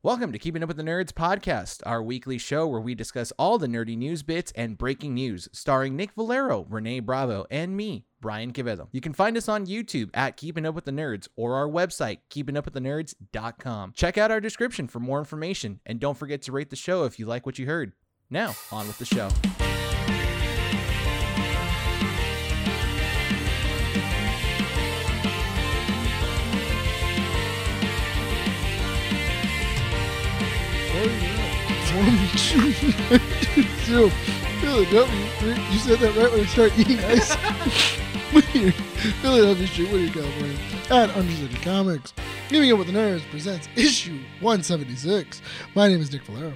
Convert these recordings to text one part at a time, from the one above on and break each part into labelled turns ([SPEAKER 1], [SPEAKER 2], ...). [SPEAKER 1] Welcome to Keeping Up with the Nerds podcast, our weekly show where we discuss all the nerdy news bits and breaking news, starring Nick Valero, Renee Bravo, and me, Brian Quevedo. You can find us on YouTube at Keeping Up with the Nerds or our website, keepingupwiththenerds.com. Check out our description for more information, and don't forget to rate the show if you like what you heard. Now, on with the show.
[SPEAKER 2] so, Philadelphia, you said that right when we started eating ice. We're Philadelphia Street, Whittier, California, at Undercity Comics. Giving Up With The Nerds presents issue 176. My name is Nick Valero.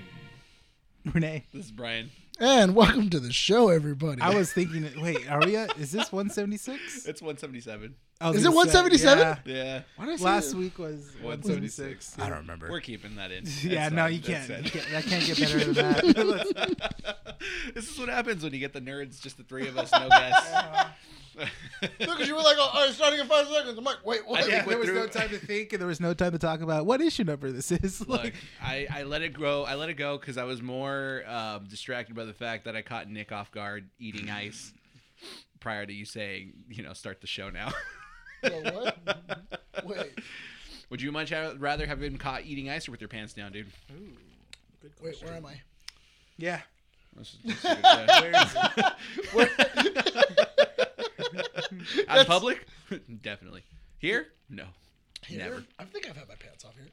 [SPEAKER 3] Renee.
[SPEAKER 4] This is Brian.
[SPEAKER 2] And welcome to the show, everybody.
[SPEAKER 3] I was thinking, wait, are we at, is this 176?
[SPEAKER 4] It's 177.
[SPEAKER 3] I was
[SPEAKER 2] Is
[SPEAKER 3] gonna
[SPEAKER 2] it 177?
[SPEAKER 3] yeah.
[SPEAKER 4] Yeah,
[SPEAKER 2] Why did I say
[SPEAKER 3] Last
[SPEAKER 2] that?
[SPEAKER 3] week was
[SPEAKER 4] 176.
[SPEAKER 3] 176.
[SPEAKER 4] I
[SPEAKER 3] don't remember.
[SPEAKER 4] we're keeping that in.
[SPEAKER 3] yeah,
[SPEAKER 4] That's
[SPEAKER 3] no,
[SPEAKER 4] fine.
[SPEAKER 3] you
[SPEAKER 4] That's
[SPEAKER 3] can't, you
[SPEAKER 4] it.
[SPEAKER 3] can't. That can't get better than that. Let's-
[SPEAKER 4] this is what happens when you get the nerds, just the three of us, no guests.
[SPEAKER 2] Look, 'cause you were like, oh, all right, starting in five seconds. I'm like, wait, what?
[SPEAKER 4] I
[SPEAKER 3] yeah,
[SPEAKER 4] think
[SPEAKER 3] there was
[SPEAKER 4] through-
[SPEAKER 3] no time to think, and there was no time to talk about what issue number this is.
[SPEAKER 4] Look,
[SPEAKER 3] Like,
[SPEAKER 4] I, I let it grow. I let it go because I was more um, distracted by the fact that I caught Nick off guard eating ice prior to you saying, you know, start the show now.
[SPEAKER 2] So what? Wait,
[SPEAKER 4] Would you much ha- rather have been caught eating ice or with your pants down, dude?
[SPEAKER 2] wait, where am I?
[SPEAKER 3] yeah,
[SPEAKER 4] That's- that's a good question. Out in
[SPEAKER 2] That's-
[SPEAKER 4] public? Definitely. Here? No.
[SPEAKER 2] Here?
[SPEAKER 4] Never.
[SPEAKER 2] I think I've had my pants off here.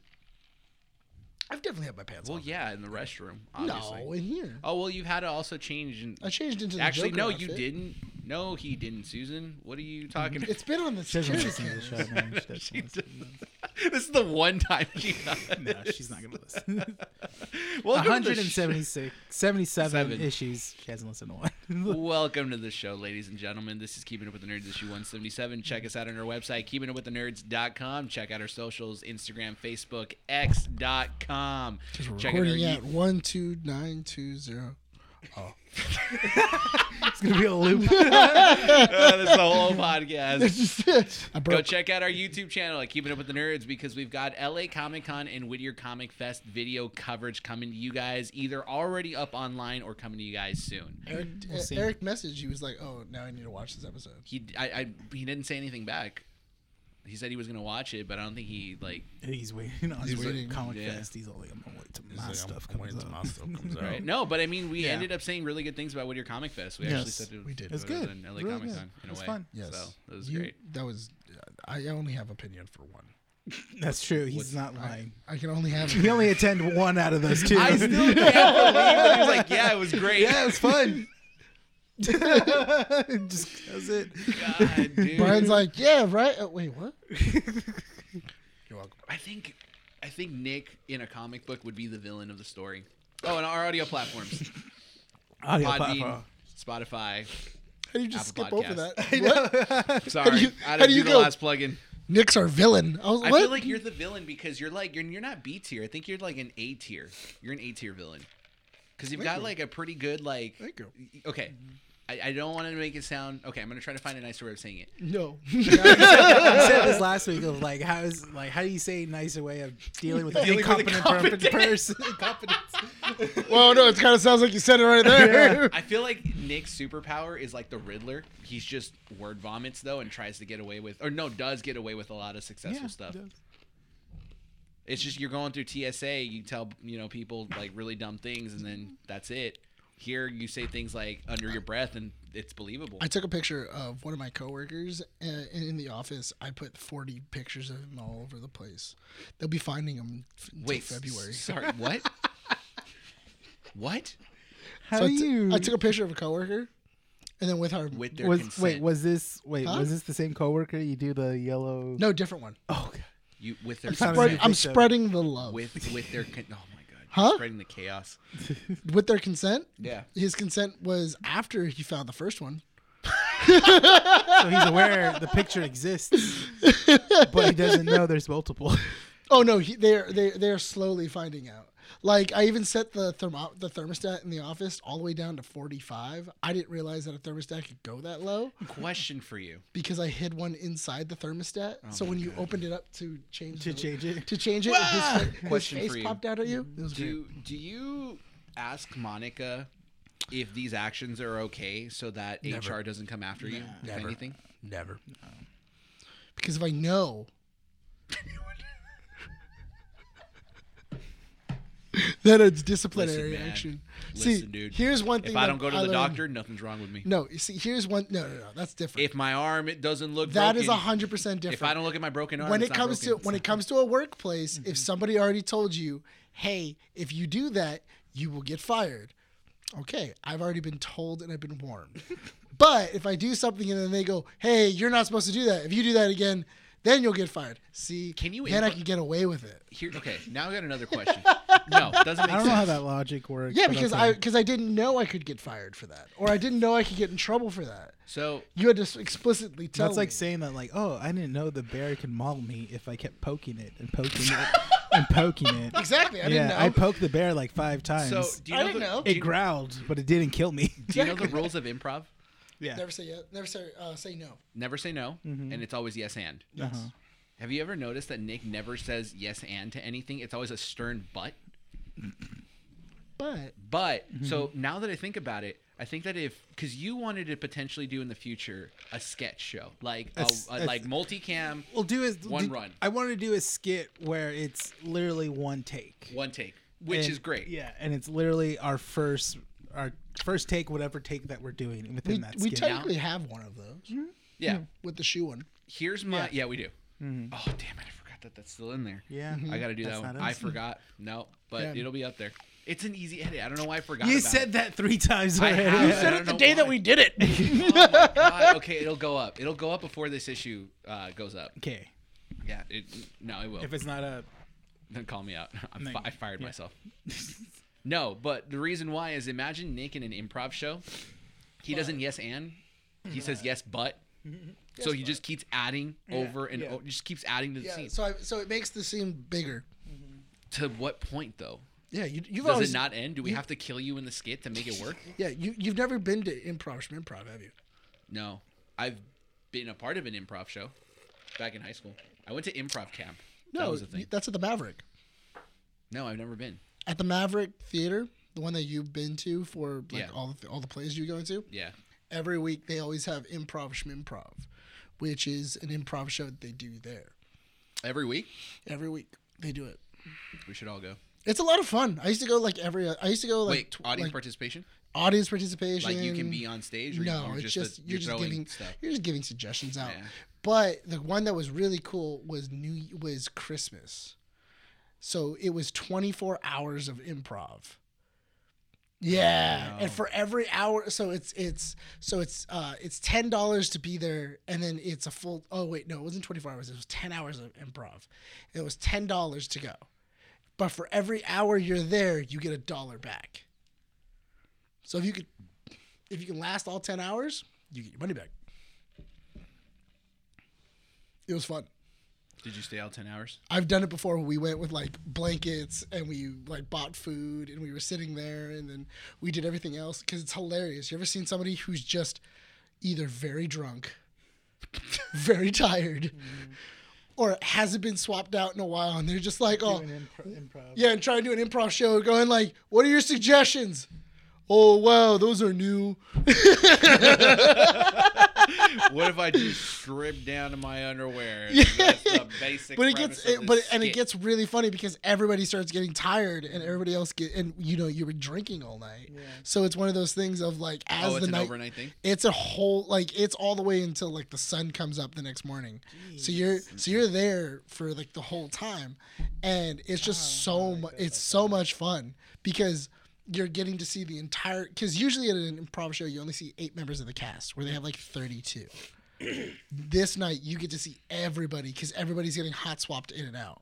[SPEAKER 2] I've definitely had my pants
[SPEAKER 4] Well,
[SPEAKER 2] off.
[SPEAKER 4] yeah, in the restroom, obviously.
[SPEAKER 2] No, in here.
[SPEAKER 4] Oh well, you've had to also change. In...
[SPEAKER 2] I changed into the
[SPEAKER 4] Actually,
[SPEAKER 2] Joker
[SPEAKER 4] no, you
[SPEAKER 2] outfit.
[SPEAKER 4] didn't. No, he didn't. Susan, what are you talking? about?
[SPEAKER 2] Mm-hmm. It's been on the
[SPEAKER 3] she doesn't
[SPEAKER 2] security
[SPEAKER 3] listen to the show.
[SPEAKER 2] cameras.
[SPEAKER 3] Man. She doesn't
[SPEAKER 4] She
[SPEAKER 3] listen.
[SPEAKER 4] doesn't- this is the one time she. Got
[SPEAKER 3] No, she's not gonna listen.
[SPEAKER 4] Welcome to the show.
[SPEAKER 3] 176, 77
[SPEAKER 4] Seven.
[SPEAKER 3] issues. She hasn't listened to one.
[SPEAKER 4] Welcome to the show, ladies and gentlemen. This is Keeping Up with the Nerds, issue 177. Check us out on our website, keepingupwiththenerd.com. Check out our socials, Instagram, Facebook, X.com. Check out our
[SPEAKER 2] Recording at
[SPEAKER 4] YouTube.
[SPEAKER 2] one two nine two zero.
[SPEAKER 3] it's gonna be a loop.
[SPEAKER 4] That's the whole podcast.
[SPEAKER 2] I
[SPEAKER 4] Go
[SPEAKER 2] broke.
[SPEAKER 4] check out our YouTube channel at Keeping Up with the Nerds because we've got LA Comic Con and Whittier Comic Fest video coverage coming to you guys, either already up online or coming to you guys soon.
[SPEAKER 2] Eric, E,
[SPEAKER 3] We'll see.
[SPEAKER 2] Eric messaged. He was like, "Oh, now I need to watch this episode."
[SPEAKER 4] He I, I he didn't say anything back. He said he was gonna watch it, but I don't think he like
[SPEAKER 3] He's waiting on
[SPEAKER 2] He's
[SPEAKER 3] his
[SPEAKER 2] waiting.
[SPEAKER 3] comic
[SPEAKER 4] Yeah.
[SPEAKER 3] fest. He's only on my way to my stuff comes up.
[SPEAKER 4] right. No, but I mean we
[SPEAKER 3] Oh. Yeah.
[SPEAKER 4] ended up saying really good things about Whittier Comic Fest. We actually
[SPEAKER 2] Yes,
[SPEAKER 4] said it
[SPEAKER 2] we did.
[SPEAKER 4] it
[SPEAKER 3] It's
[SPEAKER 4] was
[SPEAKER 3] good.
[SPEAKER 4] in LA
[SPEAKER 3] Really
[SPEAKER 4] Comic
[SPEAKER 3] good.
[SPEAKER 4] Con in a
[SPEAKER 3] It's
[SPEAKER 4] way.
[SPEAKER 3] fun.
[SPEAKER 2] Yes,
[SPEAKER 4] So that was
[SPEAKER 2] You-
[SPEAKER 4] great.
[SPEAKER 2] That was. I only have opinion for one.
[SPEAKER 3] That's true. He's
[SPEAKER 4] What's-
[SPEAKER 3] not lying.
[SPEAKER 2] I can only have.
[SPEAKER 3] We only attend one out of those two.
[SPEAKER 4] I still can't believe that he was like, Yeah, it was great.
[SPEAKER 3] yeah, it was fun. Just that's it.
[SPEAKER 4] God, dude.
[SPEAKER 2] Brian's like, "Yeah, right." Oh, wait, what? You're welcome.
[SPEAKER 4] I think I think Nick in a comic book would be the villain of the story. Oh, and our audio platforms.
[SPEAKER 3] Audio
[SPEAKER 4] Podbean,
[SPEAKER 3] platform.
[SPEAKER 4] Spotify.
[SPEAKER 2] How do you just
[SPEAKER 4] Apple
[SPEAKER 2] skip over
[SPEAKER 4] Podcast.
[SPEAKER 2] that? What?
[SPEAKER 4] Sorry,
[SPEAKER 2] you-
[SPEAKER 4] I
[SPEAKER 2] how
[SPEAKER 4] didn't
[SPEAKER 2] do
[SPEAKER 4] do,
[SPEAKER 2] you
[SPEAKER 4] the
[SPEAKER 2] go?
[SPEAKER 4] last plugin.
[SPEAKER 2] Nick's our villain. I was
[SPEAKER 4] I
[SPEAKER 2] like,
[SPEAKER 4] feel
[SPEAKER 2] "What?"
[SPEAKER 4] like you're the villain because you're like you're you're not B tier. I think you're like an A tier. You're an A tier villain because you've
[SPEAKER 2] Thank
[SPEAKER 4] got
[SPEAKER 2] you.
[SPEAKER 4] like a pretty good like.
[SPEAKER 2] Thank you.
[SPEAKER 4] Okay, I, I don't want to make it sound. Okay, I'm gonna try to find a nicer way of saying it.
[SPEAKER 2] No.
[SPEAKER 3] I said this last week of like how is like how do you say a nicer way of dealing with an
[SPEAKER 4] Dealing with an
[SPEAKER 3] incompetent,
[SPEAKER 4] incompetent.
[SPEAKER 3] person? Incompetent.
[SPEAKER 2] well, no. It kind of sounds like you said it right there.
[SPEAKER 4] I feel like Nick's superpower is like the Riddler. He's just word vomits though and tries to get away with, or no, does get away with a lot of successful stuff. It's just you're going through TSA, you tell you know people like really dumb things, and then that's it. Here you say things like under your breath, and it's believable.
[SPEAKER 2] I took a picture of one of my coworkers uh, in the office. I put 40 pictures of him all over the place. They'll be finding him f- until
[SPEAKER 4] Wait,
[SPEAKER 2] February.
[SPEAKER 4] s- Sorry, what? what?
[SPEAKER 3] How
[SPEAKER 2] So I
[SPEAKER 3] do
[SPEAKER 2] t-
[SPEAKER 3] you?
[SPEAKER 2] I took a picture of a coworker, and then with our
[SPEAKER 4] With their
[SPEAKER 3] was
[SPEAKER 4] consent,
[SPEAKER 3] wait was this wait
[SPEAKER 2] Huh?
[SPEAKER 3] was this the same coworker? You do the yellow.
[SPEAKER 2] no different one.
[SPEAKER 3] Oh God.
[SPEAKER 4] you with their
[SPEAKER 3] sorry.
[SPEAKER 2] Spread-
[SPEAKER 4] consent,
[SPEAKER 2] I'm
[SPEAKER 3] think so.
[SPEAKER 2] spreading the love with,
[SPEAKER 4] with with their con- oh my god,
[SPEAKER 2] Huh?
[SPEAKER 4] you're spreading the chaos.
[SPEAKER 2] their consent.
[SPEAKER 4] Yeah,
[SPEAKER 2] His consent was after he found the first one.
[SPEAKER 3] So he's aware the picture exists, but he doesn't know there's multiple.
[SPEAKER 2] Oh no, he, they're they they're slowly finding out. Like I even set the thermo- the thermostat in the office all the way down to 45. I didn't realize that a thermostat could go that low
[SPEAKER 4] Question for you.
[SPEAKER 2] because I hid one inside the thermostat. so when you opened it up to change
[SPEAKER 5] Oh to
[SPEAKER 2] the-
[SPEAKER 5] change it. Ah!
[SPEAKER 2] to change it,
[SPEAKER 4] Wah!
[SPEAKER 2] his, fa- his
[SPEAKER 4] Question for
[SPEAKER 2] face
[SPEAKER 4] you.
[SPEAKER 2] popped out at you. It was
[SPEAKER 4] Do do you ask Monica if these actions are okay so that
[SPEAKER 3] Never.
[SPEAKER 4] HR doesn't come after you if
[SPEAKER 3] Never.
[SPEAKER 4] anything?
[SPEAKER 3] Never.
[SPEAKER 2] great. because if I know, then it's disciplinary
[SPEAKER 4] Listen, man.
[SPEAKER 2] action. See,
[SPEAKER 4] Listen, dude.
[SPEAKER 2] here's one thing.
[SPEAKER 4] If I
[SPEAKER 2] that
[SPEAKER 4] don't go to the
[SPEAKER 2] learned-
[SPEAKER 4] doctor, nothing's wrong with me.
[SPEAKER 2] no. you See, here's one. No, no, no. That's different.
[SPEAKER 4] If my arm it doesn't look
[SPEAKER 2] That is
[SPEAKER 4] broken,
[SPEAKER 2] a hundred percent different.
[SPEAKER 4] If I don't look at my broken arm,
[SPEAKER 2] when
[SPEAKER 4] it's
[SPEAKER 2] it
[SPEAKER 4] not
[SPEAKER 2] comes to
[SPEAKER 4] broken.
[SPEAKER 2] when it comes to a workplace, if somebody already told you, "Hey, if you do that, you will get fired." Okay, I've already been told and I've been warned. but if I do something and then they go, "Hey, you're not supposed to do that. If you do that again, then you'll get fired." See,
[SPEAKER 4] Can you
[SPEAKER 2] Then I
[SPEAKER 4] impl-
[SPEAKER 2] can get away with it.
[SPEAKER 4] Here, okay, now I got another question. No, doesn't make
[SPEAKER 5] I don't
[SPEAKER 4] sense.
[SPEAKER 5] know how that logic works.
[SPEAKER 2] Yeah,
[SPEAKER 5] but
[SPEAKER 2] because
[SPEAKER 5] okay.
[SPEAKER 2] I because I didn't know I could get fired for that, or I didn't know I could get in trouble for that.
[SPEAKER 4] So
[SPEAKER 2] You had to s- explicitly tell.
[SPEAKER 5] That's like
[SPEAKER 2] me.
[SPEAKER 5] saying that, like, oh, I didn't know the bear could maul me if I kept poking it and poking it and poking it.
[SPEAKER 2] exactly. I
[SPEAKER 5] yeah,
[SPEAKER 2] didn't know.
[SPEAKER 5] I poked the bear like five times.
[SPEAKER 4] so do you
[SPEAKER 2] I
[SPEAKER 4] know,
[SPEAKER 2] didn't
[SPEAKER 4] the,
[SPEAKER 2] know.
[SPEAKER 4] Do,
[SPEAKER 5] it
[SPEAKER 4] you,
[SPEAKER 5] growled, but it didn't kill me.
[SPEAKER 4] do you know the rules of improv?
[SPEAKER 5] yeah.
[SPEAKER 2] never say yes. Never say uh, say no.
[SPEAKER 4] Never say no,
[SPEAKER 2] Mm-hmm.
[SPEAKER 4] and it's always yes and.
[SPEAKER 5] Uh-huh.
[SPEAKER 4] Have you ever noticed that Nick never says yes and to anything? It's always a stern but.
[SPEAKER 2] But
[SPEAKER 4] But so
[SPEAKER 5] Mm-hmm.
[SPEAKER 4] now that I think about it, I think that if because you wanted to potentially do in the future a sketch show, like a,
[SPEAKER 5] s-
[SPEAKER 4] a-
[SPEAKER 5] a-
[SPEAKER 4] like multicam,
[SPEAKER 5] We'll do is
[SPEAKER 4] One
[SPEAKER 5] did-
[SPEAKER 4] run.
[SPEAKER 5] I wanted to do a skit where it's literally one take,
[SPEAKER 4] one take, which
[SPEAKER 5] And-
[SPEAKER 4] is great.
[SPEAKER 5] Yeah, and it's literally our first, our first take, whatever take that we're doing within
[SPEAKER 2] we,
[SPEAKER 5] that
[SPEAKER 2] we
[SPEAKER 5] skit.
[SPEAKER 2] technically have one of those
[SPEAKER 4] Yeah.
[SPEAKER 5] Hmm.
[SPEAKER 2] with the shoe one.
[SPEAKER 4] Here's my yeah, we do. Oh damn it! I forgot that that's still in there.
[SPEAKER 5] Mm-hmm. yeah,
[SPEAKER 4] Mm-hmm. I gotta do
[SPEAKER 5] That's
[SPEAKER 4] that. One.
[SPEAKER 5] not
[SPEAKER 4] I
[SPEAKER 5] us.
[SPEAKER 4] forgot. No, but
[SPEAKER 5] Yeah.
[SPEAKER 4] it'll be up there. It's an easy edit. I don't know why I forgot.
[SPEAKER 5] you
[SPEAKER 4] about
[SPEAKER 5] said
[SPEAKER 4] it.
[SPEAKER 5] that three times
[SPEAKER 4] I
[SPEAKER 5] already.
[SPEAKER 4] have. I don't know why.
[SPEAKER 3] did it.
[SPEAKER 4] God, okay, it'll go up. It'll go up before this issue uh, goes up.
[SPEAKER 5] Okay,
[SPEAKER 4] Yeah. It, no, it will.
[SPEAKER 5] if it's not a
[SPEAKER 4] Then call me out. I'm
[SPEAKER 5] No,
[SPEAKER 4] fi-
[SPEAKER 5] you-
[SPEAKER 4] I fired myself. no, but the reason why is imagine Nick in an improv show. He doesn't yes and. He
[SPEAKER 2] Mm-hmm.
[SPEAKER 4] says yes but. so he just keeps adding over and
[SPEAKER 5] yeah.
[SPEAKER 4] over, just keeps adding to the
[SPEAKER 2] Yeah.
[SPEAKER 4] scene.
[SPEAKER 2] So I, so it makes the scene bigger.
[SPEAKER 4] to what point though?
[SPEAKER 2] Yeah. You, you've
[SPEAKER 4] Does
[SPEAKER 2] always
[SPEAKER 4] it not end? Do we have to kill you in the skit to make it work?
[SPEAKER 2] Yeah. You you've never been to improv from improv, have you?
[SPEAKER 4] No. I've been a part of an improv show back in high school. I went to improv camp. that was a thing.
[SPEAKER 2] you- that's at the Maverick.
[SPEAKER 4] no, I've never been.
[SPEAKER 2] At the Maverick Theater, the one that you've been to for like
[SPEAKER 4] Yeah.
[SPEAKER 2] all the, all the plays you go to.
[SPEAKER 4] Yeah.
[SPEAKER 2] Every week they always have improv schmimprov, which is an improv show that they do there.
[SPEAKER 4] Every week
[SPEAKER 2] Every week they do it.
[SPEAKER 4] we should all go.
[SPEAKER 2] It's a lot of fun. I used to go like every. I used to go like
[SPEAKER 4] Wait,
[SPEAKER 2] tw-
[SPEAKER 4] audience
[SPEAKER 2] like,
[SPEAKER 4] participation?
[SPEAKER 2] audience participation.
[SPEAKER 4] Like you can be on stage or
[SPEAKER 2] No,
[SPEAKER 4] you're
[SPEAKER 2] it's
[SPEAKER 4] just,
[SPEAKER 2] just
[SPEAKER 4] a-
[SPEAKER 2] you're, just
[SPEAKER 4] throwing
[SPEAKER 2] giving
[SPEAKER 4] stuff.
[SPEAKER 2] you're just giving suggestions out.
[SPEAKER 4] Yeah.
[SPEAKER 2] But the one that was really cool was New was Christmas, so it was 24 hours of improv. Yeah, and for every hour, so it's it's so it's uh it's ten dollars to be there, and then it's a full. Oh wait, no, it wasn't 24 hours. It was 10 hours of improv. It was ten dollars to go, but for every hour you're there, you get a dollar back. So if you could if you can last all 10 hours, you get your money back. It was fun.
[SPEAKER 4] Did you stay out 10 hours?
[SPEAKER 2] I've done it before. We went with like blankets and we like bought food and we were sitting there and then we did everything else because it's hilarious. You ever seen somebody who's just either very drunk, very tired, or hasn't been swapped out in a while and they're just like, oh,
[SPEAKER 5] doing impro- improv.
[SPEAKER 2] yeah, and try to do an improv show going like, what are your suggestions? Oh, wow, those are new.
[SPEAKER 4] what if I just strip down to my underwear? That's the basic
[SPEAKER 2] but it
[SPEAKER 4] premise
[SPEAKER 2] gets
[SPEAKER 4] of
[SPEAKER 2] it, but
[SPEAKER 4] this
[SPEAKER 2] and it
[SPEAKER 4] skit.
[SPEAKER 2] gets really funny because everybody starts getting tired and everybody else get and you know you were drinking all night so it's one of those things of like as
[SPEAKER 4] Oh, it's
[SPEAKER 2] the
[SPEAKER 4] an
[SPEAKER 2] night
[SPEAKER 4] overnight thing?
[SPEAKER 2] it's a whole like it's all the way until like the sun comes up the next morning so you're so you're there for like the whole time and it's just
[SPEAKER 4] Oh,
[SPEAKER 2] so much it's so much fun because you're getting to see the entire because usually at an improv show you only see eight members of the cast where they have like 32 this night you get to see everybody because everybody's getting hot swapped in and out.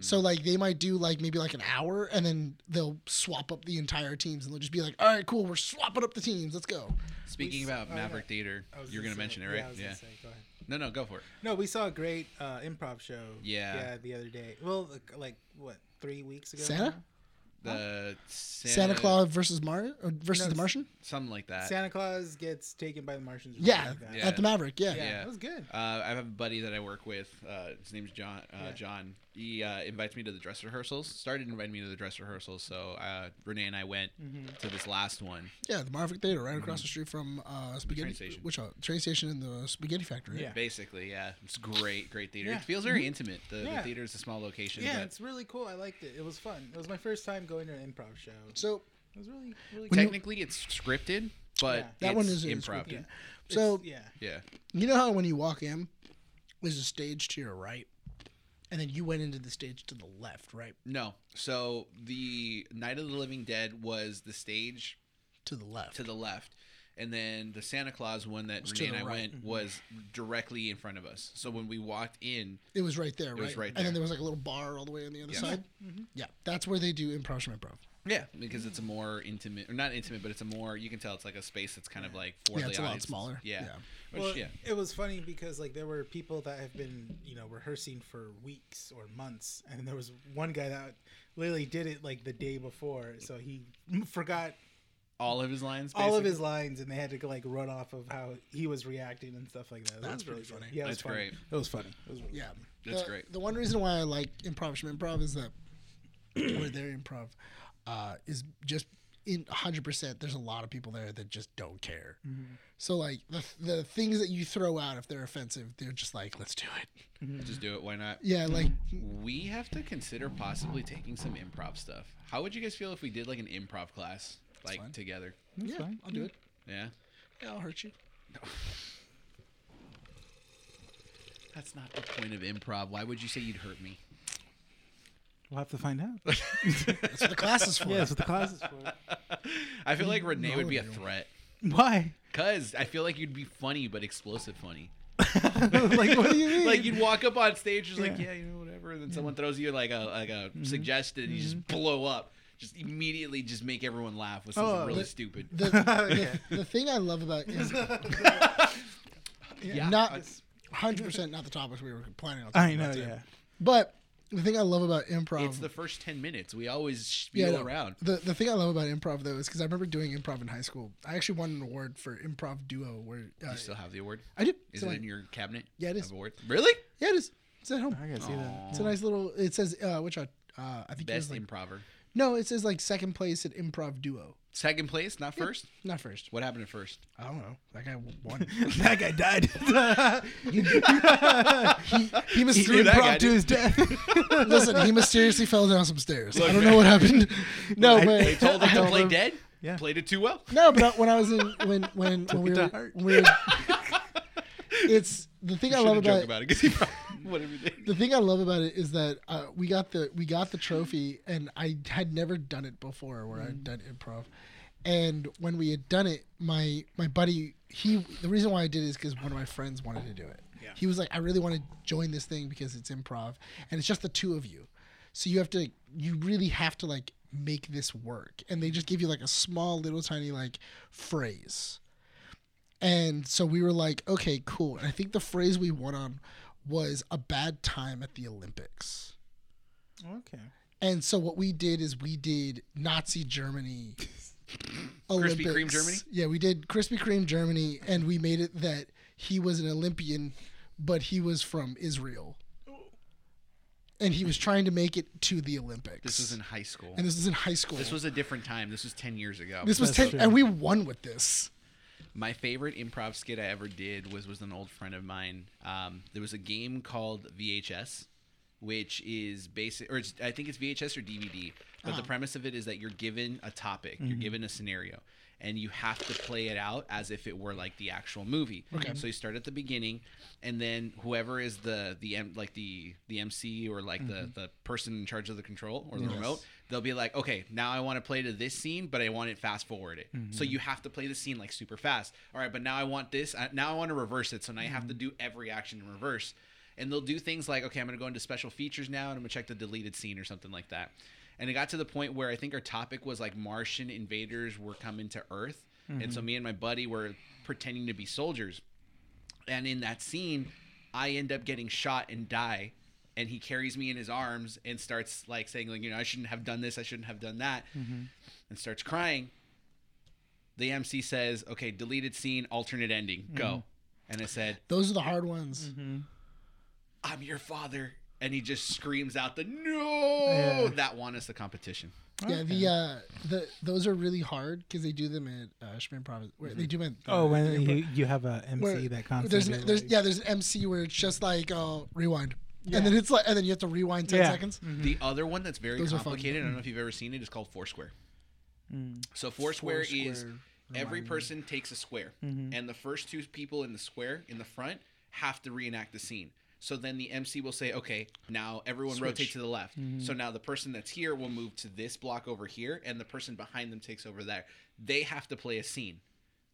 [SPEAKER 2] So like they might do like maybe like an hour and then they'll swap up the entire teams and they'll just be like, all right, cool, we're swapping up the teams, let's go.
[SPEAKER 4] Speaking about Maverick Theater,
[SPEAKER 2] Oh,
[SPEAKER 5] I was
[SPEAKER 4] you're
[SPEAKER 5] gonna
[SPEAKER 4] gonna
[SPEAKER 5] say-
[SPEAKER 4] mention it,
[SPEAKER 5] yeah,
[SPEAKER 4] right?
[SPEAKER 5] I was
[SPEAKER 4] Yeah.
[SPEAKER 5] gonna say, go ahead.
[SPEAKER 4] No, no, go for it.
[SPEAKER 5] No, we saw a great uh, improv show.
[SPEAKER 4] Yeah.
[SPEAKER 5] Yeah, the other day. Well, like, like what, three weeks ago?
[SPEAKER 2] Santa?
[SPEAKER 5] now?
[SPEAKER 4] The
[SPEAKER 2] Santa Claus versus Mar or versus
[SPEAKER 5] No,
[SPEAKER 2] the Martian?
[SPEAKER 4] something like that.
[SPEAKER 5] Santa Claus gets taken by the Martians. or
[SPEAKER 2] Yeah,
[SPEAKER 5] something like that.
[SPEAKER 4] Yeah.
[SPEAKER 2] at the Maverick. Yeah.
[SPEAKER 5] Yeah,
[SPEAKER 4] Yeah.
[SPEAKER 5] that was good.
[SPEAKER 4] Uh, I have a buddy that I work with. Uh, his name's John. Uh,
[SPEAKER 5] Yeah.
[SPEAKER 4] John. He uh, invites me to the dress rehearsals. Started inviting me to the dress rehearsals. So uh, Renee and I went
[SPEAKER 2] Mm-hmm.
[SPEAKER 4] to this last one.
[SPEAKER 2] Yeah, the Maverick Theater right across the street from uh, spaghetti
[SPEAKER 4] Mm-hmm. station.
[SPEAKER 2] Which uh, train station and the spaghetti factory. right?
[SPEAKER 5] Yeah.
[SPEAKER 4] Basically, yeah, it's great, great theater.
[SPEAKER 5] Yeah.
[SPEAKER 4] It feels
[SPEAKER 2] Mm-hmm.
[SPEAKER 4] very intimate. The, the
[SPEAKER 5] Yeah.
[SPEAKER 4] theater is a small location.
[SPEAKER 5] Yeah,
[SPEAKER 4] but
[SPEAKER 5] it's really cool. I liked it. It was fun. It was my first time going to an improv show.
[SPEAKER 2] So
[SPEAKER 5] It was really, really
[SPEAKER 2] When you-
[SPEAKER 5] cool.
[SPEAKER 4] technically it's scripted, but
[SPEAKER 5] Yeah.
[SPEAKER 2] That
[SPEAKER 4] it's
[SPEAKER 2] one is- is
[SPEAKER 4] improv.
[SPEAKER 2] scripted.
[SPEAKER 4] Yeah.
[SPEAKER 5] It's-
[SPEAKER 2] So-
[SPEAKER 5] yeah,
[SPEAKER 4] yeah,
[SPEAKER 2] you know how when you walk in, there's a stage to your right, and then you went into the stage to the left, right?
[SPEAKER 4] no. So the Night of the Living Dead was the stage
[SPEAKER 2] To the left.
[SPEAKER 4] to the left. And then the Santa Claus one that
[SPEAKER 2] to
[SPEAKER 4] Renee and
[SPEAKER 2] the
[SPEAKER 4] I
[SPEAKER 2] right. Mm-hmm.
[SPEAKER 4] went was directly in front of us. So when we walked in,
[SPEAKER 2] it was right there, right?
[SPEAKER 4] was right
[SPEAKER 2] And
[SPEAKER 4] there.
[SPEAKER 2] then there was like a little bar all the way on the other
[SPEAKER 4] Yeah.
[SPEAKER 2] side. Yeah, that's where they do improv from improv.
[SPEAKER 4] Yeah, because it's a more intimate, or not intimate, but it's a more. You can tell it's like a space that's kind of like for
[SPEAKER 2] Yeah,
[SPEAKER 4] the
[SPEAKER 2] it's a lot
[SPEAKER 4] audience.
[SPEAKER 2] smaller.
[SPEAKER 4] Yeah,
[SPEAKER 2] Yeah.
[SPEAKER 4] Which,
[SPEAKER 5] well,
[SPEAKER 4] yeah,
[SPEAKER 5] it was funny because like there were people that have been you know rehearsing for weeks or months, and there was one guy that literally did it like the day before, so he forgot
[SPEAKER 4] all of his lines.
[SPEAKER 5] all of
[SPEAKER 4] basically.
[SPEAKER 5] his lines, and they had to like run off of how he was reacting and stuff like that. It
[SPEAKER 2] That's
[SPEAKER 5] was really
[SPEAKER 2] pretty funny.
[SPEAKER 5] Good. Yeah, it was
[SPEAKER 4] That's
[SPEAKER 5] funny.
[SPEAKER 4] great.
[SPEAKER 5] It was funny. It was really
[SPEAKER 2] Yeah,
[SPEAKER 4] That's
[SPEAKER 2] The-
[SPEAKER 4] great.
[SPEAKER 2] The one reason why I like improv from improv is that where their improv uh, is just in 100%. There's a lot of people there that just don't care. So like the the things that you throw out if they're offensive, they're just like, let's do it. Mm-hmm.
[SPEAKER 4] Just do it. Why not?
[SPEAKER 2] Yeah, like
[SPEAKER 4] We have to consider possibly taking some improv stuff. How would you guys feel if we did like an improv class, like
[SPEAKER 2] fine.
[SPEAKER 4] together?
[SPEAKER 2] yeah,
[SPEAKER 5] fine.
[SPEAKER 2] I'll do it.
[SPEAKER 4] Yeah,
[SPEAKER 2] Yeah, I'll hurt you.
[SPEAKER 4] that's not the point of improv. Why would you say you'd hurt me?
[SPEAKER 5] We'll have to find out.
[SPEAKER 2] That's what the class is for.
[SPEAKER 5] yeah, that's what the class is for.
[SPEAKER 4] I feel like Renee would be a
[SPEAKER 2] know.
[SPEAKER 4] threat.
[SPEAKER 5] Why?
[SPEAKER 4] Cause I feel like you'd be funny, but explosive funny.
[SPEAKER 5] like, what do you mean?
[SPEAKER 4] like you'd walk up on stage just like
[SPEAKER 5] Yeah.
[SPEAKER 4] yeah you know whatever and then someone throws you like a like a
[SPEAKER 2] Mm-hmm.
[SPEAKER 4] suggestion and you just blow up just immediately just make everyone laugh with something
[SPEAKER 5] Oh,
[SPEAKER 4] really
[SPEAKER 2] the-
[SPEAKER 4] stupid
[SPEAKER 2] The, the, the thing I love about is
[SPEAKER 4] yeah
[SPEAKER 2] not
[SPEAKER 4] I-
[SPEAKER 2] 100% not the topics we were planning on.
[SPEAKER 5] I
[SPEAKER 2] talking
[SPEAKER 5] know.
[SPEAKER 2] about today.
[SPEAKER 5] Yeah.
[SPEAKER 2] But the thing I love about improv
[SPEAKER 4] it's the first 10 minutes we always spiel
[SPEAKER 2] I know.
[SPEAKER 4] around
[SPEAKER 2] The the thing I love about improv though is because I remember doing improv in high school. I actually won an award for improv duo where uh,
[SPEAKER 4] you still have the award
[SPEAKER 2] I did.
[SPEAKER 4] is
[SPEAKER 2] So
[SPEAKER 4] it
[SPEAKER 2] I-
[SPEAKER 4] in your cabinet
[SPEAKER 2] Yeah, it
[SPEAKER 4] of
[SPEAKER 2] is.
[SPEAKER 4] award really
[SPEAKER 2] yeah, it is. It's at home.
[SPEAKER 5] I gotta see that.
[SPEAKER 2] It's a nice little. It says uh, which I uh, I think it was
[SPEAKER 4] best
[SPEAKER 2] like
[SPEAKER 4] improver
[SPEAKER 2] no, it says like second place at improv duo,
[SPEAKER 4] second place not first
[SPEAKER 2] not first.
[SPEAKER 4] what happened at first
[SPEAKER 2] I don't know. That guy won.
[SPEAKER 5] that guy died.
[SPEAKER 2] he must
[SPEAKER 4] Screw that guy,
[SPEAKER 5] Prop to
[SPEAKER 4] dude.
[SPEAKER 5] his death.
[SPEAKER 2] listen. He mysteriously fell down some stairs. I don't know what happened. No,
[SPEAKER 5] I-
[SPEAKER 2] but
[SPEAKER 4] they told him to
[SPEAKER 5] told
[SPEAKER 4] play
[SPEAKER 5] him-
[SPEAKER 4] dead
[SPEAKER 5] Yeah.
[SPEAKER 4] played it too well
[SPEAKER 2] No, but when I was in when when, when we
[SPEAKER 5] it to
[SPEAKER 2] were,
[SPEAKER 5] heart.
[SPEAKER 2] when we were it's the thing I love
[SPEAKER 4] Should've joked
[SPEAKER 2] about,
[SPEAKER 4] about it because he probably, whatever he did.
[SPEAKER 2] the thing I love about it is that uh, we got the we got the trophy and I had never done it before where I'd done improv, and when we had done it, my my buddy he the reason why I did it is because one of my friends wanted to do it.
[SPEAKER 5] Yeah.
[SPEAKER 2] He was like, I really want to join this thing because it's improv and it's just the two of you, so you have to you really have to like make this work and they just give you like a small little tiny like phrase and so we were like, okay, cool. And I think the phrase we won on was a bad time at the Olympics.
[SPEAKER 5] Okay.
[SPEAKER 2] And so what we did is we did Nazi Germany.
[SPEAKER 4] Krispy Kreme
[SPEAKER 2] Olympics.
[SPEAKER 4] Germany?
[SPEAKER 2] Yeah, we did Krispy Kreme Germany, and we made it that he was an Olympian, but he was from Israel. And he was trying to make it to the Olympics.
[SPEAKER 4] this was in high school
[SPEAKER 2] and this was in high school.
[SPEAKER 4] this was a different time this was 10 years ago
[SPEAKER 2] this was
[SPEAKER 5] That's
[SPEAKER 2] ten,
[SPEAKER 5] true.
[SPEAKER 2] and we won with this.
[SPEAKER 4] My favorite improv skit I ever did was was an old friend of mine. Um, there was a game called VHS, which is basic, or it's, I think it's VHS or DVD. But the premise of it is that you're given a topic, you're given a scenario, and you have to play it out as if it were like the actual movie. Okay. So you start at the beginning, and then whoever is the the M, like the the MC or like the the person in charge of the control or the remote, they'll be like, okay, now I want to play to this scene, but I want it fast forwarded. So you have to play the scene like super fast. All right, but now I want this. I, now I want to reverse it. So now you have to do every action in reverse. And they'll do things like, okay, I'm going to go into special features now and I'm going to check the deleted scene or something like that. And it got to the point where I think our topic was like Martian invaders were coming to Earth. And so me and my buddy were pretending to be soldiers And in that scene, I end up getting shot and die. And he carries me in his arms and starts like saying, like, you know, I shouldn't have done this, I shouldn't have done that, and starts crying. The MC says, okay, deleted scene, alternate ending, go. And I said,
[SPEAKER 2] Those are the hard
[SPEAKER 4] Mm-hmm.
[SPEAKER 2] ones.
[SPEAKER 4] I'm your father. And he just screams out the
[SPEAKER 5] Yeah.
[SPEAKER 4] no that won us the competition.
[SPEAKER 2] Yeah, the uh, the those are really hard because they do them at uh, Schmidt where they do them. At,
[SPEAKER 5] Oh, when
[SPEAKER 2] Improv-
[SPEAKER 5] you, you have a MC
[SPEAKER 2] where
[SPEAKER 5] that comes.
[SPEAKER 2] There's an, there's yeah, there's an MC where it's just like oh rewind, and then it's like and then you have to rewind ten
[SPEAKER 5] Yeah.
[SPEAKER 2] seconds.
[SPEAKER 4] The other one that's very
[SPEAKER 2] Mm-hmm. Those are fun. Mm-hmm. Mm.
[SPEAKER 4] complicated, I don't know if you've ever seen it, is called Foursquare. So Foursquare, is
[SPEAKER 2] Foursquare, Mm-hmm.
[SPEAKER 4] every person takes a square, and the first two people in the square in the front have to reenact the scene. So then the MC will say, "Okay, now everyone rotate to the left."
[SPEAKER 2] Mm-hmm.
[SPEAKER 4] So now the person that's here will move to this block over here, and the person behind them takes over there. They have to play a scene.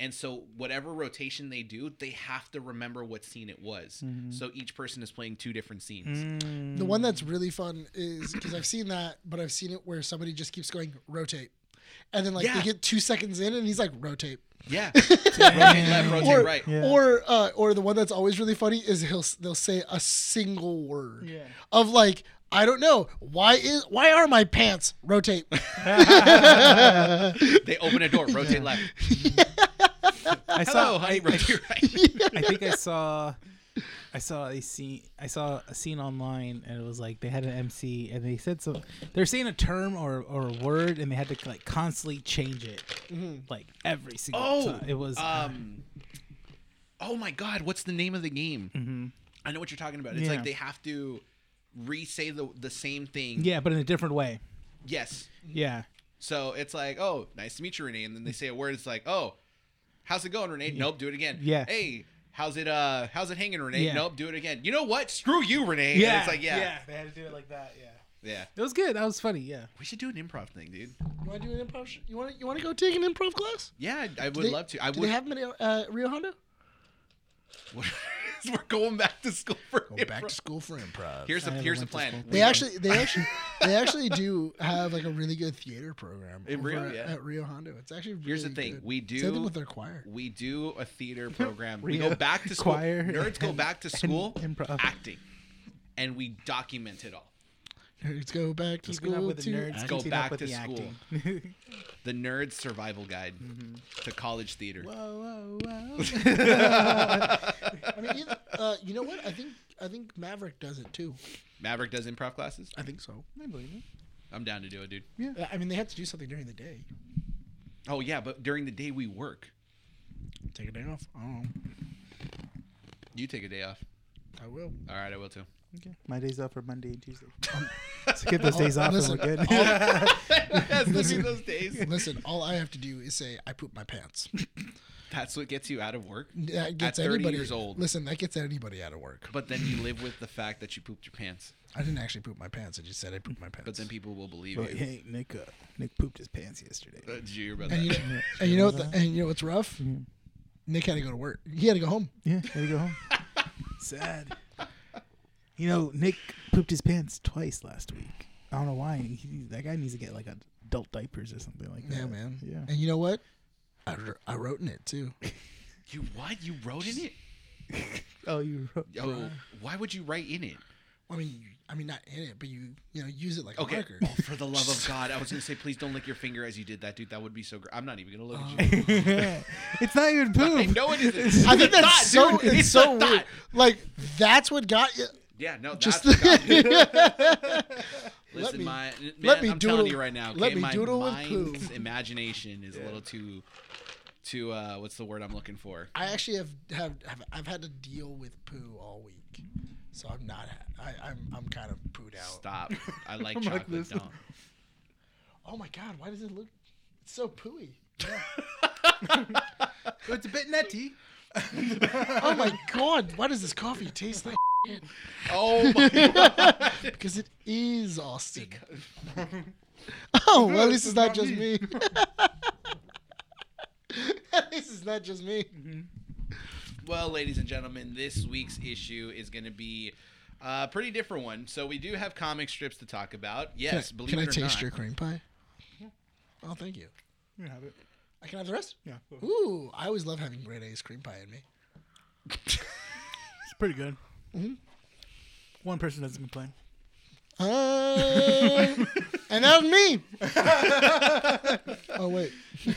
[SPEAKER 4] And so, whatever rotation they do, they have to remember what scene it was.
[SPEAKER 2] Mm-hmm.
[SPEAKER 4] So each person is playing two different scenes.
[SPEAKER 5] Mm.
[SPEAKER 2] The one that's really fun is because I've seen that, but I've seen it where somebody just keeps going rotate, and then like they
[SPEAKER 4] Yeah.
[SPEAKER 2] get two seconds in, and he's like rotate.
[SPEAKER 4] Yeah, rotate left, rotate
[SPEAKER 2] Or,
[SPEAKER 4] right.
[SPEAKER 5] Yeah.
[SPEAKER 2] or uh, or the one that's always really funny is he'll s- they'll say a single word
[SPEAKER 5] Yeah.
[SPEAKER 2] of like I don't know why is why are my pants rotate
[SPEAKER 4] They open a door, rotate left.
[SPEAKER 3] I saw.
[SPEAKER 4] Hello,
[SPEAKER 3] I,
[SPEAKER 4] honey,
[SPEAKER 3] I,
[SPEAKER 4] rotate right.
[SPEAKER 3] I think I saw. I saw a scene. I saw a scene online, and it was like they had an MC, and they said some. They're saying a term or, or a word, and they had to like constantly change it, like every single
[SPEAKER 4] Mm-hmm. Oh,
[SPEAKER 3] time. It was.
[SPEAKER 4] Um, oh my God, what's the name of the game? I know what you're talking about. It's
[SPEAKER 3] Yeah.
[SPEAKER 4] like they have to re-say the the same thing.
[SPEAKER 3] yeah, but in a different way.
[SPEAKER 4] Yes.
[SPEAKER 3] Yeah.
[SPEAKER 4] So it's like, oh, nice to meet you, Renee, and then they say a word. It's like, oh, how's it going, Renee? Nope, do it again.
[SPEAKER 3] Yeah.
[SPEAKER 4] Hey. How's it uh how's it hanging, Renee?
[SPEAKER 3] Yeah.
[SPEAKER 4] Nope, do it again. You know what? Screw you, Renee. And
[SPEAKER 3] Yeah,
[SPEAKER 4] it's like, yeah, yeah.
[SPEAKER 5] they had to do it like that. Yeah.
[SPEAKER 3] It was good. That was funny. Yeah.
[SPEAKER 4] We should do an improv thing, dude.
[SPEAKER 2] You want to do an improv? Sh- you want to you want to go take an improv class?
[SPEAKER 4] Yeah, I I would
[SPEAKER 2] They-
[SPEAKER 4] love to. I
[SPEAKER 2] do
[SPEAKER 4] would
[SPEAKER 2] they have them at uh, Rio Hondo?
[SPEAKER 4] we're going back to school for improv.
[SPEAKER 2] school for improv.
[SPEAKER 4] Here's the
[SPEAKER 3] haven't
[SPEAKER 4] here's the
[SPEAKER 3] went to
[SPEAKER 4] plan.
[SPEAKER 3] school.
[SPEAKER 2] They actually they actually they actually do have like a really good theater program
[SPEAKER 4] In
[SPEAKER 2] over
[SPEAKER 4] Rio,
[SPEAKER 2] at,
[SPEAKER 4] yeah.
[SPEAKER 2] at Rio Hondo. It's actually really
[SPEAKER 4] Here's the thing.
[SPEAKER 2] good.
[SPEAKER 4] We
[SPEAKER 2] Same thing
[SPEAKER 4] do
[SPEAKER 2] with their choir.
[SPEAKER 4] we do a theater program. we go
[SPEAKER 3] Rio
[SPEAKER 4] back to school.
[SPEAKER 3] choir
[SPEAKER 4] Nerds go
[SPEAKER 3] and-
[SPEAKER 4] back to
[SPEAKER 3] and
[SPEAKER 4] school
[SPEAKER 3] improv.
[SPEAKER 4] acting. And we document it all.
[SPEAKER 2] Let's go back to
[SPEAKER 3] Keeping up
[SPEAKER 2] school
[SPEAKER 3] with the
[SPEAKER 2] to
[SPEAKER 3] nerds,
[SPEAKER 2] act.
[SPEAKER 4] Go
[SPEAKER 3] keeping
[SPEAKER 4] back
[SPEAKER 3] up with
[SPEAKER 4] to
[SPEAKER 3] the
[SPEAKER 4] school.
[SPEAKER 3] acting.
[SPEAKER 4] The nerd survival guide to college theater.
[SPEAKER 3] whoa, whoa,
[SPEAKER 2] I mean, either- uh, you know what? I think I think Maverick does it too.
[SPEAKER 4] Maverick does improv classes.
[SPEAKER 2] I think so.
[SPEAKER 3] whoa.
[SPEAKER 4] I'm down to do it, dude.
[SPEAKER 2] Yeah. I mean, they have to do something during the day.
[SPEAKER 4] Oh yeah, but during the day we work.
[SPEAKER 2] Take a day off. I don't know.
[SPEAKER 4] You take a day off.
[SPEAKER 2] I will.
[SPEAKER 4] All right, I will too.
[SPEAKER 3] Okay. My days off are Monday and Tuesday. so get those days off
[SPEAKER 2] Listen,
[SPEAKER 3] and we're good.
[SPEAKER 4] That's
[SPEAKER 2] Listen.
[SPEAKER 4] those days.
[SPEAKER 2] Listen, all I have to do is say I poop my pants.
[SPEAKER 4] That's what gets you out of work.
[SPEAKER 2] That gets
[SPEAKER 4] 30
[SPEAKER 2] anybody.
[SPEAKER 4] years old.
[SPEAKER 2] Listen, that gets anybody out of work.
[SPEAKER 4] But then you live with the fact that you pooped your pants.
[SPEAKER 2] I didn't actually poop my pants. I just said I pooped my pants.
[SPEAKER 4] But then people will believe
[SPEAKER 3] But
[SPEAKER 4] you.
[SPEAKER 3] hey, Nick, uh, Nick pooped his pants yesterday.
[SPEAKER 4] Uh, did you hear about
[SPEAKER 2] and you
[SPEAKER 4] that?
[SPEAKER 2] know, and you know what? The, and you know what's rough?
[SPEAKER 3] Mm-hmm.
[SPEAKER 2] Nick had to go to work. He had to go home.
[SPEAKER 3] Yeah, there you go home. Sad. You know, Nick pooped his pants twice last week. I don't know why. He, that guy needs to get like adult diapers or something like that.
[SPEAKER 2] Yeah, man.
[SPEAKER 3] Yeah.
[SPEAKER 2] And you know what? I, wr- I wrote in it too.
[SPEAKER 4] You what? You wrote in it?
[SPEAKER 3] Oh, you. Wrote,
[SPEAKER 4] Oh, why would you write in it?
[SPEAKER 2] I mean, you, I mean not in it, but you you know use it like a
[SPEAKER 4] Okay.
[SPEAKER 2] marker.
[SPEAKER 4] Oh, for the love of God, I was gonna say, please don't lick your finger as you did that, dude. That would be so. Gr- I'm not even gonna look at you.
[SPEAKER 3] it's not even
[SPEAKER 4] I
[SPEAKER 3] poop.
[SPEAKER 4] know it isn't.
[SPEAKER 2] I think
[SPEAKER 4] It's a
[SPEAKER 2] that's Oh. so
[SPEAKER 4] thought, dude.
[SPEAKER 2] it's so
[SPEAKER 4] a thought.
[SPEAKER 2] weird. Like that's what got you.
[SPEAKER 4] Yeah, no,
[SPEAKER 2] Just
[SPEAKER 4] that's. not-
[SPEAKER 2] Let
[SPEAKER 4] Listen,
[SPEAKER 2] me-
[SPEAKER 4] my man,
[SPEAKER 2] let me
[SPEAKER 4] I'm
[SPEAKER 2] doodle-
[SPEAKER 4] telling you right now. Okay,
[SPEAKER 2] let me
[SPEAKER 4] my
[SPEAKER 2] doodle with
[SPEAKER 4] mind's
[SPEAKER 2] poo.
[SPEAKER 4] imagination is a little too, too. Uh, what's the word I'm looking for?
[SPEAKER 2] I actually have, have have I've had to deal with poo all week, so I'm not. I, I'm I'm kind of pooed out.
[SPEAKER 4] Stop. I like
[SPEAKER 3] I'm like,
[SPEAKER 4] chocolate
[SPEAKER 3] listen.
[SPEAKER 4] dump.
[SPEAKER 2] Oh my god, why does it look? It's so pooey.
[SPEAKER 3] It's a bit nutty.
[SPEAKER 2] Oh my god, why does this coffee taste like?
[SPEAKER 4] Oh my God.
[SPEAKER 2] Because it is Austin. oh well, at least it's not just me. at least it's not just me.
[SPEAKER 4] Well, ladies and gentlemen, this week's issue is going to be a pretty different one. So we do have comic strips to talk about. Yes, believe
[SPEAKER 2] can I
[SPEAKER 4] it or
[SPEAKER 2] taste
[SPEAKER 4] not.
[SPEAKER 2] your cream pie? Oh, thank you.
[SPEAKER 3] You have it.
[SPEAKER 2] I can have the rest.
[SPEAKER 3] Yeah.
[SPEAKER 2] Ooh, I always love having grade A's cream pie in me.
[SPEAKER 3] pretty good. One person doesn't complain.
[SPEAKER 2] Uh, and that was me. oh wait,
[SPEAKER 4] so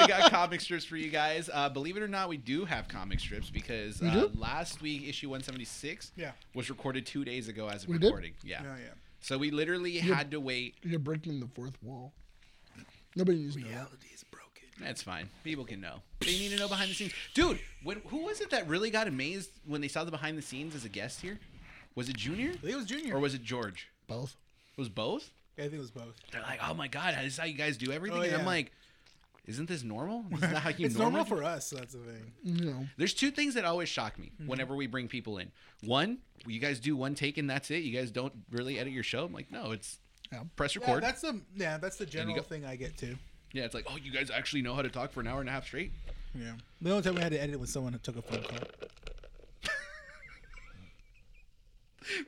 [SPEAKER 4] we got comic strips for you guys. Uh, believe it or not, we do have comic strips because uh,
[SPEAKER 2] do?
[SPEAKER 4] last week issue 176
[SPEAKER 5] Yeah.
[SPEAKER 4] was recorded two days ago as of
[SPEAKER 2] We did?
[SPEAKER 4] recording. Yeah.
[SPEAKER 5] Oh yeah.
[SPEAKER 4] So we literally had to wait.
[SPEAKER 2] you're breaking the fourth wall. Nobody needs to know. that.
[SPEAKER 5] Reality is broken.
[SPEAKER 4] That's fine. People can know. They need to know behind the scenes, dude. When who was it that really got amazed when they saw the behind the scenes as a guest here? Was it Junior
[SPEAKER 5] I think it was Junior.
[SPEAKER 4] or was it George?
[SPEAKER 2] Both.
[SPEAKER 4] It was both.
[SPEAKER 5] Yeah, I think it was both.
[SPEAKER 4] They're like, oh my god, this is how you guys do everything.
[SPEAKER 5] Oh,
[SPEAKER 4] And I'm
[SPEAKER 5] yeah.
[SPEAKER 4] like, isn't this normal? Isn't that how you
[SPEAKER 5] It's normal
[SPEAKER 4] normally
[SPEAKER 5] for us. So that's the thing.
[SPEAKER 2] You know,
[SPEAKER 4] There's two things that always shock me whenever we bring people in. One, you guys do one take and that's it. You guys don't really edit your show. I'm like, no, it's
[SPEAKER 2] Yeah.
[SPEAKER 4] press
[SPEAKER 5] Yeah,
[SPEAKER 4] record. Yeah,
[SPEAKER 5] that's the yeah, that's the general
[SPEAKER 4] go-
[SPEAKER 5] thing I get too.
[SPEAKER 4] it's like, oh, you guys actually know how to talk for an hour and a half straight.
[SPEAKER 5] Yeah. The only time we had to edit was someone who took a phone call.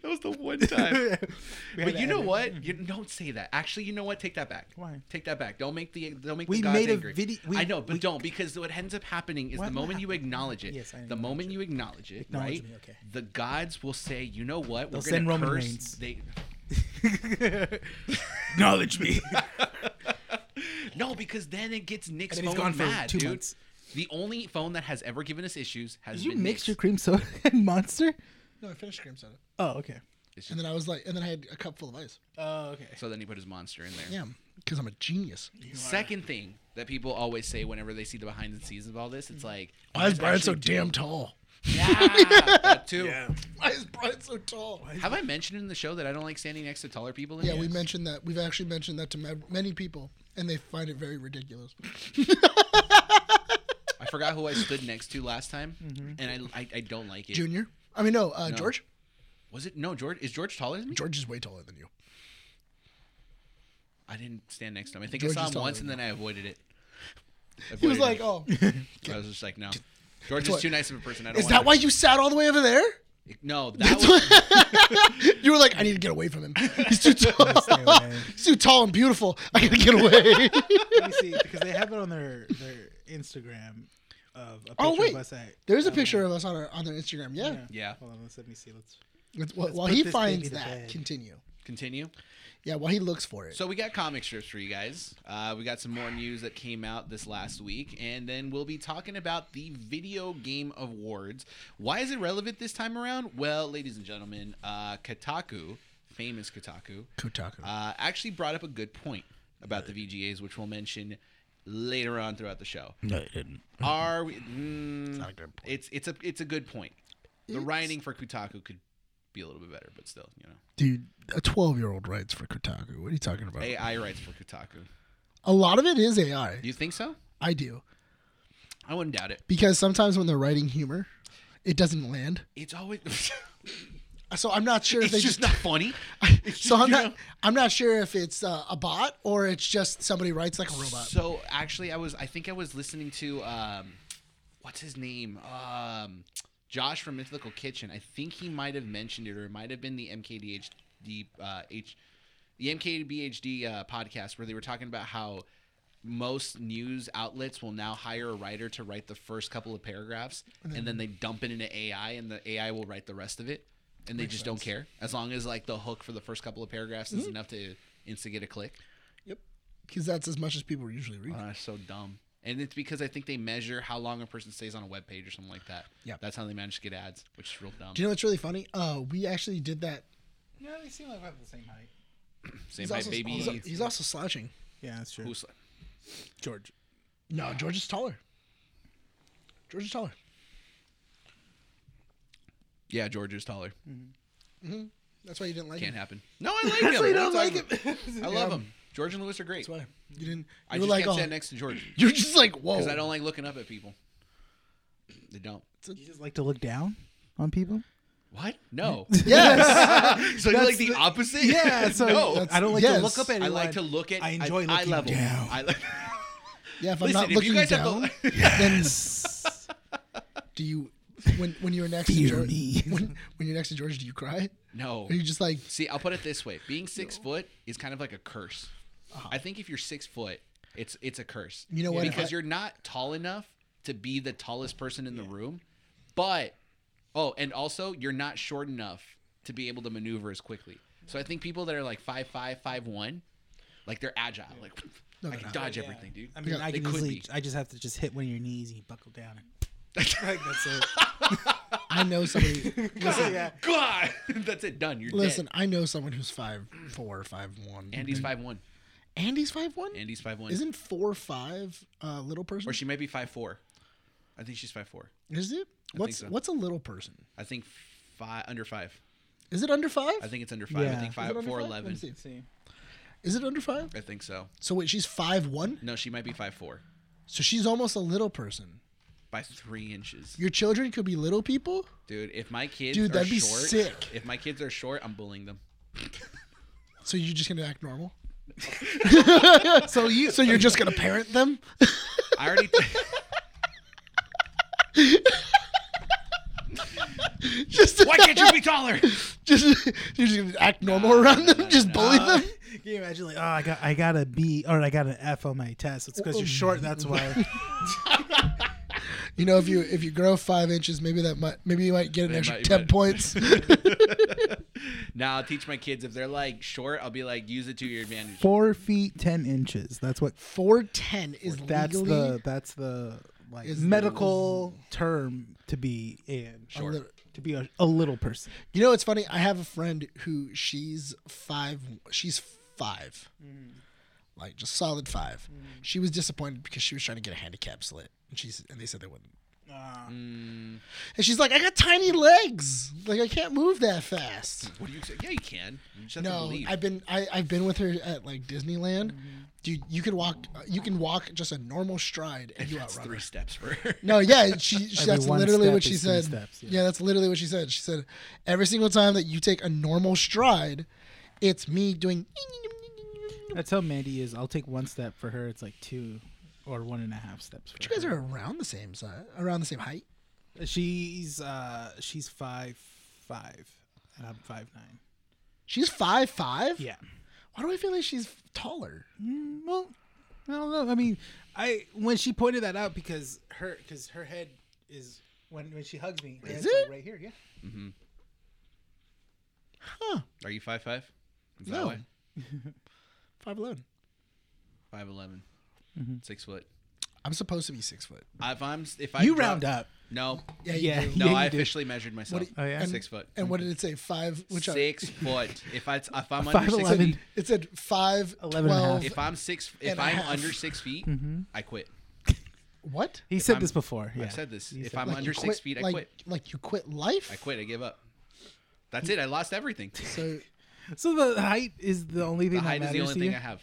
[SPEAKER 4] That was the one time.
[SPEAKER 5] We had
[SPEAKER 4] but
[SPEAKER 5] to
[SPEAKER 4] you know
[SPEAKER 5] edit.
[SPEAKER 3] Mm-hmm.
[SPEAKER 4] what? You don't say that. Actually, you know what? Take that back.
[SPEAKER 5] Why?
[SPEAKER 4] Take that back. Don't make the don't make
[SPEAKER 3] We
[SPEAKER 4] the gods
[SPEAKER 3] made a
[SPEAKER 4] angry.
[SPEAKER 3] vide- we-
[SPEAKER 4] I know, but
[SPEAKER 3] we-
[SPEAKER 4] don't because what ends up happening is
[SPEAKER 3] What
[SPEAKER 4] the moment you
[SPEAKER 3] happened?
[SPEAKER 4] acknowledge it.
[SPEAKER 3] Yes, I
[SPEAKER 4] the
[SPEAKER 3] acknowledge
[SPEAKER 4] moment you acknowledge it,
[SPEAKER 3] Acknowledge
[SPEAKER 4] right?
[SPEAKER 3] me, okay.
[SPEAKER 4] The gods will say, you know what? We're
[SPEAKER 3] They'll send
[SPEAKER 4] gonna
[SPEAKER 3] Roman
[SPEAKER 4] curse.
[SPEAKER 3] Reigns.
[SPEAKER 4] They
[SPEAKER 3] Acknowledge me.
[SPEAKER 4] No, because then it gets Nick's
[SPEAKER 3] And
[SPEAKER 4] phone
[SPEAKER 3] then he's gone for
[SPEAKER 4] mad,
[SPEAKER 3] two
[SPEAKER 4] dude.
[SPEAKER 3] months.
[SPEAKER 4] The only phone that has ever given us issues has
[SPEAKER 3] Did you
[SPEAKER 4] been
[SPEAKER 3] mix your
[SPEAKER 4] Nick's.
[SPEAKER 3] cream soda and monster?
[SPEAKER 2] no, I finished Scream Soda,
[SPEAKER 3] Oh, okay.
[SPEAKER 2] and then I was like, and then I had a cup full of ice.
[SPEAKER 3] Oh, okay.
[SPEAKER 4] So then he put his monster in there.
[SPEAKER 2] Yeah, because I'm a genius.
[SPEAKER 4] Second thing that people always say whenever they see the behind the scenes of all this, it's like,
[SPEAKER 2] Why is
[SPEAKER 4] "You
[SPEAKER 2] Brian so
[SPEAKER 4] actually do-"
[SPEAKER 2] damn tall?
[SPEAKER 4] Yeah, that too.
[SPEAKER 2] Why is Brian so tall?
[SPEAKER 4] Have I mentioned in the show that I don't like standing next to taller people? In
[SPEAKER 2] Yeah,
[SPEAKER 4] here?
[SPEAKER 2] we mentioned that. We've actually mentioned that to ma- many people, and they find it very ridiculous.
[SPEAKER 4] I forgot who I stood next to last time, and I, I I don't like it.
[SPEAKER 2] Mm-hmm. Junior, I mean, no, uh, George.
[SPEAKER 4] Was it no George? Is George taller than me?
[SPEAKER 2] George is way taller than you.
[SPEAKER 4] I didn't stand next to him. I think
[SPEAKER 2] George
[SPEAKER 4] I
[SPEAKER 2] is
[SPEAKER 4] saw him
[SPEAKER 2] taller
[SPEAKER 4] once,
[SPEAKER 2] than
[SPEAKER 4] and then I avoided it.
[SPEAKER 2] He was
[SPEAKER 4] Avoided
[SPEAKER 2] like,
[SPEAKER 4] it.
[SPEAKER 2] "Oh,
[SPEAKER 4] I was just like, no. George
[SPEAKER 2] what-
[SPEAKER 4] is too nice of a person. I don't
[SPEAKER 2] is
[SPEAKER 4] want
[SPEAKER 2] that why you sat all the way over there?"
[SPEAKER 4] No, that was
[SPEAKER 2] You were like, "I need to get away from him. He's too tall.
[SPEAKER 3] away.
[SPEAKER 2] He's too tall and beautiful. I gotta get away."
[SPEAKER 3] Let me see because they have it on their their Instagram of a picture
[SPEAKER 2] Oh, wait.
[SPEAKER 3] of us at.
[SPEAKER 2] There's a picture of us on our on their Instagram. Yeah.
[SPEAKER 4] yeah.
[SPEAKER 3] Hold on, let's let me see. Let's.
[SPEAKER 2] It's- While, while
[SPEAKER 3] put
[SPEAKER 2] he
[SPEAKER 3] this
[SPEAKER 2] finds
[SPEAKER 3] baby to
[SPEAKER 2] that,
[SPEAKER 3] bed.
[SPEAKER 2] continue.
[SPEAKER 4] Continue.
[SPEAKER 2] Yeah, while he looks for it.
[SPEAKER 4] So we got comic strips for you guys. Uh, we got some more news that came out this last week, and then we'll be talking about the video game awards. Why is it relevant this time around? Well, ladies and gentlemen, uh, Kotaku, famous Kotaku,
[SPEAKER 2] Kotaku.
[SPEAKER 4] uh, actually brought up a good point about the VGAs, which we'll mention later on throughout the show.
[SPEAKER 3] No, it didn't.
[SPEAKER 4] Are we? Mm, it's
[SPEAKER 2] not a good point.
[SPEAKER 4] It's it's a it's a good point. The writing for Kotaku could be a little bit better, but still, you know,
[SPEAKER 2] Dude, a 12 year old writes for Kotaku. What are you talking about?
[SPEAKER 4] AI writes for Kotaku.
[SPEAKER 2] A lot of it is AI.
[SPEAKER 4] Do you think so?
[SPEAKER 2] I do.
[SPEAKER 4] I wouldn't doubt it.
[SPEAKER 2] Because sometimes when they're writing humor, it doesn't land.
[SPEAKER 4] It's always
[SPEAKER 2] So I'm not sure if
[SPEAKER 4] it's
[SPEAKER 2] they just.
[SPEAKER 4] just, not funny. It's
[SPEAKER 2] so I'm
[SPEAKER 4] you
[SPEAKER 2] not.
[SPEAKER 4] know-
[SPEAKER 2] I'm not sure if it's uh, a bot or it's just somebody writes like a robot.
[SPEAKER 4] So actually, I was I think I was listening to um, what's his name um, Josh from Mythical Kitchen. I think he might have mentioned it, or it might have been the MKDHD uh, H, the MKBHD uh, podcast where they were talking about how most news outlets will now hire a writer to write the first couple of paragraphs, and then, they dump it into AI, and the AI will write the rest of it. And they just don't care as long as like the hook for the first couple of paragraphs is enough to instigate a click.
[SPEAKER 2] Yep. Because that's as much as people usually read.
[SPEAKER 4] Uh, so dumb. And it's because I think they measure how long a person stays on a web page or something like that.
[SPEAKER 2] Yep.
[SPEAKER 4] That's how they manage to get ads, which is real dumb.
[SPEAKER 2] do you know what's really funny? Uh, we actually did that.
[SPEAKER 3] No, they seem like about the same height.
[SPEAKER 4] Same height,
[SPEAKER 2] also,
[SPEAKER 4] baby.
[SPEAKER 2] he's, he's also slouching.
[SPEAKER 3] Yeah, that's true.
[SPEAKER 4] Who's-
[SPEAKER 3] George?
[SPEAKER 2] No, George is taller. George is taller.
[SPEAKER 4] yeah, George is taller.
[SPEAKER 2] That's why you didn't like
[SPEAKER 4] Can't
[SPEAKER 2] him.
[SPEAKER 4] happen. No, I like him.
[SPEAKER 2] why you
[SPEAKER 4] What are
[SPEAKER 2] don't like um,
[SPEAKER 4] talking about? I love him. George and Lewis are great.
[SPEAKER 2] That's why you didn't. You
[SPEAKER 4] I
[SPEAKER 2] were
[SPEAKER 4] just
[SPEAKER 2] like,
[SPEAKER 4] can't
[SPEAKER 2] oh,
[SPEAKER 4] stand next to George
[SPEAKER 2] you're just like, whoa.
[SPEAKER 4] because I don't like looking up at people. They don't.
[SPEAKER 3] You just like to look down on people.
[SPEAKER 4] What? No.
[SPEAKER 2] Yes.
[SPEAKER 4] so you like the, opposite?
[SPEAKER 3] Yeah, so
[SPEAKER 4] no.
[SPEAKER 3] I don't like
[SPEAKER 2] yes.
[SPEAKER 3] to look up at
[SPEAKER 4] I
[SPEAKER 3] anyone.
[SPEAKER 4] like to look at.
[SPEAKER 3] I enjoy
[SPEAKER 4] eye
[SPEAKER 3] looking
[SPEAKER 4] level.
[SPEAKER 3] down.
[SPEAKER 4] I like.
[SPEAKER 2] yeah. If I'm
[SPEAKER 4] Listen,
[SPEAKER 2] not
[SPEAKER 4] if
[SPEAKER 2] looking
[SPEAKER 4] you guys
[SPEAKER 2] down,
[SPEAKER 4] have the.
[SPEAKER 2] then do you? When when you're next
[SPEAKER 3] Fear
[SPEAKER 2] to George,
[SPEAKER 3] me.
[SPEAKER 2] when when you're next to George, do you cry?
[SPEAKER 4] no.
[SPEAKER 2] Or are you just like,
[SPEAKER 4] See, I'll put it this way: being six foot is kind of like a curse. I think if you're six foot, it's it's a curse.
[SPEAKER 2] Uh-huh. You know what, if
[SPEAKER 4] Because
[SPEAKER 2] I-
[SPEAKER 4] you're not tall enough to be the tallest person in the room, but Oh, and also you're not short enough to be able to maneuver as quickly. So I think people that are like five five five one, like they're agile. Like
[SPEAKER 2] No,
[SPEAKER 4] I
[SPEAKER 2] they're
[SPEAKER 4] can
[SPEAKER 2] not.
[SPEAKER 4] dodge
[SPEAKER 5] Yeah.
[SPEAKER 4] everything, dude.
[SPEAKER 3] I mean,
[SPEAKER 2] Yeah,
[SPEAKER 3] I
[SPEAKER 4] they
[SPEAKER 3] can
[SPEAKER 4] could
[SPEAKER 3] easily.
[SPEAKER 4] be.
[SPEAKER 3] I just have to just hit one of your knees and you buckle down. like that's it.
[SPEAKER 2] I know somebody.
[SPEAKER 5] Listen, yeah.
[SPEAKER 4] God, that's it. Done. You're
[SPEAKER 2] listen, I know someone who's five four, five one.
[SPEAKER 4] dead. Andy's five one.
[SPEAKER 2] Andy's five one.
[SPEAKER 4] Andy's five one.
[SPEAKER 2] Isn't four five uh, little person?
[SPEAKER 4] Or she might be five four. I think she's five four.
[SPEAKER 2] Is it? What's
[SPEAKER 4] so.
[SPEAKER 2] what's a little person?
[SPEAKER 4] I think five under five.
[SPEAKER 2] Is it under five?
[SPEAKER 4] I think it's under five.
[SPEAKER 3] Yeah.
[SPEAKER 4] I think
[SPEAKER 3] Is
[SPEAKER 4] five
[SPEAKER 2] under
[SPEAKER 4] four
[SPEAKER 2] five? Let me
[SPEAKER 4] eleven.
[SPEAKER 2] see.
[SPEAKER 3] See,
[SPEAKER 2] Is it under five?
[SPEAKER 4] I think so.
[SPEAKER 2] So wait, she's five one.
[SPEAKER 4] No, she might be five four
[SPEAKER 2] So she's almost a little person.
[SPEAKER 4] by three inches,
[SPEAKER 2] Your children could be little people.
[SPEAKER 4] dude. If my kids
[SPEAKER 2] Dude,
[SPEAKER 4] are
[SPEAKER 2] that'd be
[SPEAKER 4] short,
[SPEAKER 2] sick.
[SPEAKER 4] if my kids are short, I'm bullying them.
[SPEAKER 2] So you're just gonna act normal. so you. So you're just gonna parent them.
[SPEAKER 4] I already.
[SPEAKER 2] just
[SPEAKER 4] Why can't you be taller?
[SPEAKER 2] just you're just gonna act normal around them. just bully them.
[SPEAKER 3] can you imagine? Like, oh, I got, I got a B or I got an F on my test. It's
[SPEAKER 2] Oh,
[SPEAKER 3] because you're short. That's why.
[SPEAKER 2] You know, if you if you grow five inches, maybe that might maybe you might get an
[SPEAKER 4] They
[SPEAKER 2] extra
[SPEAKER 4] might-
[SPEAKER 2] ten
[SPEAKER 4] might-
[SPEAKER 2] points.
[SPEAKER 4] Now I'll teach my kids if they're like short, I'll be like use it to your advantage.
[SPEAKER 3] Four feet ten inches. That's what.
[SPEAKER 2] Four ten is
[SPEAKER 3] That's
[SPEAKER 2] legally
[SPEAKER 3] the. That's the like
[SPEAKER 2] Is-
[SPEAKER 3] medical term to be in.
[SPEAKER 2] a little-
[SPEAKER 3] To be a, a little person.
[SPEAKER 2] You know, it's funny. I have a friend who she's five. She's 5 like just solid five. She was disappointed because she was trying to get a handicap slit, and she's and they said they wouldn't.
[SPEAKER 3] Ah.
[SPEAKER 2] And she's like, I got tiny legs. Like I can't move that fast.
[SPEAKER 4] What do you say? Yeah, you can. You just have to
[SPEAKER 2] No,
[SPEAKER 4] believe.
[SPEAKER 2] I've been I, I've been with her at like Disneyland. Dude, you could walk. uh, You can walk just a normal stride, and you
[SPEAKER 4] That's
[SPEAKER 2] outrun
[SPEAKER 4] three
[SPEAKER 2] her.
[SPEAKER 4] steps for her.
[SPEAKER 2] No, yeah, she, she
[SPEAKER 3] Every
[SPEAKER 2] that's
[SPEAKER 3] one
[SPEAKER 2] literally
[SPEAKER 3] step
[SPEAKER 2] what she
[SPEAKER 3] is three
[SPEAKER 2] said.
[SPEAKER 3] steps,
[SPEAKER 2] yeah.
[SPEAKER 3] yeah.
[SPEAKER 2] that's literally what she said. She said, every single time that you take a normal stride, it's me doing.
[SPEAKER 3] That's how Mandy is. I'll take one step for her. It's like two or one and a half steps. For
[SPEAKER 2] You guys
[SPEAKER 3] her.
[SPEAKER 2] are around the same size, around the same height.
[SPEAKER 3] She's uh she's five five, and I'm five nine.
[SPEAKER 2] She's five five.
[SPEAKER 3] Yeah.
[SPEAKER 2] Why do I feel like she's taller?
[SPEAKER 3] Mm, well, I don't know. I mean, I when she pointed that out because her because her head is when when she hugs me. her
[SPEAKER 2] Is
[SPEAKER 3] head's, like,
[SPEAKER 2] it?
[SPEAKER 3] right here? Yeah.
[SPEAKER 2] Huh?
[SPEAKER 4] Are you five five? Is
[SPEAKER 2] No.
[SPEAKER 4] that why?
[SPEAKER 2] Five eleven.
[SPEAKER 4] Five eleven. Six foot.
[SPEAKER 2] I'm supposed to be six foot.
[SPEAKER 4] If I'm, if I
[SPEAKER 3] you
[SPEAKER 4] drop-
[SPEAKER 3] round up.
[SPEAKER 4] No,
[SPEAKER 2] Yeah. you
[SPEAKER 3] Yeah.
[SPEAKER 2] do.
[SPEAKER 4] no,
[SPEAKER 3] you
[SPEAKER 4] I
[SPEAKER 3] do.
[SPEAKER 4] officially measured myself.
[SPEAKER 2] What do
[SPEAKER 3] Oh yeah.
[SPEAKER 2] And-
[SPEAKER 4] Six foot.
[SPEAKER 2] And what did it say? Five. Which I,
[SPEAKER 4] six foot. If I, if I'm under
[SPEAKER 3] Five
[SPEAKER 4] six
[SPEAKER 3] eleven.
[SPEAKER 4] feet,
[SPEAKER 2] it said five
[SPEAKER 3] 11 and a half.
[SPEAKER 2] 12
[SPEAKER 4] if I'm six,
[SPEAKER 2] And
[SPEAKER 4] if
[SPEAKER 2] a
[SPEAKER 4] I'm
[SPEAKER 2] half.
[SPEAKER 4] under six feet,
[SPEAKER 2] Mm-hmm.
[SPEAKER 4] I quit.
[SPEAKER 2] What?
[SPEAKER 3] He said
[SPEAKER 4] I'm-
[SPEAKER 3] this before. Yeah.
[SPEAKER 4] I've said this.
[SPEAKER 3] You
[SPEAKER 4] if
[SPEAKER 3] said
[SPEAKER 4] I'm
[SPEAKER 3] that.
[SPEAKER 2] Like, you
[SPEAKER 4] under six
[SPEAKER 2] quit-
[SPEAKER 4] feet, I
[SPEAKER 2] like,
[SPEAKER 4] quit.
[SPEAKER 2] Like you quit life.
[SPEAKER 4] I quit. I give up. That's it. I lost everything.
[SPEAKER 2] So
[SPEAKER 3] So the height is the only thing
[SPEAKER 4] The
[SPEAKER 3] that
[SPEAKER 4] height is
[SPEAKER 3] matters
[SPEAKER 4] the only
[SPEAKER 3] to
[SPEAKER 4] thing
[SPEAKER 3] you.
[SPEAKER 4] I have.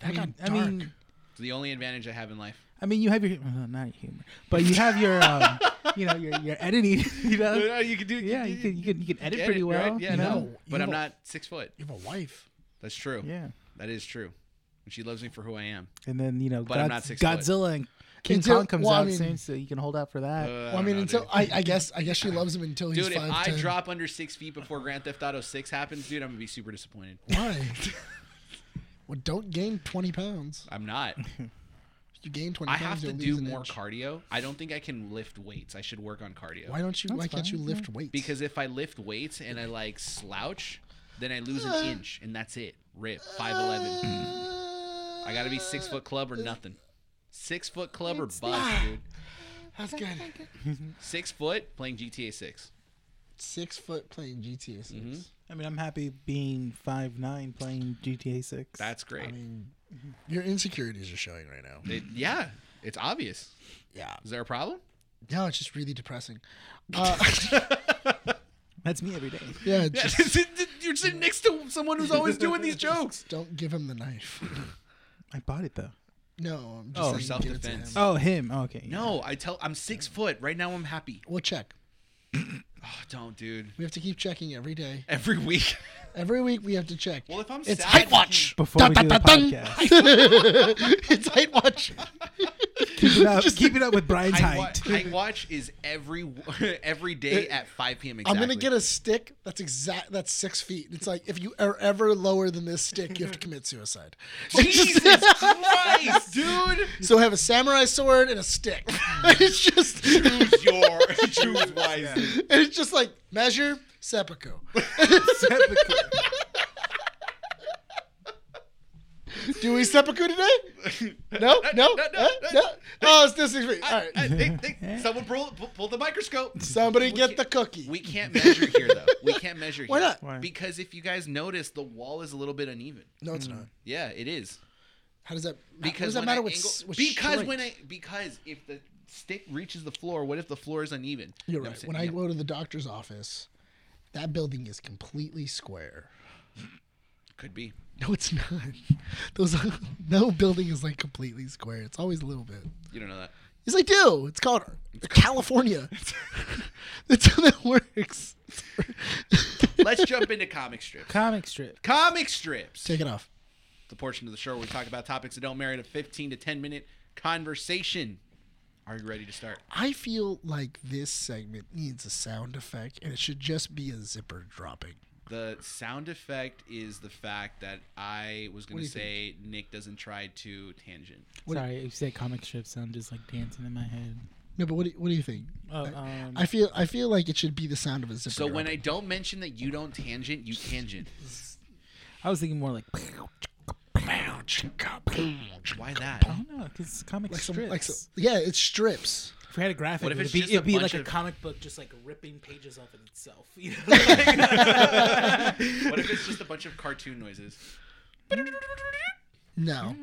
[SPEAKER 2] that
[SPEAKER 3] I mean,
[SPEAKER 2] got dark.
[SPEAKER 3] I mean,
[SPEAKER 4] It's the only advantage I have in life.
[SPEAKER 3] I mean, you have your uh, not humor, but you have your um, you know your your editing. You know.
[SPEAKER 4] you can do.
[SPEAKER 3] Yeah, you can you can, you can edit
[SPEAKER 4] edit,
[SPEAKER 3] pretty well.
[SPEAKER 4] right? Yeah,
[SPEAKER 3] you know?
[SPEAKER 2] no. You
[SPEAKER 4] But I'm
[SPEAKER 2] will-
[SPEAKER 4] not six foot.
[SPEAKER 2] you have a wife.
[SPEAKER 4] That's true.
[SPEAKER 3] Yeah.
[SPEAKER 4] That is true. And she loves me for who I am.
[SPEAKER 3] And then you know,
[SPEAKER 4] But I'm
[SPEAKER 3] God-
[SPEAKER 4] not six foot.
[SPEAKER 3] Godzilla and King
[SPEAKER 2] Until-
[SPEAKER 3] Kong comes
[SPEAKER 2] well, I
[SPEAKER 3] out
[SPEAKER 2] mean-
[SPEAKER 3] soon, so you can hold out for that.
[SPEAKER 4] Uh,
[SPEAKER 2] Well, I
[SPEAKER 4] don't
[SPEAKER 2] mean,
[SPEAKER 4] know,
[SPEAKER 2] until
[SPEAKER 4] dude.
[SPEAKER 2] I, I guess I guess she loves him until he's
[SPEAKER 4] Dude, if
[SPEAKER 2] five
[SPEAKER 4] I
[SPEAKER 2] ten.
[SPEAKER 4] drop under six feet before Grand Theft Auto Six happens, dude, I'm gonna be super disappointed.
[SPEAKER 2] Why? well, don't gain twenty pounds.
[SPEAKER 4] I'm not.
[SPEAKER 2] You gain twenty.
[SPEAKER 4] I have
[SPEAKER 2] pounds,
[SPEAKER 4] to
[SPEAKER 2] you'll
[SPEAKER 4] do
[SPEAKER 2] lose an
[SPEAKER 4] more
[SPEAKER 2] inch.
[SPEAKER 4] cardio. I don't think I can lift weights. I should work on cardio.
[SPEAKER 2] Why don't you?
[SPEAKER 3] That's
[SPEAKER 2] why can't you
[SPEAKER 3] fine,
[SPEAKER 2] lift weights?
[SPEAKER 4] Because if I lift weights and I like slouch, then I lose
[SPEAKER 2] Uh.
[SPEAKER 4] an inch, and that's it. Rip. Five eleven. I gotta be six foot club or nothing. Six foot club or bust, dude.
[SPEAKER 2] That's good.
[SPEAKER 4] Six foot playing GTA Six.
[SPEAKER 2] Six foot playing GTA 6
[SPEAKER 4] Mm-hmm.
[SPEAKER 3] I mean, I'm happy being five nine playing GTA Six.
[SPEAKER 4] That's great.
[SPEAKER 2] I mean, your insecurities are showing right now.
[SPEAKER 4] It- yeah, it's obvious.
[SPEAKER 2] Yeah.
[SPEAKER 4] Is there a problem?
[SPEAKER 2] No, it's just really depressing. Uh,
[SPEAKER 3] that's me every day.
[SPEAKER 2] yeah. Just
[SPEAKER 4] You're sitting next to someone who's always doing these jokes.
[SPEAKER 2] don't give him the knife.
[SPEAKER 3] I bought it though.
[SPEAKER 2] No, I'm just
[SPEAKER 4] for
[SPEAKER 2] saying give it to
[SPEAKER 4] self-defense.
[SPEAKER 2] him.
[SPEAKER 3] Oh, him. Oh, okay.
[SPEAKER 4] No, I tell I'm six foot. Right now I'm happy.
[SPEAKER 2] We'll check.
[SPEAKER 4] Oh, don't, dude.
[SPEAKER 2] We have to keep checking every day.
[SPEAKER 4] Every week.
[SPEAKER 2] Every week we have to check.
[SPEAKER 4] Well, if I'm
[SPEAKER 2] It's
[SPEAKER 4] sad,
[SPEAKER 2] Height
[SPEAKER 4] I
[SPEAKER 2] Watch.
[SPEAKER 3] Before we do the
[SPEAKER 2] Dun, dun, dun, dun.
[SPEAKER 3] podcast,
[SPEAKER 2] it's Height Watch.
[SPEAKER 3] Keep it up, keep it up with Brian's
[SPEAKER 4] Hang,
[SPEAKER 3] height.
[SPEAKER 4] watch, hang watch is every every day at 5 p.m. Exactly.
[SPEAKER 2] I'm gonna get a stick that's exact. That's six feet. It's like if you are ever lower than this stick, you have to commit suicide.
[SPEAKER 4] Jesus Christ, dude!
[SPEAKER 2] So have a samurai sword and a stick. And it's just, and
[SPEAKER 4] Choose your, choose wisely.
[SPEAKER 2] it's just like measure seppuku. Do we seppuku today? No, no,
[SPEAKER 4] no, no,
[SPEAKER 2] Huh?
[SPEAKER 4] no.
[SPEAKER 2] Oh, it's this six feet. All
[SPEAKER 4] I- I-
[SPEAKER 2] right,
[SPEAKER 4] they- they- someone pull, pull, pull the microscope.
[SPEAKER 2] somebody get
[SPEAKER 4] can't-
[SPEAKER 2] the cookie.
[SPEAKER 4] We can't measure here, though. We can't measure
[SPEAKER 2] Why
[SPEAKER 4] here.
[SPEAKER 2] not?
[SPEAKER 3] Why?
[SPEAKER 4] Because if you guys notice, the wall is a little bit uneven.
[SPEAKER 2] no, it's not.
[SPEAKER 4] Yeah, it is.
[SPEAKER 2] How does that?
[SPEAKER 4] Mm. Because
[SPEAKER 2] how does that
[SPEAKER 4] when
[SPEAKER 2] matter
[SPEAKER 4] I
[SPEAKER 2] with,
[SPEAKER 4] angle-
[SPEAKER 2] s- with
[SPEAKER 4] because
[SPEAKER 2] shrink?
[SPEAKER 4] when I because if the stick reaches the floor, what if the floor is uneven?
[SPEAKER 2] You're
[SPEAKER 4] You know
[SPEAKER 2] right.
[SPEAKER 4] what
[SPEAKER 2] When I
[SPEAKER 4] I'm saying?
[SPEAKER 2] go to the doctor's office, that building is completely square.
[SPEAKER 4] Yeah, could be.
[SPEAKER 2] No, it's not. Those no building is like completely square. It's always a little bit.
[SPEAKER 4] You don't know that.
[SPEAKER 2] Yes, I do. It's called California. That's how that works.
[SPEAKER 4] Let's jump into comic strips.
[SPEAKER 3] Comic strip.
[SPEAKER 4] Comic strips.
[SPEAKER 2] Take it off.
[SPEAKER 4] the portion of the show where we talk about topics that don't merit a 15 to 10 minute conversation. Are you ready to start?
[SPEAKER 2] I feel like this segment needs a sound effect, and it should just be a zipper dropping.
[SPEAKER 4] The sound effect is the fact that I was going
[SPEAKER 2] do
[SPEAKER 4] to
[SPEAKER 2] you
[SPEAKER 4] say Nick doesn't try to tangent.
[SPEAKER 3] Sorry, you said comic strips. I'm just like dancing in my head.
[SPEAKER 2] No, but what do you, what do you think?
[SPEAKER 3] Oh, um,
[SPEAKER 2] I feel I feel like it should be the sound of a zipper.
[SPEAKER 4] So when I don't mention that you don't tangent, you tangent.
[SPEAKER 3] I was thinking more like.
[SPEAKER 4] Why that?
[SPEAKER 3] I don't know, because comic
[SPEAKER 2] like some,
[SPEAKER 3] strips.
[SPEAKER 2] like some, yeah, it strips.
[SPEAKER 3] if we had a graphic,
[SPEAKER 4] What if
[SPEAKER 3] it'd
[SPEAKER 4] it's
[SPEAKER 3] be,
[SPEAKER 4] just a
[SPEAKER 3] it'd be
[SPEAKER 4] bunch
[SPEAKER 3] like a
[SPEAKER 4] of-
[SPEAKER 3] comic book, just like ripping pages off of itself. You know, Like-
[SPEAKER 4] What if it's just a bunch of cartoon noises?
[SPEAKER 2] No,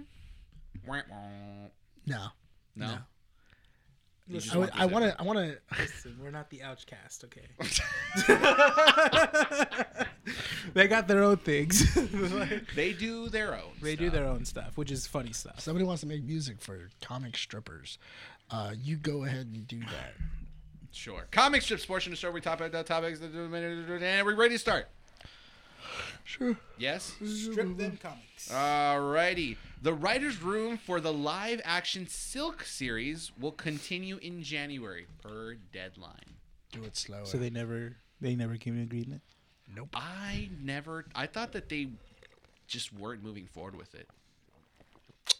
[SPEAKER 4] Mm-hmm. No.
[SPEAKER 2] no.
[SPEAKER 4] You just
[SPEAKER 2] I, would,
[SPEAKER 4] the
[SPEAKER 2] I want
[SPEAKER 4] zipper.
[SPEAKER 2] to. I want to.
[SPEAKER 3] Listen, we're not the Ouchcast, okay? they got their own things.
[SPEAKER 4] They do their own.
[SPEAKER 3] they do their own stuff, which is funny
[SPEAKER 2] If
[SPEAKER 3] stuff.
[SPEAKER 2] somebody wants to make music for comic strippers, uh, you go ahead and do that.
[SPEAKER 4] Sure. Comic strips portion of the show. where We talk about topics that don't merit. And we're ready to start.
[SPEAKER 2] Sure.
[SPEAKER 4] Yes.
[SPEAKER 5] Strip them
[SPEAKER 4] Uh,
[SPEAKER 5] comics.
[SPEAKER 4] Alrighty. The writer's room for the live action Silk series will continue in January per deadline.
[SPEAKER 2] Do it slower.
[SPEAKER 3] So they never, they never came to an agreement.
[SPEAKER 4] I never I thought that they just weren't moving forward with it.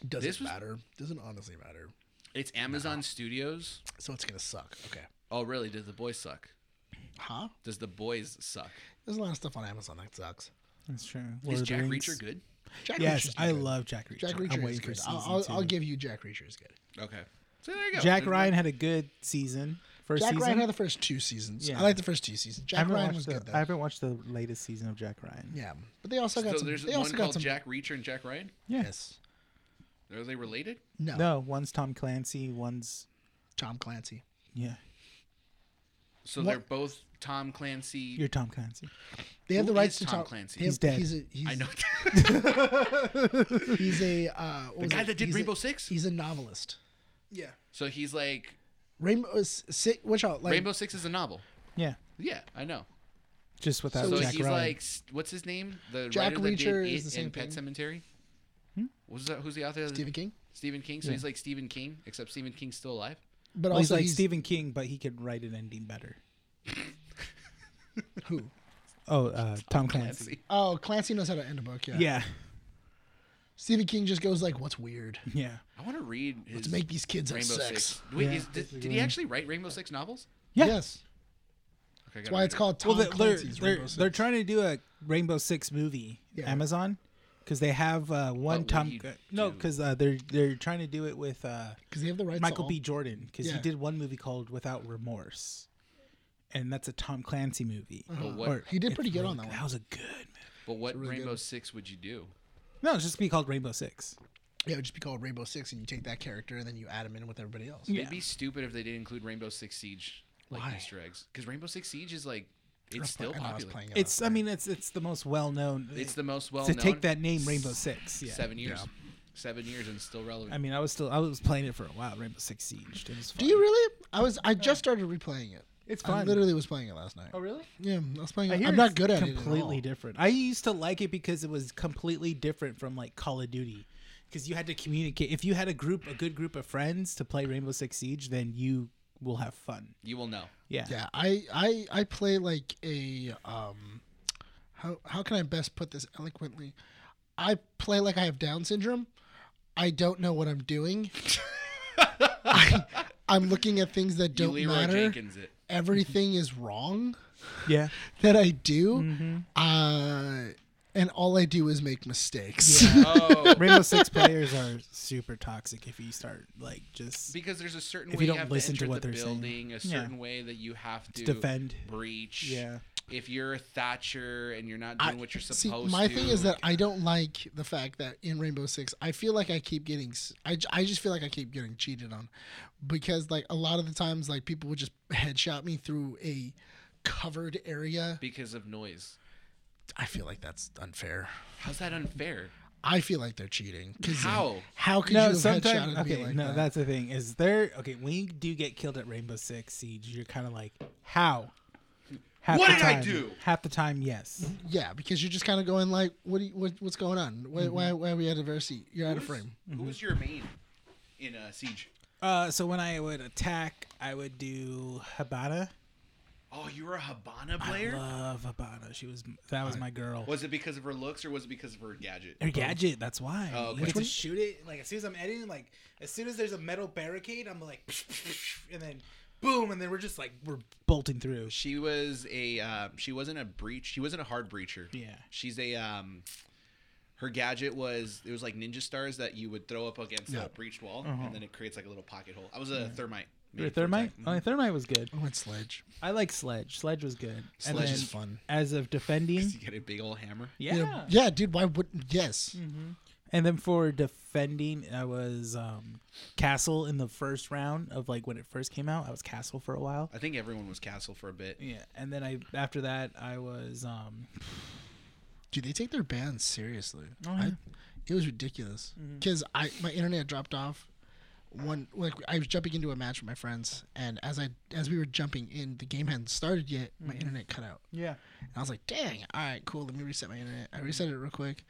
[SPEAKER 2] Doesn't
[SPEAKER 4] this was-
[SPEAKER 2] matter. Doesn't honestly matter.
[SPEAKER 4] It's Amazon Studios.
[SPEAKER 2] So it's gonna suck. Okay.
[SPEAKER 4] Oh really? Does the boys suck?
[SPEAKER 2] Huh?
[SPEAKER 4] Does the boys suck?
[SPEAKER 2] There's a lot of stuff on Amazon that sucks.
[SPEAKER 3] That's true.
[SPEAKER 4] Is Jack Reacher good?
[SPEAKER 2] Jack
[SPEAKER 3] Yes,
[SPEAKER 2] Reacher's
[SPEAKER 3] I
[SPEAKER 2] good.
[SPEAKER 3] love Jack Reacher.
[SPEAKER 2] Jack
[SPEAKER 3] I'm
[SPEAKER 2] Reacher is
[SPEAKER 3] waiting for
[SPEAKER 2] good. I'll,
[SPEAKER 3] season
[SPEAKER 2] I'll,
[SPEAKER 3] two.
[SPEAKER 2] I'll give you Jack Reacher is good.
[SPEAKER 4] Okay. So there you go.
[SPEAKER 3] Jack
[SPEAKER 4] There's my-
[SPEAKER 3] Ryan had a good season. First
[SPEAKER 2] Jack
[SPEAKER 3] season.
[SPEAKER 2] Ryan had the first two seasons.
[SPEAKER 3] Yeah.
[SPEAKER 2] I like the first two seasons.
[SPEAKER 3] I
[SPEAKER 2] Jack
[SPEAKER 3] haven't
[SPEAKER 2] Ryan
[SPEAKER 3] watched
[SPEAKER 2] was
[SPEAKER 3] the,
[SPEAKER 2] good though.
[SPEAKER 3] I haven't watched the latest season of Jack Ryan.
[SPEAKER 2] yeah, but they also got
[SPEAKER 4] So
[SPEAKER 2] some.
[SPEAKER 4] there's
[SPEAKER 2] they
[SPEAKER 4] one
[SPEAKER 2] also got
[SPEAKER 4] called
[SPEAKER 2] some.
[SPEAKER 4] Jack Reacher and Jack Ryan.
[SPEAKER 3] Yeah.
[SPEAKER 2] Yes.
[SPEAKER 4] Are they related?
[SPEAKER 2] No.
[SPEAKER 3] No, one's Tom Clancy, one's
[SPEAKER 2] Tom Clancy.
[SPEAKER 3] yeah.
[SPEAKER 4] So they're both Tom Clancy.
[SPEAKER 3] You're Tom Clancy.
[SPEAKER 2] They have
[SPEAKER 4] Who
[SPEAKER 2] the rights
[SPEAKER 4] is
[SPEAKER 2] to
[SPEAKER 4] Tom
[SPEAKER 2] Tom
[SPEAKER 4] Clancy?
[SPEAKER 2] they
[SPEAKER 3] He's
[SPEAKER 2] have-
[SPEAKER 3] dead.
[SPEAKER 2] He's a, he's,
[SPEAKER 4] I know
[SPEAKER 2] He's a uh, what
[SPEAKER 4] the
[SPEAKER 2] was
[SPEAKER 4] guy
[SPEAKER 2] it?
[SPEAKER 4] that did
[SPEAKER 2] he's a-
[SPEAKER 4] Rainbow Six.
[SPEAKER 2] He's a novelist.
[SPEAKER 5] Yeah.
[SPEAKER 4] so he's like
[SPEAKER 2] Rainbow uh, Six. Watch out! Like,
[SPEAKER 4] Rainbow Six is a novel.
[SPEAKER 3] Yeah.
[SPEAKER 4] Yeah, I know.
[SPEAKER 3] Just without
[SPEAKER 4] So
[SPEAKER 3] Jack
[SPEAKER 4] he's
[SPEAKER 3] Ryan.
[SPEAKER 4] like, s- what's his name? The
[SPEAKER 2] Oh, Jack
[SPEAKER 4] writer that did
[SPEAKER 2] Reacher
[SPEAKER 4] It
[SPEAKER 2] is the same
[SPEAKER 4] and Pet
[SPEAKER 2] thing. Hmm?
[SPEAKER 4] Cemetery. What was that? Who's the author? of the-
[SPEAKER 2] Stephen King.
[SPEAKER 4] Stephen King. So he's like Stephen King, except Stephen King's still alive.
[SPEAKER 2] But
[SPEAKER 3] Well, he's
[SPEAKER 2] also
[SPEAKER 3] like
[SPEAKER 2] he's,
[SPEAKER 3] Stephen King, but he could write an ending better.
[SPEAKER 2] Who?
[SPEAKER 3] Oh, uh, Tom Clancy.
[SPEAKER 2] Oh, Clancy knows how to end a book. Yeah.
[SPEAKER 3] Yeah,
[SPEAKER 2] Stephen King just goes like, "What's weird?
[SPEAKER 3] yeah,
[SPEAKER 4] I want to read his
[SPEAKER 2] Let's make these kids have
[SPEAKER 4] Rainbow
[SPEAKER 2] sex."
[SPEAKER 4] Six. Wait,
[SPEAKER 3] Yeah.
[SPEAKER 4] is, did, did he actually write Rainbow Six novels?
[SPEAKER 3] yeah.
[SPEAKER 2] Yes.
[SPEAKER 4] Okay, I
[SPEAKER 2] That's
[SPEAKER 4] gotta
[SPEAKER 2] why
[SPEAKER 4] read
[SPEAKER 2] it's
[SPEAKER 4] it.
[SPEAKER 2] called Tom
[SPEAKER 3] Well, they're they're,
[SPEAKER 2] Clancy's
[SPEAKER 3] they're,
[SPEAKER 2] Rainbow Six.
[SPEAKER 3] they're trying to do a Rainbow Six movie,
[SPEAKER 2] Yeah.
[SPEAKER 3] Amazon, because they have uh, one
[SPEAKER 4] would
[SPEAKER 3] Tom.
[SPEAKER 4] you
[SPEAKER 3] No,
[SPEAKER 4] do?
[SPEAKER 3] because uh, they're they're trying to do it with uh,
[SPEAKER 2] because they have the rights. to
[SPEAKER 3] Michael
[SPEAKER 2] all-
[SPEAKER 3] B. Jordan, because he
[SPEAKER 2] Yeah.
[SPEAKER 3] did one movie called Without Remorse, and that's a Tom Clancy movie.
[SPEAKER 4] Uh-huh. But what?
[SPEAKER 3] Or-
[SPEAKER 2] He did
[SPEAKER 3] it's
[SPEAKER 2] pretty good
[SPEAKER 3] really
[SPEAKER 2] on that
[SPEAKER 3] That
[SPEAKER 2] one.
[SPEAKER 3] was a good movie.
[SPEAKER 4] but what
[SPEAKER 2] really
[SPEAKER 4] Rainbow
[SPEAKER 2] good.
[SPEAKER 4] Six would you do?
[SPEAKER 3] No, it's just be called Rainbow Six.
[SPEAKER 2] Yeah, it would just be called Rainbow Six, and you take that character and then you add him in with everybody else.
[SPEAKER 3] Yeah.
[SPEAKER 4] It'd be stupid if they didn't include Rainbow Six Siege like
[SPEAKER 2] Why?
[SPEAKER 4] Easter eggs, because Rainbow Six Siege is like
[SPEAKER 2] I
[SPEAKER 4] it's
[SPEAKER 2] was
[SPEAKER 4] still
[SPEAKER 2] play- I know I was
[SPEAKER 4] popular.
[SPEAKER 2] playing it
[SPEAKER 3] It's.
[SPEAKER 2] last
[SPEAKER 3] I
[SPEAKER 2] night.
[SPEAKER 3] mean, it's it's the most well known.
[SPEAKER 4] It's the most well
[SPEAKER 3] to
[SPEAKER 4] known.
[SPEAKER 3] take that name, Rainbow Six. Yeah.
[SPEAKER 4] seven years, seven years, and still relevant.
[SPEAKER 3] I mean, I was still I was playing it for a while. Rainbow Six Siege. It was fun.
[SPEAKER 2] Do you really? I was. I just started replaying it.
[SPEAKER 3] It's
[SPEAKER 2] I
[SPEAKER 3] fun.
[SPEAKER 2] literally was playing it last night.
[SPEAKER 3] Oh, really?
[SPEAKER 2] Yeah, I was playing.
[SPEAKER 3] I
[SPEAKER 2] It.
[SPEAKER 3] hear
[SPEAKER 2] I'm not
[SPEAKER 3] it's
[SPEAKER 2] good at it. at
[SPEAKER 3] Completely
[SPEAKER 2] all.
[SPEAKER 3] different. I used to like it because it was completely different from like Call of Duty. because you had to communicate. If you had a group, a good group of friends to play Rainbow Six Siege, then you will have fun.
[SPEAKER 4] You will know.
[SPEAKER 3] Yeah.
[SPEAKER 2] Yeah, I I I play like a um how how can I best put this eloquently? I play like I have down syndrome. I don't know what I'm doing. I, I'm looking at things that
[SPEAKER 4] You
[SPEAKER 2] don't
[SPEAKER 4] Leroy
[SPEAKER 2] matter.
[SPEAKER 4] Jenkins it.
[SPEAKER 2] Everything is wrong
[SPEAKER 3] Yeah.
[SPEAKER 2] that I do.
[SPEAKER 4] Mm-hmm.
[SPEAKER 2] Uh and all I do is make mistakes.
[SPEAKER 4] Oh,
[SPEAKER 3] Rainbow Six players are super toxic if you start like just
[SPEAKER 4] because there's a certain
[SPEAKER 3] If you
[SPEAKER 4] way you
[SPEAKER 3] don't
[SPEAKER 4] have
[SPEAKER 3] listen
[SPEAKER 4] to
[SPEAKER 3] to
[SPEAKER 4] enter
[SPEAKER 3] what
[SPEAKER 4] the
[SPEAKER 3] they're saying.
[SPEAKER 4] building, a
[SPEAKER 3] Yeah.
[SPEAKER 4] certain way that you have to
[SPEAKER 3] defend.
[SPEAKER 4] breach.
[SPEAKER 3] Yeah.
[SPEAKER 4] If you're a Thatcher and you're not
[SPEAKER 2] I-
[SPEAKER 4] doing what you're supposed
[SPEAKER 2] See,
[SPEAKER 4] to,
[SPEAKER 2] my thing is that I don't like the fact that in Rainbow Six, I feel like I keep getting, s- I, j- I just feel like I keep getting cheated on, because like a lot of the times, like people would just headshot me through a covered area.
[SPEAKER 4] because of noise.
[SPEAKER 2] I feel like that's unfair.
[SPEAKER 4] How's that unfair?
[SPEAKER 2] I feel like they're cheating. 'cause
[SPEAKER 4] How?
[SPEAKER 2] How could you
[SPEAKER 3] no,
[SPEAKER 2] have
[SPEAKER 3] sometimes
[SPEAKER 2] headshotted
[SPEAKER 3] okay.
[SPEAKER 2] me like
[SPEAKER 3] no,
[SPEAKER 2] that?
[SPEAKER 3] that's the thing is there. Okay, when you do get killed at Rainbow Six Siege, you're kind of like, how? Half
[SPEAKER 4] What
[SPEAKER 3] the
[SPEAKER 4] did I
[SPEAKER 3] time-
[SPEAKER 4] do?
[SPEAKER 3] Half the time, yes.
[SPEAKER 2] Yeah, because you're just kind of going like, what, do you, what what's going on? Why,
[SPEAKER 4] Mm-hmm.
[SPEAKER 2] why, why are we out of our seat? You're out of frame.
[SPEAKER 4] Who
[SPEAKER 3] Mm-hmm.
[SPEAKER 4] was your main in uh, Siege?
[SPEAKER 3] Uh, so when I would attack, I would do Habana.
[SPEAKER 4] Oh, you were a Habana
[SPEAKER 3] I
[SPEAKER 4] player.
[SPEAKER 3] love Habana. She was that was my girl.
[SPEAKER 4] was it because of her looks or was it because of her gadget?
[SPEAKER 3] Her gadget. That's why.
[SPEAKER 4] Oh, okay.
[SPEAKER 3] You
[SPEAKER 4] Which
[SPEAKER 3] get to
[SPEAKER 4] one?
[SPEAKER 3] shoot it. Like as soon as I'm editing, like as soon as there's a metal barricade, I'm like, and then boom, and then we're just like we're bolting through.
[SPEAKER 4] She was a uh, she wasn't a breach. She wasn't a hard breacher.
[SPEAKER 3] Yeah.
[SPEAKER 4] She's a um her gadget was it was like ninja stars that you would throw up against a breached wall
[SPEAKER 3] Uh-huh.
[SPEAKER 4] and then it creates like a little pocket hole. I was a thermite.
[SPEAKER 3] Your
[SPEAKER 4] main for
[SPEAKER 3] thermite.
[SPEAKER 4] attack.
[SPEAKER 3] Oh, thermite was good.
[SPEAKER 2] I went sledge.
[SPEAKER 3] I like sledge. Sledge was good. and
[SPEAKER 2] Sledge
[SPEAKER 3] then
[SPEAKER 2] is fun.
[SPEAKER 3] As of defending,
[SPEAKER 4] You get a big old hammer.
[SPEAKER 3] yeah.
[SPEAKER 2] yeah, dude. Why would? Yes.
[SPEAKER 3] And then for defending, I was um, castle in the first round of like when it first came out. I was castle for a while.
[SPEAKER 4] I think everyone was castle for a bit.
[SPEAKER 3] Yeah, and then I after that I was um,
[SPEAKER 2] Do they take their bans seriously?
[SPEAKER 3] Oh,
[SPEAKER 2] I-
[SPEAKER 3] yeah. Mm-hmm.
[SPEAKER 2] it was ridiculous because I my internet dropped off. One like I was jumping into a match with my friends, and as I as we were jumping in, the game hadn't started yet.
[SPEAKER 3] Mm-hmm.
[SPEAKER 2] My internet cut out,
[SPEAKER 3] yeah.
[SPEAKER 2] and I was like, "Dang! All right, cool. Let me reset my internet." I reset it real quick.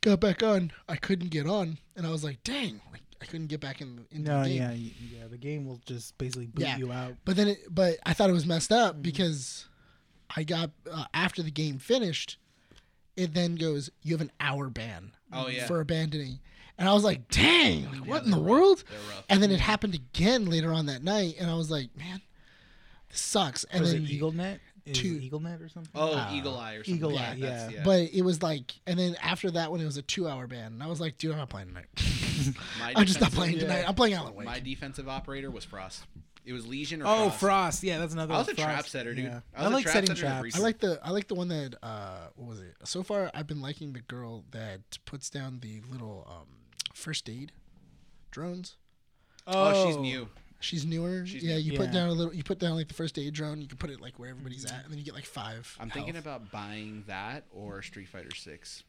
[SPEAKER 2] Got back on. I couldn't get on, and I was like, "Dang! Like I couldn't get back in." Into
[SPEAKER 3] No,
[SPEAKER 2] the game.
[SPEAKER 3] yeah, y- yeah. The game will just basically boot
[SPEAKER 2] Yeah.
[SPEAKER 3] you out.
[SPEAKER 2] But then, it, but I thought it was messed
[SPEAKER 4] Mm-hmm.
[SPEAKER 2] up because I got uh, after the game finished. It then goes, you have an hour ban.
[SPEAKER 4] Oh, yeah.
[SPEAKER 2] for abandoning, and I was like, dang, like, what in the world?
[SPEAKER 4] They're rough.
[SPEAKER 2] And then it happened again later on that night, and I was like, man, this sucks. And
[SPEAKER 3] Was it
[SPEAKER 2] then
[SPEAKER 3] Eagle Net? Is
[SPEAKER 2] two-
[SPEAKER 3] it Eagle Net or something?
[SPEAKER 4] Oh, eagle eye or
[SPEAKER 3] Ah,
[SPEAKER 4] something.
[SPEAKER 3] Eagle
[SPEAKER 4] like
[SPEAKER 3] Eye,
[SPEAKER 4] that. That's-
[SPEAKER 3] yeah.
[SPEAKER 2] But it was like, and then after that one, it was a two-hour ban, and I was like, dude, I'm not playing tonight.
[SPEAKER 4] My
[SPEAKER 2] I'm just not
[SPEAKER 4] defensive-
[SPEAKER 2] playing tonight. I'm playing Alan Wake.
[SPEAKER 4] My defensive operator was Frost. It was Legion or
[SPEAKER 3] Oh,
[SPEAKER 4] Frost.
[SPEAKER 3] Frost. Yeah, that's another.
[SPEAKER 4] I
[SPEAKER 3] one.
[SPEAKER 4] was a trap
[SPEAKER 3] Frost.
[SPEAKER 4] setter, dude.
[SPEAKER 3] Yeah.
[SPEAKER 4] I
[SPEAKER 3] I,
[SPEAKER 4] was a
[SPEAKER 3] like
[SPEAKER 4] trap
[SPEAKER 3] setting
[SPEAKER 4] setter and a
[SPEAKER 3] traps.
[SPEAKER 4] breach
[SPEAKER 2] I like the I like the one that uh what was it? So far I've been liking the girl that puts down the little um first aid drones.
[SPEAKER 4] Oh, she's new.
[SPEAKER 2] She's newer.
[SPEAKER 4] She's
[SPEAKER 2] yeah,
[SPEAKER 4] new.
[SPEAKER 2] you put
[SPEAKER 3] Yeah.
[SPEAKER 2] down a little you put down like the first aid drone, you can put it like where everybody's at and then you get like 5.
[SPEAKER 4] I'm thinking
[SPEAKER 2] health.
[SPEAKER 4] about buying that or Street Fighter Six.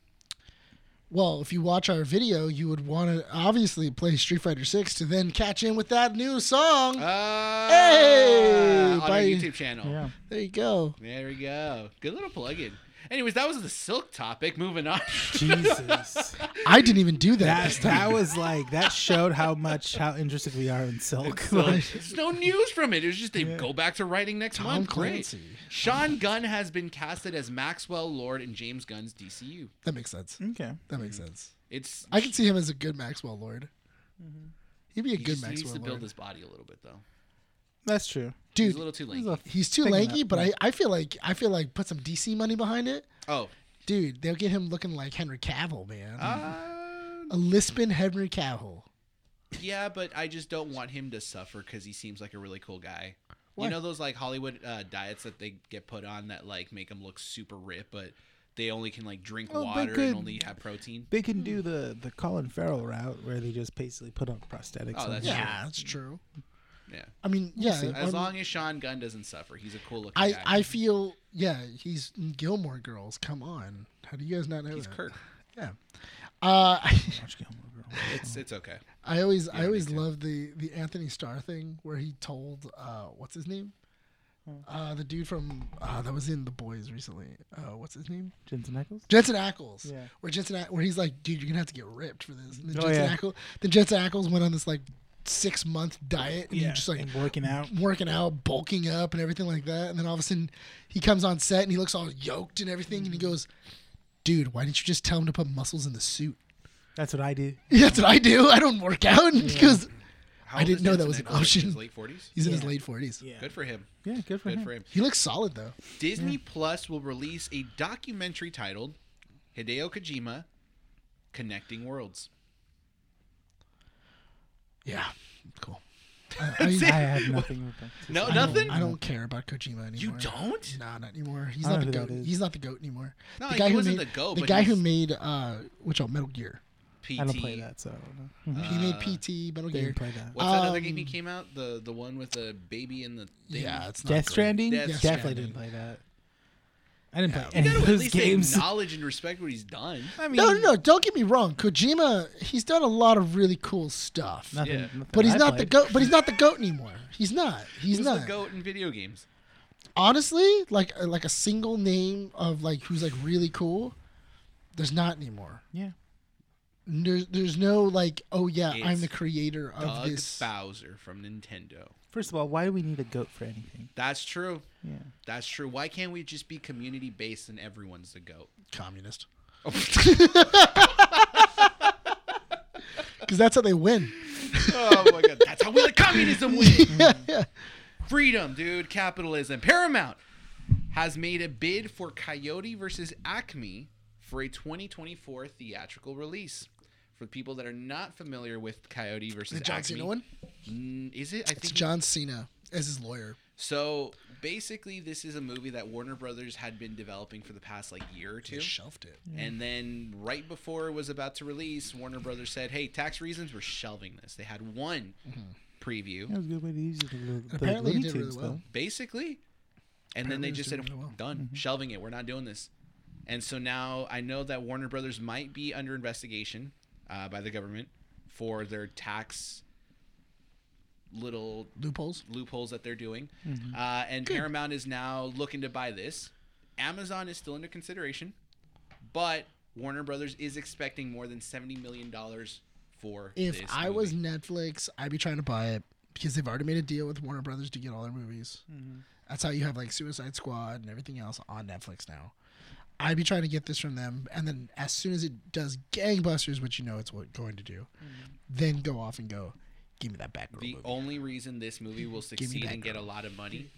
[SPEAKER 2] Well, if you watch our video, you would want to obviously play Street Fighter 6 to then catch in with that new song.
[SPEAKER 4] Uh,
[SPEAKER 2] Hey,
[SPEAKER 4] on our
[SPEAKER 2] bye.
[SPEAKER 4] YouTube channel.
[SPEAKER 3] Yeah.
[SPEAKER 2] there you go.
[SPEAKER 4] There we go. Good little plug in. Anyways, that was the silk topic. Moving on.
[SPEAKER 3] Jesus.
[SPEAKER 2] I didn't even do that.
[SPEAKER 3] that that was like that showed how much how interested we are in silk. Like,
[SPEAKER 4] There's no news from it. It was just they go back to writing next
[SPEAKER 2] Tom
[SPEAKER 4] month.
[SPEAKER 2] Clancy.
[SPEAKER 4] Great. Sean Gunn has been casted as Maxwell Lord in James Gunn's DCU.
[SPEAKER 2] That makes sense.
[SPEAKER 3] okay.
[SPEAKER 2] That makes sense.
[SPEAKER 4] It's
[SPEAKER 2] I can see him as a good Maxwell Lord.
[SPEAKER 3] Mm-hmm.
[SPEAKER 2] He'd be a
[SPEAKER 4] he
[SPEAKER 2] good
[SPEAKER 4] just needs
[SPEAKER 2] Maxwell
[SPEAKER 4] to build
[SPEAKER 2] Lord.
[SPEAKER 4] his body a little bit though.
[SPEAKER 3] That's true.
[SPEAKER 4] He's
[SPEAKER 2] Dude,
[SPEAKER 4] a little too
[SPEAKER 3] He's
[SPEAKER 4] lanky.
[SPEAKER 3] a-
[SPEAKER 2] He's too
[SPEAKER 3] Thinking
[SPEAKER 2] lanky,
[SPEAKER 3] that-
[SPEAKER 2] but I, I feel like I feel like put some DC money behind it,
[SPEAKER 4] Oh.
[SPEAKER 2] dude. They'll get him looking like Henry Cavill, man.
[SPEAKER 4] Uh,
[SPEAKER 2] a Lisbon Henry Cavill.
[SPEAKER 4] yeah, but I just don't want him to suffer because he seems like a really cool guy.
[SPEAKER 2] Why?
[SPEAKER 4] You know those like Hollywood uh, diets that they get put on that like make them look super ripped, but they only can like
[SPEAKER 2] Oh,
[SPEAKER 4] drink
[SPEAKER 3] Well, they
[SPEAKER 4] water
[SPEAKER 3] could-
[SPEAKER 4] and only have protein.
[SPEAKER 3] They can do the the Colin Farrell route where they just basically put on prosthetics.
[SPEAKER 4] Oh,
[SPEAKER 3] on
[SPEAKER 4] that's
[SPEAKER 3] it.
[SPEAKER 4] true.
[SPEAKER 2] Yeah, that's true.
[SPEAKER 4] Yeah.
[SPEAKER 2] I mean, yeah.
[SPEAKER 3] see.
[SPEAKER 2] I'm-
[SPEAKER 4] As long as Sean Gunn doesn't suffer, he's a cool looking
[SPEAKER 2] I
[SPEAKER 4] guy.
[SPEAKER 2] I feel yeah. He's in Gilmore Girls. Come on, how do you guys not know?
[SPEAKER 4] he's
[SPEAKER 2] that?
[SPEAKER 4] Kirk.
[SPEAKER 2] Yeah. Uh,
[SPEAKER 3] Watch Gilmore Girls.
[SPEAKER 4] It's it's okay.
[SPEAKER 2] I always I
[SPEAKER 4] me
[SPEAKER 2] always
[SPEAKER 4] too.
[SPEAKER 2] love the the Anthony Starr thing where he told uh what's his name
[SPEAKER 3] Hmm.
[SPEAKER 2] Uh, the dude from uh, that was in The Boys recently. Uh, what's his name?
[SPEAKER 3] Jensen Ackles.
[SPEAKER 2] Jensen Ackles.
[SPEAKER 3] Yeah.
[SPEAKER 2] Where Jensen Ack- where he's like, dude, you're gonna have to get ripped for this. And then
[SPEAKER 3] Oh,
[SPEAKER 2] Jensen
[SPEAKER 3] yeah.
[SPEAKER 2] Ackles then Jensen Ackles went on this like six month diet and
[SPEAKER 3] Yeah,
[SPEAKER 2] he just like
[SPEAKER 3] and working out.
[SPEAKER 2] working out, bulking up and everything like that. And then all of a sudden he comes on set and he looks all yoked and everything and he
[SPEAKER 3] Mm-hmm.
[SPEAKER 2] goes, Dude, why didn't you just tell him to put muscles in the suit?
[SPEAKER 3] That's what I do.
[SPEAKER 2] That's what I do. I don't work out and he goes
[SPEAKER 4] How
[SPEAKER 2] I
[SPEAKER 4] old
[SPEAKER 2] didn't
[SPEAKER 4] is
[SPEAKER 2] know that
[SPEAKER 4] Jensen
[SPEAKER 2] was an
[SPEAKER 4] Ackles? Like,
[SPEAKER 2] option.
[SPEAKER 4] His late forties.
[SPEAKER 2] He's in his
[SPEAKER 3] Yeah.
[SPEAKER 2] late forties.
[SPEAKER 3] Yeah.
[SPEAKER 4] Good for him.
[SPEAKER 3] Yeah, good for
[SPEAKER 4] Good
[SPEAKER 3] him.
[SPEAKER 4] for him.
[SPEAKER 2] He looks solid though.
[SPEAKER 4] Disney Plus will release a documentary titled Hideo Kojima Connecting Worlds.
[SPEAKER 2] Yeah. Cool. I, I,
[SPEAKER 3] I had nothing with that.
[SPEAKER 4] No,
[SPEAKER 2] I
[SPEAKER 4] Oh, nothing?
[SPEAKER 2] Don't, I don't care about Kojima anymore.
[SPEAKER 4] you don't?
[SPEAKER 2] Nah, not anymore. He's
[SPEAKER 3] I
[SPEAKER 2] not
[SPEAKER 3] know
[SPEAKER 2] the
[SPEAKER 3] who that
[SPEAKER 2] goat.
[SPEAKER 3] is.
[SPEAKER 2] He's not the goat anymore.
[SPEAKER 4] No,
[SPEAKER 2] the
[SPEAKER 4] he
[SPEAKER 2] guy who
[SPEAKER 4] wasn't
[SPEAKER 2] made
[SPEAKER 4] the goat,
[SPEAKER 2] the
[SPEAKER 4] but
[SPEAKER 2] guy who
[SPEAKER 4] he's-
[SPEAKER 2] made uh, which all Metal Gear.
[SPEAKER 4] PT.
[SPEAKER 3] I don't play that, so I don't know.
[SPEAKER 2] he made PT Metal
[SPEAKER 3] Didn't
[SPEAKER 2] Gear.
[SPEAKER 3] play that.
[SPEAKER 4] What's that other game he
[SPEAKER 2] Um,
[SPEAKER 4] came out? The the one with the baby and the thing?
[SPEAKER 2] Yeah, it's not
[SPEAKER 3] Death
[SPEAKER 2] great.
[SPEAKER 3] Stranding?
[SPEAKER 4] Death
[SPEAKER 3] Definitely
[SPEAKER 2] Stranding.
[SPEAKER 3] didn't play that. I didn't
[SPEAKER 2] Yeah.
[SPEAKER 3] play any
[SPEAKER 4] You
[SPEAKER 3] of
[SPEAKER 4] gotta at
[SPEAKER 3] those
[SPEAKER 4] least
[SPEAKER 3] games.
[SPEAKER 4] acknowledge and respect what he's done.
[SPEAKER 3] I mean,
[SPEAKER 2] No, no, no. Don't get me wrong. Kojima, he's done a lot of really cool stuff.
[SPEAKER 3] Nothing,
[SPEAKER 4] Yeah.
[SPEAKER 3] nothing
[SPEAKER 2] But he's
[SPEAKER 3] I
[SPEAKER 2] not
[SPEAKER 3] played.
[SPEAKER 2] the goat. But he's not the goat anymore. He's not. He's
[SPEAKER 4] Who's
[SPEAKER 2] not.
[SPEAKER 4] the goat in video games?
[SPEAKER 2] Honestly, like uh, like a single name of like who's like really cool. There's not anymore.
[SPEAKER 3] Yeah.
[SPEAKER 2] There's there's no like oh yeah I'm
[SPEAKER 4] It's
[SPEAKER 2] the creator of
[SPEAKER 4] Doug
[SPEAKER 2] this.
[SPEAKER 4] Bowser from Nintendo.
[SPEAKER 3] First of all, why do we need a goat for anything?
[SPEAKER 4] That's true.
[SPEAKER 3] Yeah.
[SPEAKER 4] That's true. Why can't we just be community based and everyone's the goat?
[SPEAKER 2] communist. Because that's how they win.
[SPEAKER 4] Oh my god, that's how we let communism win. Freedom, dude, capitalism. Paramount has made a bid for Coyote versus Acme for a 2024 theatrical release. For people that are not familiar with Coyote versus
[SPEAKER 2] The John
[SPEAKER 4] Acme,
[SPEAKER 2] Cena one?
[SPEAKER 4] Mm, is it? I
[SPEAKER 2] It's
[SPEAKER 4] think it-
[SPEAKER 2] John Cena as his lawyer.
[SPEAKER 4] so. Basically, this is a movie that Warner Brothers had been developing for the past like year or two.
[SPEAKER 2] They shelved it.
[SPEAKER 4] And then right before it was about to release, Warner Brothers said, "Hey, tax reasons, we're shelving this." They had one
[SPEAKER 2] Mm-hmm.
[SPEAKER 4] preview,
[SPEAKER 3] That was a good way to use it. The, the
[SPEAKER 2] Apparently it
[SPEAKER 3] Looney
[SPEAKER 2] did really
[SPEAKER 3] Tunes,
[SPEAKER 2] well.
[SPEAKER 3] though.
[SPEAKER 4] basically, and then
[SPEAKER 2] Apparently
[SPEAKER 4] they
[SPEAKER 2] it was
[SPEAKER 4] just said,
[SPEAKER 2] doing really well. Mm-hmm.
[SPEAKER 4] "Done, shelving it. We're not doing this." And so now I know that Warner Brothers might be under investigation uh, by the government for their tax little
[SPEAKER 2] Loopholes.
[SPEAKER 4] loopholes that they're doing.
[SPEAKER 2] Mm-hmm.
[SPEAKER 4] Uh, and Paramount is now looking to buy this. Amazon is still under consideration, but Warner Brothers is expecting more than seventy million dollars for
[SPEAKER 2] If
[SPEAKER 4] this
[SPEAKER 2] I was
[SPEAKER 4] movie.
[SPEAKER 2] Netflix, I'd be trying to buy it because they've already made a deal with Warner Brothers to get all their movies. That's how you have like Suicide Squad and everything else on Netflix now. I'd be trying to get this from them, and then as soon as it does gangbusters, which you know it's what going to do, then go off and go, give me that back room
[SPEAKER 4] the
[SPEAKER 2] movie.
[SPEAKER 4] only reason this movie will succeed
[SPEAKER 2] that
[SPEAKER 4] and get a
[SPEAKER 2] girl.
[SPEAKER 4] lot of money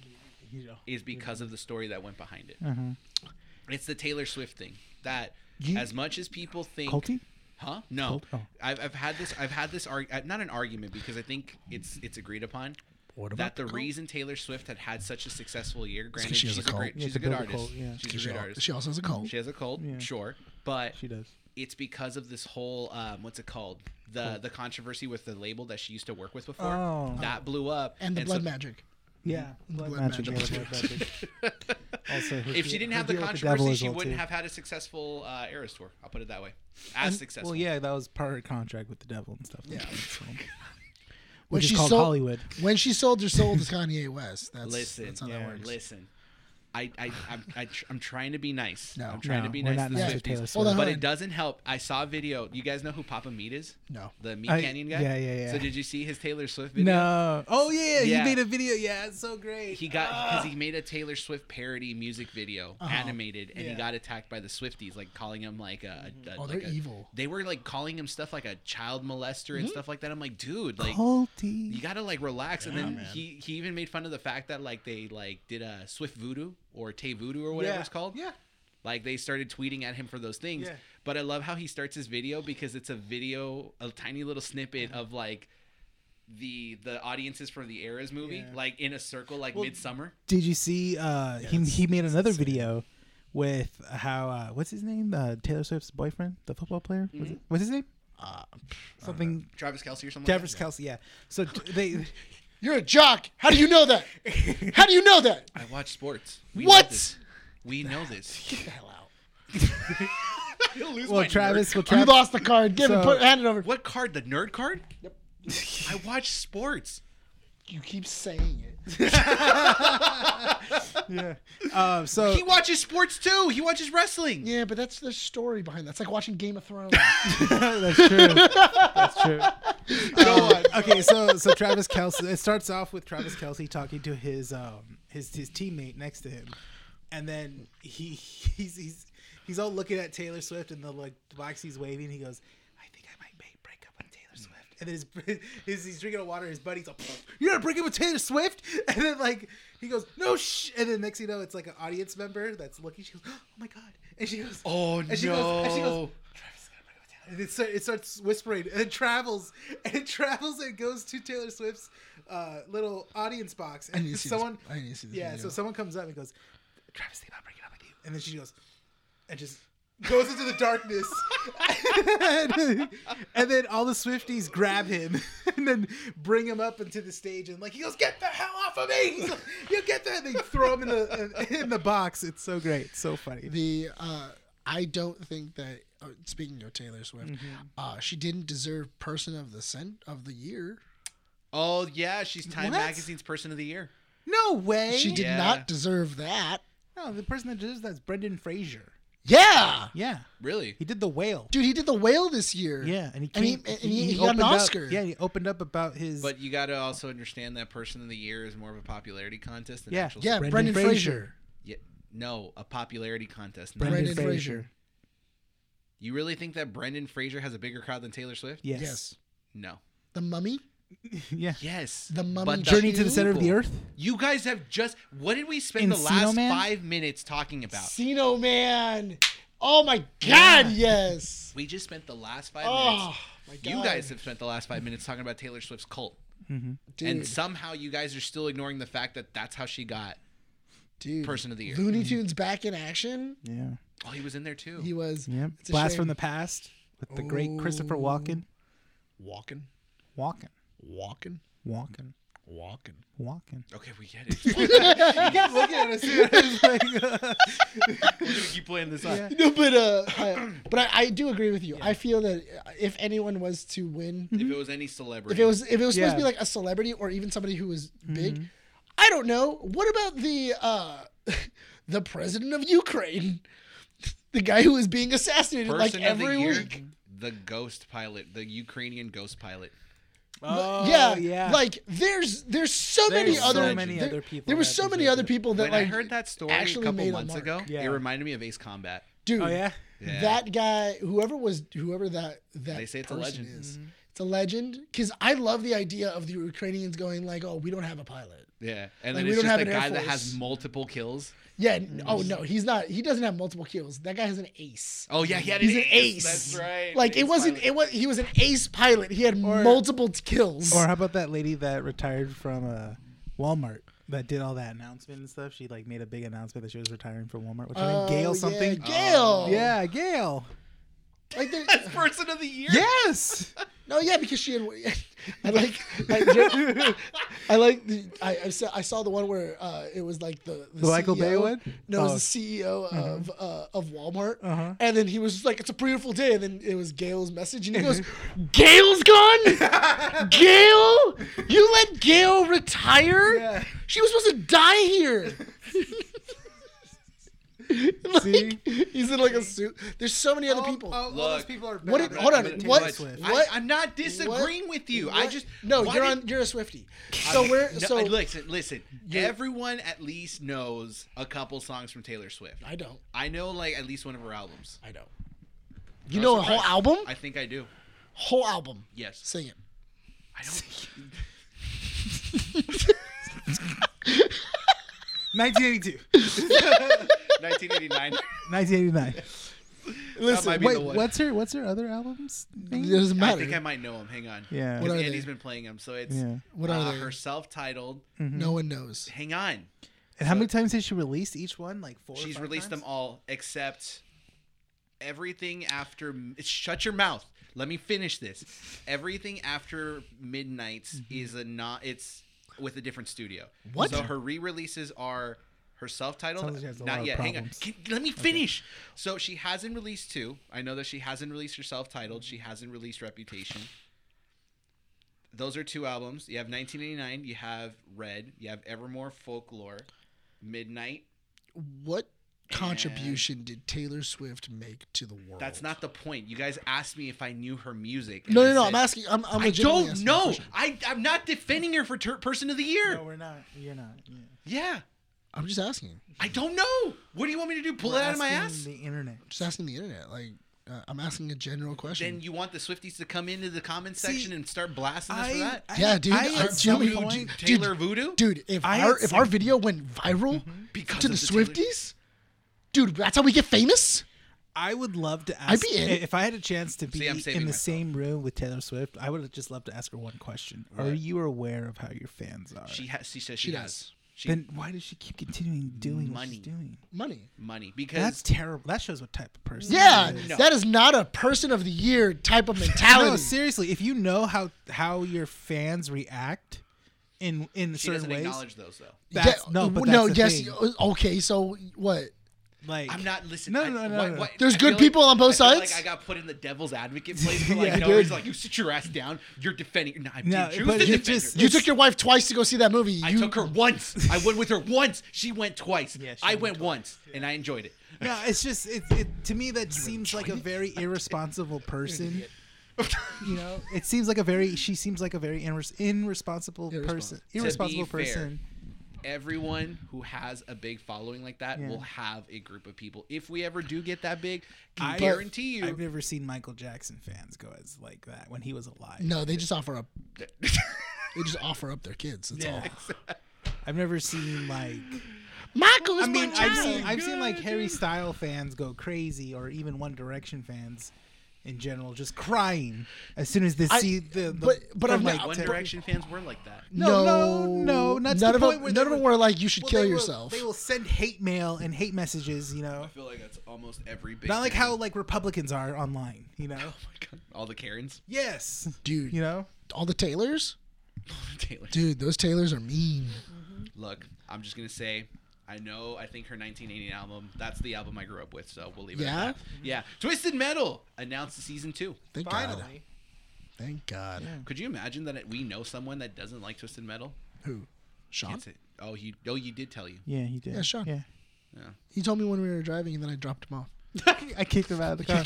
[SPEAKER 3] You know.
[SPEAKER 4] is because of the story that went behind it.
[SPEAKER 3] Uh-huh.
[SPEAKER 4] It's the Taylor Swift thing that,
[SPEAKER 3] You-
[SPEAKER 4] as much as people think,
[SPEAKER 3] Culty?
[SPEAKER 4] Huh? No,
[SPEAKER 3] Cult- oh.
[SPEAKER 4] I've, I've had this. I've had this arg- uh, not an argument because I think it's it's agreed upon
[SPEAKER 2] What about
[SPEAKER 4] that the
[SPEAKER 2] the cult?
[SPEAKER 4] reason Taylor Swift had had such a successful year. Granted,
[SPEAKER 2] 'cause she has
[SPEAKER 4] she's
[SPEAKER 2] a
[SPEAKER 4] a, great,
[SPEAKER 2] cult.
[SPEAKER 4] she's
[SPEAKER 3] Yeah,
[SPEAKER 4] a
[SPEAKER 3] to
[SPEAKER 4] good
[SPEAKER 3] build a
[SPEAKER 4] artist.
[SPEAKER 3] cult, yeah.
[SPEAKER 4] She's a
[SPEAKER 2] She,
[SPEAKER 4] great
[SPEAKER 2] al-
[SPEAKER 4] artist.
[SPEAKER 2] she also has a cult.
[SPEAKER 4] She has a cult,
[SPEAKER 3] Yeah.
[SPEAKER 4] sure, but
[SPEAKER 3] She does.
[SPEAKER 4] it's because of this whole um, what's it called the the controversy with the label that she used to work with before
[SPEAKER 3] Oh.
[SPEAKER 4] that blew up
[SPEAKER 2] and the
[SPEAKER 4] so-
[SPEAKER 2] blood magic.
[SPEAKER 3] Yeah. Blood,
[SPEAKER 2] Blood
[SPEAKER 3] magic.
[SPEAKER 2] magic.
[SPEAKER 3] yeah, Blood magic. also, her
[SPEAKER 4] if she
[SPEAKER 3] deal-
[SPEAKER 4] didn't
[SPEAKER 3] her
[SPEAKER 4] have the
[SPEAKER 3] deal with devil
[SPEAKER 4] controversy,
[SPEAKER 3] is
[SPEAKER 4] she
[SPEAKER 3] all
[SPEAKER 4] wouldn't
[SPEAKER 3] too.
[SPEAKER 4] have had a successful uh, Eras tour. I'll put it that way. As successful.
[SPEAKER 3] Well, yeah, that was part of her contract with the devil and stuff. Yeah.
[SPEAKER 2] When
[SPEAKER 3] Which is
[SPEAKER 2] she
[SPEAKER 3] called
[SPEAKER 2] sold-
[SPEAKER 3] Hollywood.
[SPEAKER 2] When she sold her soul to Kanye West, that's,
[SPEAKER 4] Listen,
[SPEAKER 2] that's how
[SPEAKER 3] yeah,
[SPEAKER 2] that works.
[SPEAKER 4] listen. I, I, I'm, I tr- I'm trying to be nice.
[SPEAKER 2] No.
[SPEAKER 4] I'm trying to
[SPEAKER 3] No,
[SPEAKER 4] be
[SPEAKER 3] we're
[SPEAKER 4] nice
[SPEAKER 3] not
[SPEAKER 4] to the
[SPEAKER 3] nice to
[SPEAKER 4] Swifties.
[SPEAKER 3] Taylor
[SPEAKER 2] Hold on,
[SPEAKER 4] but
[SPEAKER 2] hold
[SPEAKER 4] it
[SPEAKER 2] on.
[SPEAKER 4] doesn't help. I saw a video. You guys know who Papa Meat is?
[SPEAKER 2] No.
[SPEAKER 4] The meat
[SPEAKER 3] I-
[SPEAKER 4] canyon guy?
[SPEAKER 3] yeah, yeah, yeah.
[SPEAKER 4] So did you see his Taylor Swift video?
[SPEAKER 3] No. Oh yeah,
[SPEAKER 4] Yeah.
[SPEAKER 3] he made a video. Yeah, it's so great.
[SPEAKER 4] He got because he made a Taylor Swift parody music video, animated, and he
[SPEAKER 3] Oh, Yeah.
[SPEAKER 4] got attacked by the Swifties, like calling him like a. a-
[SPEAKER 2] Oh,
[SPEAKER 4] like
[SPEAKER 2] they're
[SPEAKER 4] a-
[SPEAKER 2] evil.
[SPEAKER 4] They were like calling him stuff like a child molester
[SPEAKER 3] Mm-hmm.
[SPEAKER 4] and stuff like that. I'm like,
[SPEAKER 3] Ah,
[SPEAKER 4] dude, like
[SPEAKER 3] culty.
[SPEAKER 4] you gotta like relax. and then
[SPEAKER 2] man.
[SPEAKER 4] he he even made fun of the fact that like they like did a Swift voodoo or Tay voodoo or whatever
[SPEAKER 3] Yeah.
[SPEAKER 4] it's called.
[SPEAKER 3] Yeah.
[SPEAKER 4] Like they started tweeting at him for those things.
[SPEAKER 3] Yeah.
[SPEAKER 4] But I love how he starts his video because it's a video, a tiny little snippet
[SPEAKER 3] Uh-huh.
[SPEAKER 4] of like the the audiences from the Eras movie,
[SPEAKER 3] Yeah.
[SPEAKER 4] like in a circle, like midsummer.
[SPEAKER 3] Did you see? Uh, he
[SPEAKER 2] that's-
[SPEAKER 3] he made another video with how uh, what's his name? Uh, Taylor Swift's boyfriend, the football player. Was
[SPEAKER 4] Mm-hmm.
[SPEAKER 3] it, what's his name?
[SPEAKER 2] Uh,
[SPEAKER 3] Something.
[SPEAKER 4] Travis Kelsey or something.
[SPEAKER 3] Travis Kelsey. Yeah. So t- they.
[SPEAKER 2] You're a jock. How do you know that? How do you know that?
[SPEAKER 4] I watch sports. We know
[SPEAKER 2] What?
[SPEAKER 4] this. We know this.
[SPEAKER 2] Get the hell out.
[SPEAKER 4] You'll lose
[SPEAKER 3] Well,
[SPEAKER 4] my
[SPEAKER 3] Travis. Well,
[SPEAKER 2] You
[SPEAKER 3] Travis.
[SPEAKER 2] lost the card. Give it.
[SPEAKER 3] So-
[SPEAKER 2] Put, hand it over.
[SPEAKER 4] Nerd. What card? The nerd card? Yep. I watch sports.
[SPEAKER 2] you keep saying it.
[SPEAKER 3] yeah. Um, so
[SPEAKER 4] He watches sports too. He watches wrestling.
[SPEAKER 2] Yeah, but that's the story behind that. It's like watching Game of Thrones.
[SPEAKER 3] that's true. That's true. Um,
[SPEAKER 4] Go on.
[SPEAKER 3] okay, so so Travis Kelsey. It starts off with Travis Kelsey talking to his um his his teammate next to him, and then he he's he's he's all looking at Taylor Swift and the like the box he's waving. He goes, "I think I might ba- break up with Taylor Swift." And then his, his he's drinking water. His buddy's like, "You're gonna break up with Taylor Swift?" And then like he goes, "No sh." And then next thing you know, it's like an audience member that's looking. She goes, "Oh my god!" And she goes,
[SPEAKER 4] Oh
[SPEAKER 3] and she goes, and she goes,
[SPEAKER 4] no.
[SPEAKER 3] Travis is gonna break up with Taylor. And it, start, it starts whispering and it travels and it travels and goes to Taylor Swift's uh, little audience box. And
[SPEAKER 2] need to see this-
[SPEAKER 3] someone,
[SPEAKER 2] I need to see this
[SPEAKER 3] yeah,
[SPEAKER 2] video.
[SPEAKER 3] so someone comes up and goes, Travis, think about breaking up with you. And then she goes, and just goes into the darkness. and, then all the Swifties grab him and then bring him up into the stage and like he goes, "Get the hell off of me!" He's like, you get that? They throw him in the in the box. It's so great, It's so funny.
[SPEAKER 2] the uh, I don't think that. Uh, speaking of Taylor Swift,
[SPEAKER 3] Mm-hmm.
[SPEAKER 2] uh, she didn't deserve Person of the Cent of the Year.
[SPEAKER 4] Oh yeah, she's Time
[SPEAKER 3] What?
[SPEAKER 4] Magazine's Person of the Year.
[SPEAKER 3] No way.
[SPEAKER 2] She did
[SPEAKER 4] Yeah.
[SPEAKER 2] not deserve that.
[SPEAKER 3] No, the person that does that's Brendan Fraser.
[SPEAKER 2] Yeah,
[SPEAKER 3] Yeah,
[SPEAKER 4] Really?
[SPEAKER 3] he did the whale.
[SPEAKER 2] dude, he did the Whale this year.
[SPEAKER 3] Yeah, and he
[SPEAKER 2] And he-
[SPEAKER 3] came,
[SPEAKER 2] and he- he got an
[SPEAKER 3] opened up-
[SPEAKER 2] Oscar.
[SPEAKER 3] yeah, he opened up about his.
[SPEAKER 4] But you got to also understand that Person of the Year is more of a popularity contest than
[SPEAKER 3] Yeah.
[SPEAKER 4] actual.
[SPEAKER 2] yeah,
[SPEAKER 3] Brendan
[SPEAKER 2] Brendan,
[SPEAKER 3] Fraser.
[SPEAKER 2] Fraser.
[SPEAKER 4] yeah. No, a popularity contest. not-
[SPEAKER 2] Brendan Fraser.
[SPEAKER 4] You really think that Brendan Fraser has a bigger crowd than Taylor Swift?
[SPEAKER 3] Yes.
[SPEAKER 2] Yes,
[SPEAKER 4] No.
[SPEAKER 2] the Mummy.
[SPEAKER 3] Yeah.
[SPEAKER 4] Yes.
[SPEAKER 2] The Mummy
[SPEAKER 4] But
[SPEAKER 3] Journey to the center of the
[SPEAKER 4] people-
[SPEAKER 3] earth.
[SPEAKER 4] You guys have just. What did we spend the
[SPEAKER 3] Encino
[SPEAKER 4] last
[SPEAKER 3] Man?
[SPEAKER 4] five minutes talking about?
[SPEAKER 2] Casino Man. Oh my God,
[SPEAKER 3] Yeah.
[SPEAKER 2] yes.
[SPEAKER 4] We just spent the last five
[SPEAKER 2] Oh my
[SPEAKER 4] minutes.
[SPEAKER 2] God.
[SPEAKER 4] You guys have spent the last five minutes talking about Taylor Swift's cult,
[SPEAKER 2] dude,
[SPEAKER 4] and somehow you guys are still ignoring the fact that that's how she got
[SPEAKER 2] dude,
[SPEAKER 4] Person Mm-hmm. of the Year.
[SPEAKER 2] Looney Tunes back in action.
[SPEAKER 3] Yeah.
[SPEAKER 4] Oh, he was in there too.
[SPEAKER 2] He was
[SPEAKER 3] Yeah.
[SPEAKER 2] It's a
[SPEAKER 3] Blast
[SPEAKER 2] shame.
[SPEAKER 3] from the past with the great Christopher Walken.
[SPEAKER 4] walking,
[SPEAKER 3] Walken.
[SPEAKER 4] walking,
[SPEAKER 3] Walken.
[SPEAKER 4] walking.
[SPEAKER 3] Walken.
[SPEAKER 4] Okay, we get it. We're
[SPEAKER 3] Look at us. It's like, uh,
[SPEAKER 4] gonna keep playing this up.
[SPEAKER 2] No, but uh, I, but I, I do agree with you. I feel that if anyone was to win,
[SPEAKER 4] If it was any celebrity,
[SPEAKER 2] if it was if it was supposed to be
[SPEAKER 3] Yeah. Mm-hmm.
[SPEAKER 2] like a celebrity or even somebody who was big, I don't know. What about the uh, the president of Ukraine, the guy who is being assassinated
[SPEAKER 4] Person
[SPEAKER 2] like
[SPEAKER 4] of the
[SPEAKER 2] every
[SPEAKER 4] Year,
[SPEAKER 2] week?
[SPEAKER 4] the ghost pilot, the Ukrainian ghost pilot.
[SPEAKER 3] oh,
[SPEAKER 2] yeah,
[SPEAKER 3] yeah.
[SPEAKER 2] Like there's there's so
[SPEAKER 3] There's
[SPEAKER 2] many
[SPEAKER 3] so
[SPEAKER 2] other
[SPEAKER 3] many
[SPEAKER 2] there,
[SPEAKER 3] other people
[SPEAKER 2] There were
[SPEAKER 3] that
[SPEAKER 2] so many
[SPEAKER 3] deserve
[SPEAKER 2] other
[SPEAKER 3] it.
[SPEAKER 2] people that
[SPEAKER 4] when
[SPEAKER 2] like
[SPEAKER 4] I heard that story a
[SPEAKER 2] actually
[SPEAKER 4] couple
[SPEAKER 2] made a
[SPEAKER 4] months
[SPEAKER 2] mark.
[SPEAKER 4] ago,
[SPEAKER 3] Yeah.
[SPEAKER 4] it reminded me of Ace Combat.
[SPEAKER 2] dude.
[SPEAKER 3] Oh, yeah.
[SPEAKER 4] Yeah.
[SPEAKER 2] That guy, whoever was, whoever that that
[SPEAKER 4] They say it's a
[SPEAKER 2] person
[SPEAKER 4] legend.
[SPEAKER 2] is, it's a legend. Because I love the idea of the Ukrainians going like, "Oh, we don't have a pilot."
[SPEAKER 4] Yeah,
[SPEAKER 2] Like,
[SPEAKER 4] and then
[SPEAKER 2] we
[SPEAKER 4] it's
[SPEAKER 2] don't
[SPEAKER 4] just
[SPEAKER 2] have
[SPEAKER 4] a
[SPEAKER 2] an Air
[SPEAKER 4] guy that
[SPEAKER 2] Force.
[SPEAKER 4] has multiple kills.
[SPEAKER 2] Yeah. n- Oh no, he's not. He doesn't have multiple kills. That guy has an ace.
[SPEAKER 4] Oh yeah, he had
[SPEAKER 2] He's
[SPEAKER 4] an,
[SPEAKER 2] an ace.
[SPEAKER 4] That's right.
[SPEAKER 2] Like it
[SPEAKER 4] Ace
[SPEAKER 2] wasn't.
[SPEAKER 4] pilot.
[SPEAKER 2] It was. He was an ace pilot. He had multiple t- kills.
[SPEAKER 3] Or how about that lady that retired from uh, Walmart that did all that announcement and stuff? She like made a big announcement that she was retiring from Walmart. What's her
[SPEAKER 2] Oh,
[SPEAKER 3] name? Gail something.
[SPEAKER 2] Yeah, Gail.
[SPEAKER 4] Oh.
[SPEAKER 3] Yeah, Gail.
[SPEAKER 2] Like there-
[SPEAKER 4] That's person of the year.
[SPEAKER 3] Yes.
[SPEAKER 2] No, yeah, because she had. I like. I, I like. The, I I saw, I saw the one where uh, it was like the, the
[SPEAKER 3] The Michael
[SPEAKER 2] CEO.
[SPEAKER 3] Bay one?
[SPEAKER 2] No, it
[SPEAKER 3] Oh. Mm-hmm.
[SPEAKER 2] was the CEO of uh, of Walmart,
[SPEAKER 3] Uh-huh.
[SPEAKER 2] and then he was just like, "It's a beautiful day," and then it was Gail's message, and he goes, "Gail's gone. Gail, you let Gail retire.
[SPEAKER 3] Yeah.
[SPEAKER 2] She was supposed to die here." Like,
[SPEAKER 3] See?
[SPEAKER 2] he's in like a suit. There's so many other people.
[SPEAKER 3] Oh, all those
[SPEAKER 4] Look.
[SPEAKER 3] people are
[SPEAKER 2] What
[SPEAKER 3] bad.
[SPEAKER 2] did- hold on,
[SPEAKER 3] Taylor
[SPEAKER 2] what-
[SPEAKER 3] Swift.
[SPEAKER 4] I,
[SPEAKER 2] What?
[SPEAKER 4] I'm not
[SPEAKER 2] What?
[SPEAKER 4] disagreeing with you. I
[SPEAKER 2] What?
[SPEAKER 4] just
[SPEAKER 2] no.
[SPEAKER 4] why
[SPEAKER 2] You're
[SPEAKER 4] did-
[SPEAKER 2] on. You're a Swifty. So we're
[SPEAKER 4] No,
[SPEAKER 2] so
[SPEAKER 4] listen, listen. Everyone at least knows a couple songs from Taylor Swift.
[SPEAKER 2] I don't.
[SPEAKER 4] I know like at least one of her albums.
[SPEAKER 2] I don't. You know a whole album?
[SPEAKER 4] I think I do.
[SPEAKER 2] whole album.
[SPEAKER 4] Yes.
[SPEAKER 2] Sing it.
[SPEAKER 4] I don't.
[SPEAKER 3] 1982.
[SPEAKER 4] 1989.
[SPEAKER 3] 1989.
[SPEAKER 4] Listen, that might be
[SPEAKER 3] Wait,
[SPEAKER 4] the one.
[SPEAKER 3] what's her what's her other albums?
[SPEAKER 2] It
[SPEAKER 3] name?
[SPEAKER 2] doesn't
[SPEAKER 4] I
[SPEAKER 2] matter.
[SPEAKER 4] think I might know him. Hang on.
[SPEAKER 3] Yeah.
[SPEAKER 2] What
[SPEAKER 4] Because
[SPEAKER 2] are
[SPEAKER 4] Andy's
[SPEAKER 2] they?
[SPEAKER 4] been playing him, so it's
[SPEAKER 3] Yeah.
[SPEAKER 2] What are
[SPEAKER 4] uh,
[SPEAKER 2] they?
[SPEAKER 4] her self-titled.
[SPEAKER 2] no one knows.
[SPEAKER 4] Hang on.
[SPEAKER 3] And how many times has she released each one? Like four. or
[SPEAKER 4] She's
[SPEAKER 3] five
[SPEAKER 4] released
[SPEAKER 3] times?
[SPEAKER 4] them all except everything after. Shut your mouth. Let me finish this. Everything after Midnight's
[SPEAKER 3] Mm-hmm.
[SPEAKER 4] is a not. It's with a different studio.
[SPEAKER 2] What?
[SPEAKER 4] So her re-releases are her self-titled.
[SPEAKER 3] Sounds like she has a lot
[SPEAKER 4] not
[SPEAKER 3] of
[SPEAKER 4] yet. Hang on.
[SPEAKER 3] problems.
[SPEAKER 4] Can- let me finish. So she hasn't released two. I know that she hasn't released her self-titled. She hasn't released Reputation. those are two albums. You have 1989. You have Red. You have Evermore Folklore, Midnight.
[SPEAKER 2] What contribution did Taylor Swift make to the world?
[SPEAKER 4] That's not the point. You guys asked me if I knew her music. and
[SPEAKER 2] No,
[SPEAKER 4] I
[SPEAKER 2] no, no.
[SPEAKER 4] said-
[SPEAKER 2] I'm asking. I'm. I'm
[SPEAKER 4] I
[SPEAKER 2] legitimately
[SPEAKER 4] don't
[SPEAKER 2] asking the
[SPEAKER 4] know.
[SPEAKER 2] question.
[SPEAKER 4] I I'm not defending her for ter- person of the year.
[SPEAKER 3] No, we're not. You're not. Yeah.
[SPEAKER 4] Yeah,
[SPEAKER 2] I'm just asking.
[SPEAKER 4] I don't know. What do you want me to do? Pull
[SPEAKER 3] We're
[SPEAKER 4] it out of my
[SPEAKER 3] asking
[SPEAKER 4] ass?
[SPEAKER 3] The internet.
[SPEAKER 2] Just asking the internet. Like, uh, I'm asking a general question.
[SPEAKER 4] Then you want the Swifties to come into the comments
[SPEAKER 3] See,
[SPEAKER 4] section and start blasting us for that?
[SPEAKER 2] yeah, dude.
[SPEAKER 3] I,
[SPEAKER 2] I-
[SPEAKER 3] at
[SPEAKER 2] dude,
[SPEAKER 3] some
[SPEAKER 2] you-
[SPEAKER 3] point-
[SPEAKER 2] dude,
[SPEAKER 4] Taylor Voodoo?
[SPEAKER 2] dude, if
[SPEAKER 3] I
[SPEAKER 2] our
[SPEAKER 3] had
[SPEAKER 2] if
[SPEAKER 3] some-
[SPEAKER 2] our video went viral
[SPEAKER 4] Mm-hmm. Because
[SPEAKER 2] to
[SPEAKER 4] of
[SPEAKER 2] the
[SPEAKER 4] Taylor-
[SPEAKER 2] Swifties, dude, that's how we get famous.
[SPEAKER 3] I would love to ask.
[SPEAKER 2] I'd be in.
[SPEAKER 3] If I had a chance to be
[SPEAKER 4] I'm
[SPEAKER 3] in the
[SPEAKER 4] saving myself.
[SPEAKER 3] same room with Taylor Swift, I would have just loved to ask her one question: Are you aware of how your fans are?
[SPEAKER 4] She has. She says she,
[SPEAKER 2] She
[SPEAKER 4] has.
[SPEAKER 2] does.
[SPEAKER 4] She
[SPEAKER 3] then why does she keep continuing doing what
[SPEAKER 4] Money.
[SPEAKER 3] she's doing?
[SPEAKER 2] Money.
[SPEAKER 4] money because
[SPEAKER 3] That's terrible. That shows what type of person.
[SPEAKER 2] Yeah,
[SPEAKER 3] she is.
[SPEAKER 2] that is not a person of the year type of mentality.
[SPEAKER 3] No, seriously. If you know how how your fans react in in
[SPEAKER 4] she
[SPEAKER 3] certain
[SPEAKER 4] doesn't
[SPEAKER 3] ways,
[SPEAKER 4] acknowledge those though.
[SPEAKER 3] that's, no, but that's
[SPEAKER 2] no,
[SPEAKER 3] the
[SPEAKER 2] yes,
[SPEAKER 3] thing.
[SPEAKER 2] okay. So what?
[SPEAKER 3] Like
[SPEAKER 4] I'm not listening.
[SPEAKER 3] No,
[SPEAKER 4] I-
[SPEAKER 3] no, no,
[SPEAKER 4] what-
[SPEAKER 3] no, no.
[SPEAKER 4] what-
[SPEAKER 2] There's
[SPEAKER 4] I
[SPEAKER 2] good
[SPEAKER 4] feel
[SPEAKER 2] people on both
[SPEAKER 4] I feel
[SPEAKER 2] sides?
[SPEAKER 4] Like I got put in the devil's advocate place for like
[SPEAKER 3] Yeah,
[SPEAKER 4] no
[SPEAKER 3] dude.
[SPEAKER 4] reason. Like you sit your ass down. You're defending. No, I
[SPEAKER 3] No,
[SPEAKER 4] did choose
[SPEAKER 3] but
[SPEAKER 4] to
[SPEAKER 3] you
[SPEAKER 4] defend
[SPEAKER 3] just-
[SPEAKER 4] her.
[SPEAKER 2] You
[SPEAKER 3] It's-
[SPEAKER 2] took your wife twice to go see that movie.
[SPEAKER 4] I
[SPEAKER 2] you,
[SPEAKER 4] took her once. I went with her once. She went twice.
[SPEAKER 3] Yeah, she
[SPEAKER 4] I
[SPEAKER 3] went
[SPEAKER 4] went once, and I enjoyed it.
[SPEAKER 3] No, it's just it, it to me that seems like a very irresponsible person. you know, it seems like a very she seems like a very irres- irresponsible person.
[SPEAKER 2] Irresponsible.
[SPEAKER 3] Irresponsible
[SPEAKER 4] To be fair,
[SPEAKER 3] person.
[SPEAKER 4] Everyone who has a big following like that
[SPEAKER 3] Yeah.
[SPEAKER 4] will have a group of people. If we ever do get that big, can
[SPEAKER 3] I
[SPEAKER 4] guarantee
[SPEAKER 3] I've
[SPEAKER 4] you.
[SPEAKER 3] never seen Michael Jackson fans go as like that when he was alive.
[SPEAKER 2] No, they just offer up. they just offer up their kids. That's all.
[SPEAKER 3] I've never seen like
[SPEAKER 2] Michael is
[SPEAKER 3] I mean
[SPEAKER 2] my
[SPEAKER 3] I've
[SPEAKER 2] child.
[SPEAKER 3] seen I've seen like Harry Style fans go crazy or even One Direction fans in general just crying as soon as they
[SPEAKER 2] I-
[SPEAKER 3] see the, the
[SPEAKER 2] but- but
[SPEAKER 3] they're
[SPEAKER 2] I've
[SPEAKER 3] like
[SPEAKER 2] not-
[SPEAKER 4] One
[SPEAKER 3] ter-
[SPEAKER 4] Direction fans were like that.
[SPEAKER 3] No, no, no, not to
[SPEAKER 2] none
[SPEAKER 3] the
[SPEAKER 2] of
[SPEAKER 3] point
[SPEAKER 2] them.
[SPEAKER 3] where they
[SPEAKER 2] none of them
[SPEAKER 3] were-
[SPEAKER 2] were like you should
[SPEAKER 3] Well,
[SPEAKER 2] kill
[SPEAKER 3] they will-
[SPEAKER 2] yourself.
[SPEAKER 3] they will send hate mail and hate messages, you know.
[SPEAKER 4] I feel like that's almost every big.
[SPEAKER 3] Not like
[SPEAKER 4] thing.
[SPEAKER 3] how like Republicans are online, you know.
[SPEAKER 4] Oh my god! All the Karens,
[SPEAKER 3] Yes,
[SPEAKER 2] Dude,
[SPEAKER 3] you know.
[SPEAKER 2] all the Taylors.
[SPEAKER 4] Taylor.
[SPEAKER 2] Dude, those Taylors are mean.
[SPEAKER 4] Look, I'm just gonna say, I know. I think her 1980 album. That's the album I grew up with. So we'll leave it.
[SPEAKER 2] Yeah?
[SPEAKER 4] At that.
[SPEAKER 3] Mm-hmm.
[SPEAKER 4] Yeah. Twisted Metal announced the season two.
[SPEAKER 2] Thank God.
[SPEAKER 3] Finally,
[SPEAKER 2] Thank God.
[SPEAKER 4] Could you imagine that it- we know someone that doesn't like Twisted Metal?
[SPEAKER 2] Who? Sean.
[SPEAKER 4] Can't say- Oh, you. Oh, you did tell you.
[SPEAKER 3] yeah, he did.
[SPEAKER 2] Yeah, Sean.
[SPEAKER 3] Yeah,
[SPEAKER 2] He told me when we were driving, and then I dropped him off.
[SPEAKER 3] I kicked him out of the car.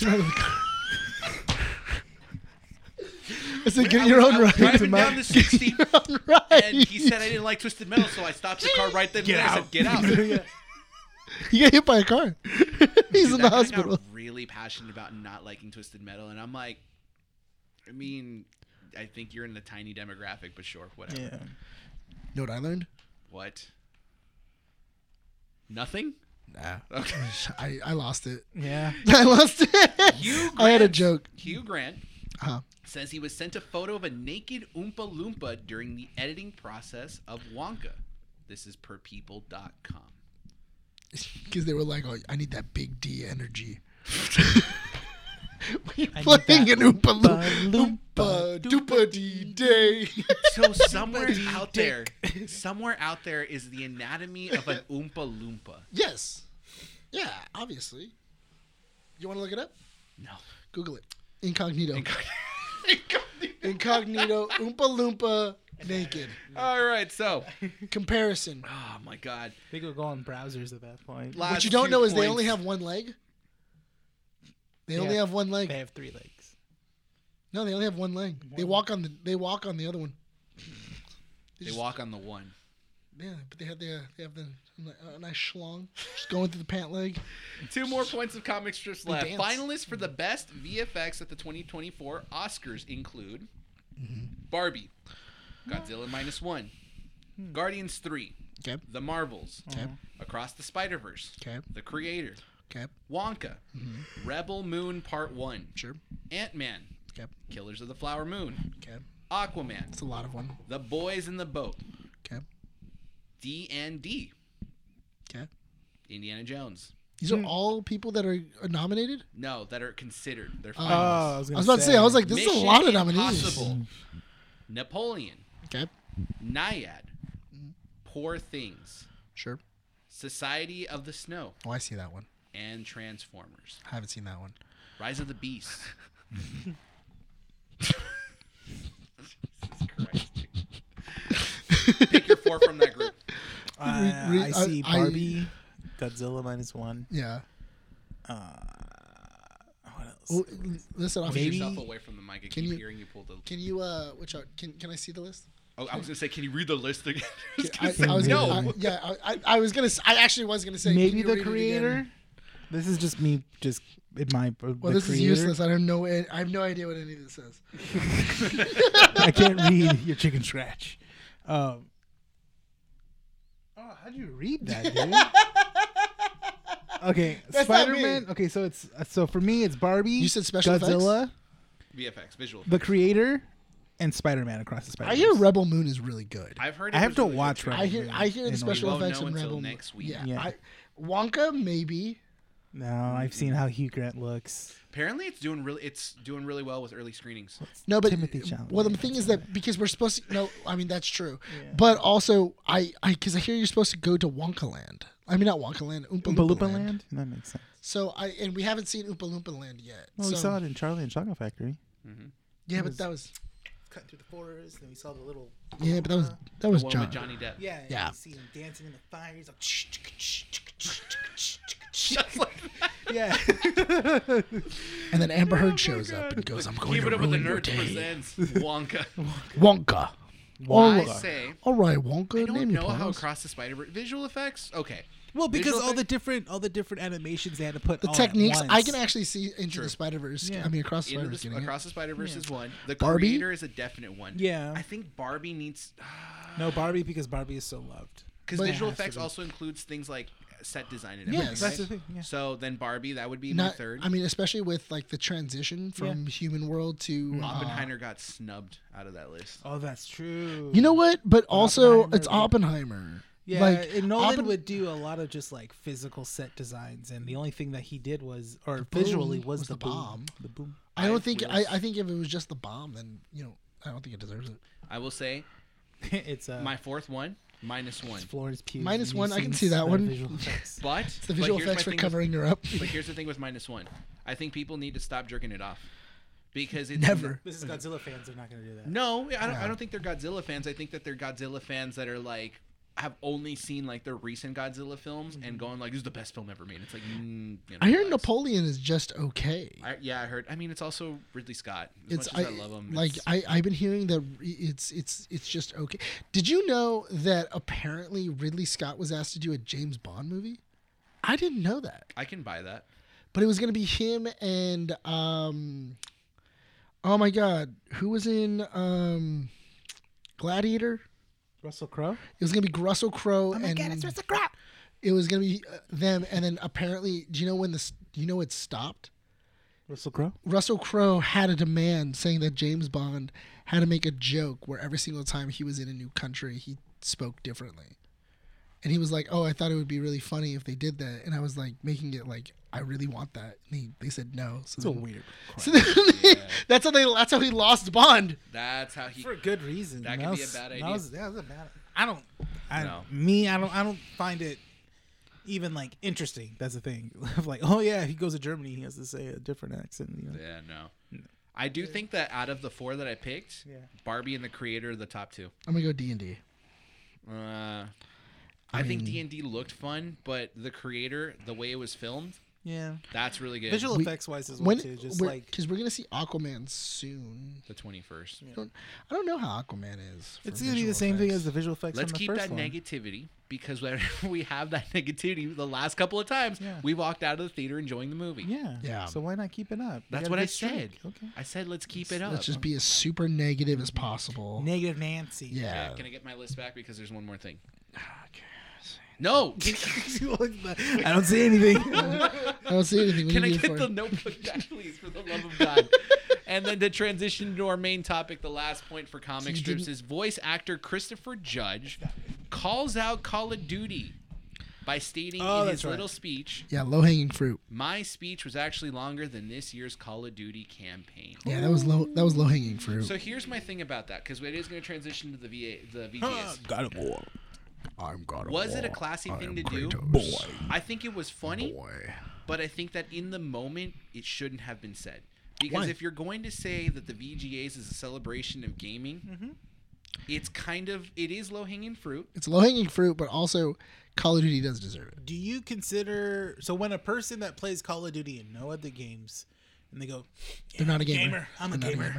[SPEAKER 2] I said, "Get
[SPEAKER 4] I
[SPEAKER 2] your
[SPEAKER 4] was-
[SPEAKER 2] own
[SPEAKER 4] I was
[SPEAKER 2] ride."
[SPEAKER 4] driving
[SPEAKER 2] Mike.
[SPEAKER 4] down the 60,
[SPEAKER 2] Get your own ride.
[SPEAKER 4] and he said I didn't like Twisted Metal, so I stopped the car right then. and there. I said, "Get out!" Dude,
[SPEAKER 2] "He got hit by a car. He's in the
[SPEAKER 4] that guy
[SPEAKER 2] hospital."
[SPEAKER 4] Got really passionate about not liking Twisted Metal, and I'm like, I mean, I think you're in the tiny demographic, but sure, whatever.
[SPEAKER 3] yeah.
[SPEAKER 2] You know what I learned?
[SPEAKER 4] What? Nothing?
[SPEAKER 2] Nah.
[SPEAKER 4] Okay.
[SPEAKER 2] I, I lost it.
[SPEAKER 3] Yeah.
[SPEAKER 2] I lost it.
[SPEAKER 4] Hugh Grant,
[SPEAKER 2] I had a joke.
[SPEAKER 4] Hugh Grant
[SPEAKER 2] Uh-huh.
[SPEAKER 4] says he was sent a photo of a naked Oompa Loompa during the editing process of Wonka. This is per people.com.
[SPEAKER 2] Because they were like, "Oh, I need that big D energy." we
[SPEAKER 3] need
[SPEAKER 2] playing
[SPEAKER 3] that
[SPEAKER 2] an Oompa
[SPEAKER 3] Loompa
[SPEAKER 2] Loompa Doopa Dee Day.
[SPEAKER 4] So somewhere out there, somewhere out there is the anatomy of an Oompa Loompa.
[SPEAKER 2] Yes. Yeah, obviously. You want to look it up?
[SPEAKER 4] No.
[SPEAKER 2] Google it. Incognito. Incognito. Oompa Loompa naked.
[SPEAKER 4] All right, so
[SPEAKER 2] Comparison.
[SPEAKER 4] oh my god.
[SPEAKER 3] They could go on browsers at that point.
[SPEAKER 4] Last
[SPEAKER 2] What you don't
[SPEAKER 4] two
[SPEAKER 2] know is they
[SPEAKER 4] points.
[SPEAKER 2] only have one leg. They only
[SPEAKER 3] Yeah.
[SPEAKER 2] have one
[SPEAKER 3] They
[SPEAKER 2] leg.
[SPEAKER 3] have three legs.
[SPEAKER 2] No, they only have one leg. They walk on the. They walk on the other one.
[SPEAKER 4] they walk on the one.
[SPEAKER 2] Yeah, but they have the. uh, They have the a nice schlong just going through the pant leg.
[SPEAKER 4] Two more points of comic strips left.
[SPEAKER 2] dance.
[SPEAKER 4] Finalists for the best VFX at the 2024 Oscars include
[SPEAKER 2] Mm-hmm.
[SPEAKER 4] Barbie, Godzilla minus one, Guardians three,
[SPEAKER 2] Okay.
[SPEAKER 4] The Marvels,
[SPEAKER 2] Hmm. Okay.
[SPEAKER 4] Across the Spider Verse,
[SPEAKER 2] Okay.
[SPEAKER 4] The Creator,
[SPEAKER 2] Okay.
[SPEAKER 4] Wonka,
[SPEAKER 2] Mm-hmm.
[SPEAKER 4] Rebel Moon Part One,
[SPEAKER 2] Sure.
[SPEAKER 4] Ant Man,
[SPEAKER 2] Okay.
[SPEAKER 4] Killers of the Flower Moon,
[SPEAKER 2] Okay.
[SPEAKER 4] Aquaman,
[SPEAKER 2] It's a lot of one.
[SPEAKER 4] The Boys in the Boat,
[SPEAKER 2] Okay.
[SPEAKER 4] D and D,
[SPEAKER 2] Okay.
[SPEAKER 4] Indiana Jones.
[SPEAKER 2] These are all people that are are nominated.
[SPEAKER 4] No, that are considered. They're
[SPEAKER 3] Oh,
[SPEAKER 4] finalists.
[SPEAKER 2] I was about to say. I was like, Uh, this is a
[SPEAKER 4] Mission
[SPEAKER 2] lot of nominees. Mm.
[SPEAKER 4] Impossible. Napoleon,
[SPEAKER 2] Okay.
[SPEAKER 4] Naiad,
[SPEAKER 2] Mm.
[SPEAKER 4] Poor Things,
[SPEAKER 2] Sure.
[SPEAKER 4] Society of the Snow,
[SPEAKER 2] Oh, I see that one.
[SPEAKER 4] and Transformers.
[SPEAKER 2] I haven't seen that one.
[SPEAKER 4] Rise of the Beast. Jesus Pick your four from that group.
[SPEAKER 3] Uh,
[SPEAKER 2] Re- re-
[SPEAKER 3] I see
[SPEAKER 2] I- I-
[SPEAKER 3] Barbie, Godzilla minus one.
[SPEAKER 2] Yeah.
[SPEAKER 3] Uh, what else?
[SPEAKER 2] Well, listen, I'm
[SPEAKER 4] Push yourself away from the mic. I
[SPEAKER 2] Can
[SPEAKER 4] keep
[SPEAKER 2] you-
[SPEAKER 4] hearing you pull the.
[SPEAKER 2] Can you uh, which are, can can I see the list?
[SPEAKER 4] Oh, I was gonna say, can you read the list again? I was
[SPEAKER 2] I,
[SPEAKER 4] gonna say,
[SPEAKER 2] I was
[SPEAKER 4] no.
[SPEAKER 2] gonna, I, yeah, I, I, I was gonna. s- I actually was gonna say can
[SPEAKER 3] Maybe
[SPEAKER 2] you read
[SPEAKER 3] the
[SPEAKER 2] it
[SPEAKER 3] creator.
[SPEAKER 2] again?
[SPEAKER 3] This is just me, just in my. uh,
[SPEAKER 2] Well, this is useless. I don't know. I have no idea what any of this says.
[SPEAKER 3] I can't read your chicken scratch. Um, oh, how'd you read that, dude? okay,
[SPEAKER 2] That's not
[SPEAKER 3] Spider Man. Okay, so it's uh, so for me, it's Barbie.
[SPEAKER 2] You said special
[SPEAKER 3] Godzilla,
[SPEAKER 4] VFX visual.
[SPEAKER 3] the creator, and Spider Man across the Spider.
[SPEAKER 2] I hear Rebel Moon is really good.
[SPEAKER 4] I've heard.
[SPEAKER 3] I
[SPEAKER 4] it
[SPEAKER 3] have
[SPEAKER 4] was
[SPEAKER 3] to
[SPEAKER 4] really good
[SPEAKER 3] watch
[SPEAKER 4] too.
[SPEAKER 3] Rebel
[SPEAKER 2] I hear I hear
[SPEAKER 3] And
[SPEAKER 2] the
[SPEAKER 3] we
[SPEAKER 2] special
[SPEAKER 4] won't
[SPEAKER 2] effects
[SPEAKER 4] know
[SPEAKER 2] in
[SPEAKER 4] until
[SPEAKER 2] Rebel Moon.
[SPEAKER 4] next week.
[SPEAKER 2] Yeah,
[SPEAKER 3] Yeah.
[SPEAKER 2] I, Wonka maybe.
[SPEAKER 3] No, I've seen how Hugh Grant looks.
[SPEAKER 4] Apparently, it's doing really. It's doing really well with early screenings.
[SPEAKER 2] No, but
[SPEAKER 3] Timothy Chalamet.
[SPEAKER 2] well, the thing is that because we're supposed to. No, I mean that's true. But also, I I because I hear you're supposed to go to Wonka Land. I mean not Wonka Land, Oompa
[SPEAKER 3] Oompa
[SPEAKER 2] Loompa
[SPEAKER 3] Loompa
[SPEAKER 2] Land.
[SPEAKER 3] Land? That makes sense.
[SPEAKER 2] So I and we haven't seen Oompa Loompa Land yet.
[SPEAKER 3] Well,
[SPEAKER 2] so,
[SPEAKER 3] we saw it in Charlie and Chocolate Factory.
[SPEAKER 2] Yeah, but that was
[SPEAKER 5] Cut through the forest, and we saw the little
[SPEAKER 2] yeah, but that was that was
[SPEAKER 4] One
[SPEAKER 2] John.
[SPEAKER 4] with Johnny Depp.
[SPEAKER 5] yeah.
[SPEAKER 2] Yeah.
[SPEAKER 5] yeah. You see him dancing in the fire. He's like,
[SPEAKER 4] Just like that.
[SPEAKER 3] Yeah.
[SPEAKER 2] And then
[SPEAKER 3] Oh
[SPEAKER 2] Amber Heard shows up and goes, "I'm going
[SPEAKER 4] Keep it
[SPEAKER 2] to
[SPEAKER 4] up with the
[SPEAKER 2] ruin your
[SPEAKER 4] nerd
[SPEAKER 2] day."
[SPEAKER 4] presents Wonka.
[SPEAKER 2] Wonka.
[SPEAKER 4] I
[SPEAKER 2] Wonka.
[SPEAKER 4] say.
[SPEAKER 2] All right, Wonka.
[SPEAKER 4] I don't
[SPEAKER 2] name your
[SPEAKER 4] know how
[SPEAKER 2] price.
[SPEAKER 4] across the spider visual effects. Okay,
[SPEAKER 3] well, because
[SPEAKER 4] Visual
[SPEAKER 3] all the
[SPEAKER 4] effects?
[SPEAKER 3] different all the different animations they had to put
[SPEAKER 2] the
[SPEAKER 3] all at
[SPEAKER 2] techniques I
[SPEAKER 3] once.
[SPEAKER 2] can actually see into the Spider Verse. I mean, across the Spider
[SPEAKER 4] Into the,
[SPEAKER 2] Verse.
[SPEAKER 4] Sp- across the spider verse is one. The
[SPEAKER 2] Barbie?
[SPEAKER 4] creator is a definite one.
[SPEAKER 3] Yeah.
[SPEAKER 4] I think Barbie needs
[SPEAKER 3] No, Barbie because Barbie is so loved.
[SPEAKER 4] because
[SPEAKER 2] But-
[SPEAKER 4] visual
[SPEAKER 2] Has
[SPEAKER 4] effects also includes things like set design and
[SPEAKER 2] Yes.
[SPEAKER 4] everything.
[SPEAKER 3] That's the
[SPEAKER 4] right?
[SPEAKER 3] thing. Yeah.
[SPEAKER 4] So then Barbie, that would be my
[SPEAKER 2] Not,
[SPEAKER 4] third.
[SPEAKER 2] I mean, especially with like the transition from human world to.
[SPEAKER 4] Mm-hmm.
[SPEAKER 2] Uh,
[SPEAKER 4] Oppenheimer got snubbed out of that list.
[SPEAKER 3] Oh, that's true.
[SPEAKER 2] you know what? But also,
[SPEAKER 3] Oppenheimer,
[SPEAKER 2] it's
[SPEAKER 3] yeah.
[SPEAKER 2] Oppenheimer.
[SPEAKER 3] yeah,
[SPEAKER 2] like,
[SPEAKER 3] and Nolan
[SPEAKER 2] Oppen-
[SPEAKER 3] would do a lot of just like physical set designs, and the only thing that he did was, or visually,
[SPEAKER 2] boom
[SPEAKER 3] was,
[SPEAKER 2] was
[SPEAKER 3] the,
[SPEAKER 2] the
[SPEAKER 3] boom.
[SPEAKER 2] bomb.
[SPEAKER 3] The boom.
[SPEAKER 2] I don't think. I, I think if it was just the bomb, then you know, I don't think it deserves it.
[SPEAKER 4] I will say
[SPEAKER 3] it's uh,
[SPEAKER 4] my fourth one minus one.
[SPEAKER 3] it's Florence Pugh.
[SPEAKER 2] Minus
[SPEAKER 3] and
[SPEAKER 2] one, I can
[SPEAKER 3] Eucene's
[SPEAKER 2] see that
[SPEAKER 3] other
[SPEAKER 2] one.
[SPEAKER 3] visual effects.
[SPEAKER 4] But
[SPEAKER 2] It's the visual
[SPEAKER 4] but here's
[SPEAKER 2] effects
[SPEAKER 4] my
[SPEAKER 2] for
[SPEAKER 4] thing
[SPEAKER 2] covering her up.
[SPEAKER 4] With, but here's the thing with minus one. I think people need to stop jerking it off because it's
[SPEAKER 2] Never.
[SPEAKER 3] this is Godzilla fans. They're not gonna do that.
[SPEAKER 4] No, I don't. I don't think they're Godzilla fans. I think that they're Godzilla fans that are like have only seen like the recent Godzilla films and going like, "This is the best film ever made." It's like, mm, you know,
[SPEAKER 2] Mm-hmm. I hear
[SPEAKER 4] relax.
[SPEAKER 2] Napoleon is just okay.
[SPEAKER 4] I, yeah, I heard. I mean, it's also Ridley Scott. As
[SPEAKER 2] It's
[SPEAKER 4] much
[SPEAKER 2] I,
[SPEAKER 4] as I, love him,
[SPEAKER 2] like
[SPEAKER 4] it's-
[SPEAKER 2] I I've been hearing that re- it's it's it's just okay. Did you know that apparently Ridley Scott was asked to do a James Bond movie? I didn't know that.
[SPEAKER 4] I can buy that.
[SPEAKER 2] but it was gonna be him and um oh my god who was in um gladiator
[SPEAKER 3] Russell Crowe.
[SPEAKER 2] it was gonna be russell crowe and russell crowe it was gonna be uh, them and then apparently do you know when this do you know it stopped
[SPEAKER 3] Russell Crowe.
[SPEAKER 2] russell crowe had a demand saying that james bond had to make a joke where every single time he was in a new country he spoke differently and he was like oh i thought it would be really funny if they did that and i was like making it like i really want that and he, they said no so
[SPEAKER 3] It's a
[SPEAKER 2] then-
[SPEAKER 3] weird.
[SPEAKER 2] so then that's how they. That's how he lost Bond.
[SPEAKER 4] That's how he.
[SPEAKER 3] For a good reason.
[SPEAKER 4] That could be a bad
[SPEAKER 3] that
[SPEAKER 4] idea.
[SPEAKER 3] was- that was a bad. I don't. I
[SPEAKER 4] No.
[SPEAKER 3] me. I don't. I don't find it even like interesting. That's the thing. Of like, oh yeah, he goes to Germany. He has to say a different accent. You know?
[SPEAKER 4] Yeah, no. I do think that out of the four that I picked,
[SPEAKER 3] Yeah.
[SPEAKER 4] Barbie and the Creator are the top two.
[SPEAKER 2] I'm gonna go D and D.
[SPEAKER 4] Uh, I, think D and D looked fun, but the Creator, the way it was filmed,
[SPEAKER 3] Yeah.
[SPEAKER 4] that's really good.
[SPEAKER 3] Visual
[SPEAKER 2] We-
[SPEAKER 3] effects wise as well
[SPEAKER 2] When
[SPEAKER 3] too. Just like
[SPEAKER 2] because we're gonna see Aquaman soon.
[SPEAKER 4] the twenty first.
[SPEAKER 2] I don't, I don't know how Aquaman is. for
[SPEAKER 3] it's gonna be
[SPEAKER 2] visual
[SPEAKER 3] the same thing
[SPEAKER 2] effects.
[SPEAKER 3] as the visual effects.
[SPEAKER 4] Let's
[SPEAKER 3] from the
[SPEAKER 4] keep
[SPEAKER 3] first
[SPEAKER 4] that
[SPEAKER 3] one.
[SPEAKER 4] negativity because whenever we have that negativity, the last couple of times
[SPEAKER 3] Yeah.
[SPEAKER 4] we walked out of the theater enjoying the movie.
[SPEAKER 3] Yeah.
[SPEAKER 2] Yeah.
[SPEAKER 3] So why not keep it up? We
[SPEAKER 4] That's
[SPEAKER 3] got a
[SPEAKER 4] what I
[SPEAKER 3] good streak.
[SPEAKER 4] said.
[SPEAKER 3] Okay.
[SPEAKER 4] I said let's keep it up.
[SPEAKER 2] Let's just be as super negative as possible.
[SPEAKER 3] Negative Nancy.
[SPEAKER 4] Okay,
[SPEAKER 2] Yeah.
[SPEAKER 4] Can I get my list back because there's one more thing? No. Can,
[SPEAKER 3] I don't see anything.
[SPEAKER 2] I don't see anything. What
[SPEAKER 4] can
[SPEAKER 2] do
[SPEAKER 4] I
[SPEAKER 2] you need it
[SPEAKER 4] get
[SPEAKER 2] for?
[SPEAKER 4] the notebook back, please, for the love of God? And then to transition to our main topic, the last point for comic
[SPEAKER 2] you
[SPEAKER 4] strips
[SPEAKER 2] didn't-
[SPEAKER 4] is voice actor Christopher Judge calls out Call of Duty by stating
[SPEAKER 3] Oh,
[SPEAKER 4] in
[SPEAKER 3] that's
[SPEAKER 4] his
[SPEAKER 3] right.
[SPEAKER 4] little speech,
[SPEAKER 2] yeah, low hanging fruit.
[SPEAKER 4] "My speech was actually longer than this year's Call of Duty campaign."
[SPEAKER 2] Yeah, that was low. That was low hanging fruit.
[SPEAKER 4] So here's my thing about that because it is going to transition to the VA, the VGS.
[SPEAKER 3] Got it. War.
[SPEAKER 2] I'm God of
[SPEAKER 4] Was it a
[SPEAKER 2] War.
[SPEAKER 4] classy
[SPEAKER 2] I
[SPEAKER 4] thing
[SPEAKER 2] am
[SPEAKER 4] to do?
[SPEAKER 2] Kratos.
[SPEAKER 4] I think it was funny,
[SPEAKER 2] Boy.
[SPEAKER 4] but I think that in the moment it shouldn't have been said. Because
[SPEAKER 2] Why?
[SPEAKER 4] if you're going to say that the VGAs is a celebration of gaming, It's kind of it is low hanging fruit.
[SPEAKER 2] It's low hanging fruit, but also Call of Duty does deserve it.
[SPEAKER 5] Do you consider so when a person that plays Call of Duty and no other games, and they go,
[SPEAKER 2] They're not a gamer.
[SPEAKER 5] Gamer. I'm a
[SPEAKER 2] They're not
[SPEAKER 5] gamer.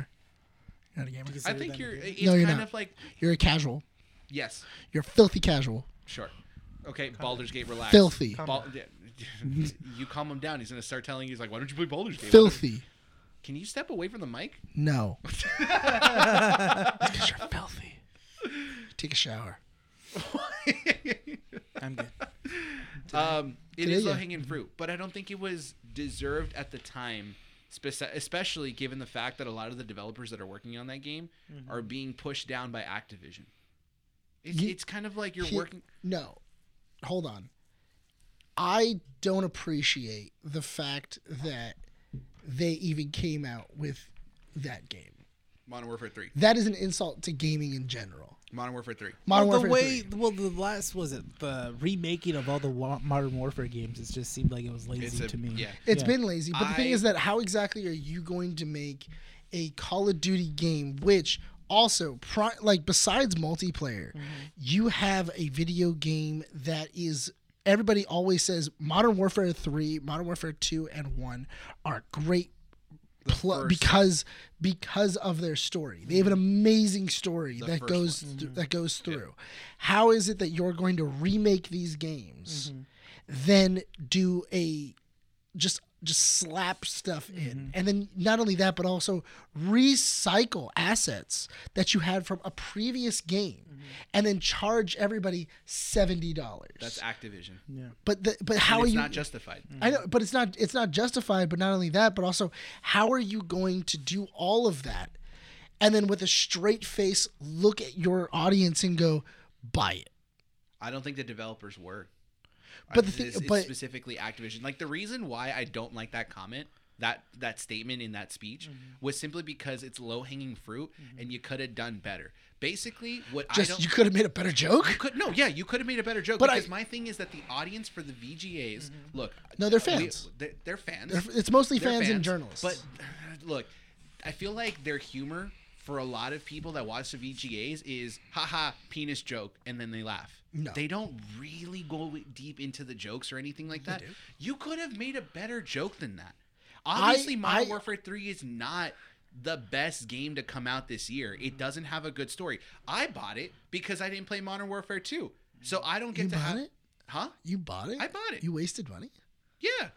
[SPEAKER 2] You're not a gamer.
[SPEAKER 5] you
[SPEAKER 4] I
[SPEAKER 5] consider
[SPEAKER 4] think
[SPEAKER 5] them a
[SPEAKER 4] you're.
[SPEAKER 5] gamer?
[SPEAKER 4] It's
[SPEAKER 2] you're
[SPEAKER 4] kind
[SPEAKER 2] not.
[SPEAKER 4] of like
[SPEAKER 2] You're a casual.
[SPEAKER 4] yes,
[SPEAKER 2] You're a filthy casual.
[SPEAKER 4] sure, okay. Baldur's Gate, relax.
[SPEAKER 2] Filthy.
[SPEAKER 4] Bal- yeah. you calm him down. He's gonna start telling you. He's like, "Why don't you play Baldur's Gate?"
[SPEAKER 2] Filthy.
[SPEAKER 4] Can you step away from the mic?
[SPEAKER 2] No. It's 'cause you're filthy. Take a shower.
[SPEAKER 3] I'm good.
[SPEAKER 4] um, it
[SPEAKER 2] Today,
[SPEAKER 4] is
[SPEAKER 2] yeah. Mm-hmm.
[SPEAKER 4] low hanging fruit, but I don't think it was deserved at the time, speci- especially given the fact that a lot of the developers that are working on that game are being pushed down by Activision. It's,
[SPEAKER 2] You-
[SPEAKER 4] it's kind of like you're
[SPEAKER 2] He-
[SPEAKER 4] working.
[SPEAKER 2] No. Hold on. I don't appreciate the fact that they even came out with that game.
[SPEAKER 4] Modern Warfare Three.
[SPEAKER 2] That is an insult to gaming in general.
[SPEAKER 4] Modern Warfare Three.
[SPEAKER 2] Modern
[SPEAKER 3] well, the
[SPEAKER 2] Warfare
[SPEAKER 3] way
[SPEAKER 2] 3.
[SPEAKER 3] well the last was it the remaking of all the wa- modern warfare games it just seemed like it was
[SPEAKER 4] It's
[SPEAKER 3] lazy
[SPEAKER 4] a,
[SPEAKER 3] to me
[SPEAKER 4] yeah.
[SPEAKER 2] It's
[SPEAKER 3] Yeah.
[SPEAKER 2] been lazy, but the thing
[SPEAKER 4] I-
[SPEAKER 2] is that how exactly are you going to make a Call of Duty game which also pri- like besides multiplayer,
[SPEAKER 4] Mm-hmm.
[SPEAKER 2] you have a video game that is everybody always says Modern Warfare 3, Modern Warfare 2 and 1 are great pl-
[SPEAKER 4] first.
[SPEAKER 2] because because of their story. They have an
[SPEAKER 4] Mm-hmm.
[SPEAKER 2] amazing story that
[SPEAKER 4] first
[SPEAKER 2] goes th-
[SPEAKER 4] Mm-hmm.
[SPEAKER 2] that goes through. How is it that you're going to remake these games
[SPEAKER 4] Mm-hmm.
[SPEAKER 2] then do a just just slap stuff
[SPEAKER 4] Mm-hmm.
[SPEAKER 2] in and then not only that but also recycle assets that you had from a previous game and then charge everybody $70
[SPEAKER 4] Mm-hmm. That's Activision.
[SPEAKER 2] but the, but how
[SPEAKER 4] and
[SPEAKER 2] are
[SPEAKER 4] it's
[SPEAKER 2] you
[SPEAKER 4] not mm-hmm. justified.
[SPEAKER 2] I know, but it's not it's not justified. But not only that, but also how are you going to do all of that, and then with a straight face look at your audience and go buy it?
[SPEAKER 4] I don't think the developers were.
[SPEAKER 2] But the
[SPEAKER 4] It's-
[SPEAKER 2] thing-
[SPEAKER 4] it's
[SPEAKER 2] but-
[SPEAKER 4] specifically Activision. Like the reason why I don't like that comment, that that statement in that speech,
[SPEAKER 2] Mm-hmm.
[SPEAKER 4] was simply because it's low hanging fruit, and you could have done better. Basically, what I
[SPEAKER 2] Just
[SPEAKER 4] don't
[SPEAKER 2] you could have made a better joke.
[SPEAKER 4] could no, yeah, you could have made a better joke.
[SPEAKER 2] But
[SPEAKER 4] because
[SPEAKER 2] I- Mm-hmm.
[SPEAKER 4] my thing is that the audience for the VGAs, look,
[SPEAKER 2] No, they're
[SPEAKER 4] we-
[SPEAKER 2] fans.
[SPEAKER 4] they're, they're fans.
[SPEAKER 2] It's mostly
[SPEAKER 4] They're
[SPEAKER 2] fans, and journalists.
[SPEAKER 4] But look, I feel like their humor for a lot of people that watch the VGAs is haha penis joke and then they laugh.
[SPEAKER 2] No.
[SPEAKER 4] They don't really go deep into the jokes or anything like that.
[SPEAKER 2] do.
[SPEAKER 4] You could have made a better joke than that. Obviously, Modern
[SPEAKER 2] I-
[SPEAKER 4] Warfare 3 is not the best game to come out this year.
[SPEAKER 2] Mm-hmm.
[SPEAKER 4] It doesn't have a good story. I bought it because I didn't play Modern Warfare 2. So I don't get
[SPEAKER 2] you
[SPEAKER 4] to
[SPEAKER 2] bought
[SPEAKER 4] have
[SPEAKER 2] it.
[SPEAKER 4] Huh?
[SPEAKER 2] You bought it.
[SPEAKER 4] I bought it.
[SPEAKER 2] You wasted money.
[SPEAKER 4] Yeah.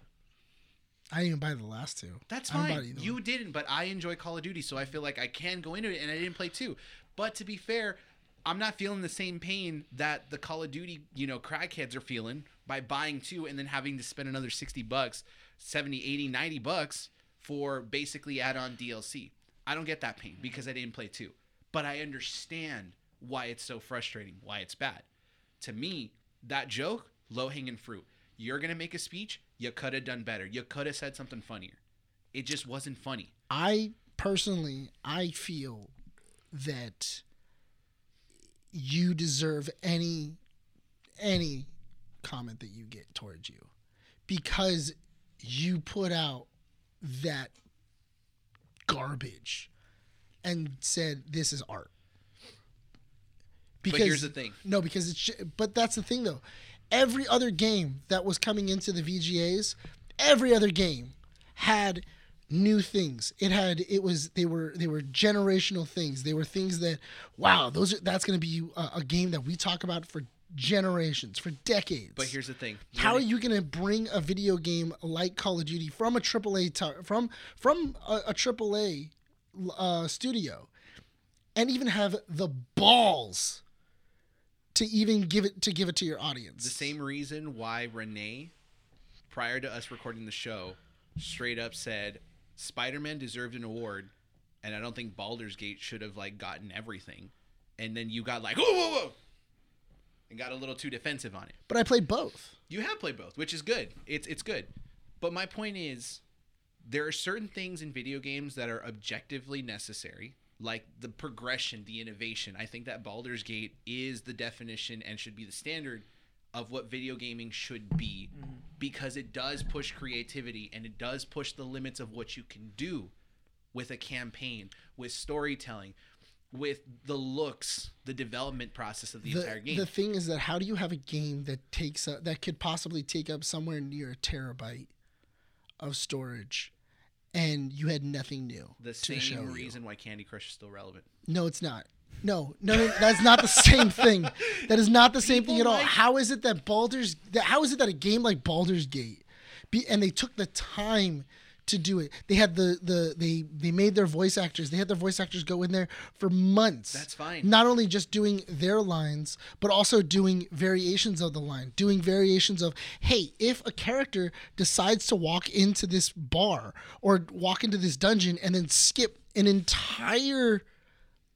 [SPEAKER 2] I didn't even buy the last two.
[SPEAKER 4] That's
[SPEAKER 2] I don't buy
[SPEAKER 4] fine.
[SPEAKER 2] either
[SPEAKER 4] You
[SPEAKER 2] one.
[SPEAKER 4] didn't, but I enjoy Call of Duty, so I feel like I can go into it, and I didn't play two. But to be fair, I'm not feeling the same pain that the Call of Duty, you know, crackheads are feeling by buying two and then having to spend another 60 bucks, 70, 80, 90 bucks for basically add on DLC. I don't get that pain because I didn't play two, but I understand why it's so frustrating, why it's bad. To me, that joke, low hanging fruit. You're going to make a speech, you could have done better. You could have said something funnier it just wasn't funny.
[SPEAKER 2] I personally, I feel that you deserve any any comment that you get towards you because you put out that garbage and said this is art.
[SPEAKER 4] But here's the thing.
[SPEAKER 2] No, because it's. ju- But that's the thing, though. Every other game that was coming into the VGAs, every other game had new things. It had. It was. They were. They were generational things. They were things that. Wow, those. Are, that's going to be a, a game that we talk about for generations, for decades.
[SPEAKER 4] But here's the thing.
[SPEAKER 2] How are you going to bring a video game like Call of Duty from a AAA tar- from from a, a AAA uh, studio, and even have the balls to even give it to give it to your audience?
[SPEAKER 4] The same reason why Renee, prior to us recording the show, straight up said Spider-Man deserved an award, and I don't think Baldur's Gate should have like gotten everything. And then you got like, whoa, whoa, whoa, and got a little too defensive on it.
[SPEAKER 2] But I played both.
[SPEAKER 4] You have played both, which is good. It's it's good. But my point is there are certain things in video games that are objectively necessary, like the progression, the innovation. I think that Baldur's Gate is the definition and should be the standard of what video gaming should be
[SPEAKER 2] Mm-hmm.
[SPEAKER 4] because it does push creativity and it does push the limits of what you can do with a campaign, with storytelling, with the looks, the development process of the, entire game.
[SPEAKER 2] the thing is that how do you have a game that takes up that could possibly take up somewhere near a terabyte of storage, and you had nothing new?
[SPEAKER 4] The
[SPEAKER 2] to show
[SPEAKER 4] same
[SPEAKER 2] you?
[SPEAKER 4] reason why Candy Crush is still relevant.
[SPEAKER 2] No, it's not. No, no, no, that's not the same thing. That is not the same thing at all. how is it that Baldur's? That, how is it that a game like Baldur's Gate, be, and they took the time to do it? They had the the they they made their voice actors. They had their voice actors go in there for months.
[SPEAKER 4] That's fine.
[SPEAKER 2] Not only just doing their lines, but also doing variations of the line, doing variations of hey, if a character decides to walk into this bar or walk into this dungeon and then skip an entire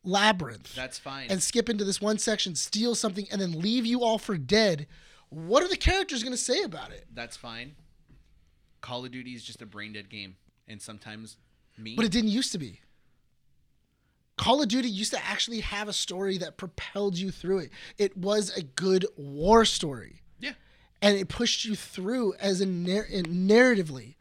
[SPEAKER 2] labyrinth
[SPEAKER 4] That's fine.
[SPEAKER 2] and skip into this one section, steal something, and then leave you all for dead, what are the characters going to say about it?
[SPEAKER 4] That's fine. Call of Duty is just a brain dead game, and sometimes me.
[SPEAKER 2] But it didn't used to be. Call of Duty used to actually have a story that propelled you through it. It was a good war story,
[SPEAKER 4] yeah,
[SPEAKER 2] and it pushed you through as a nar- in- narratively.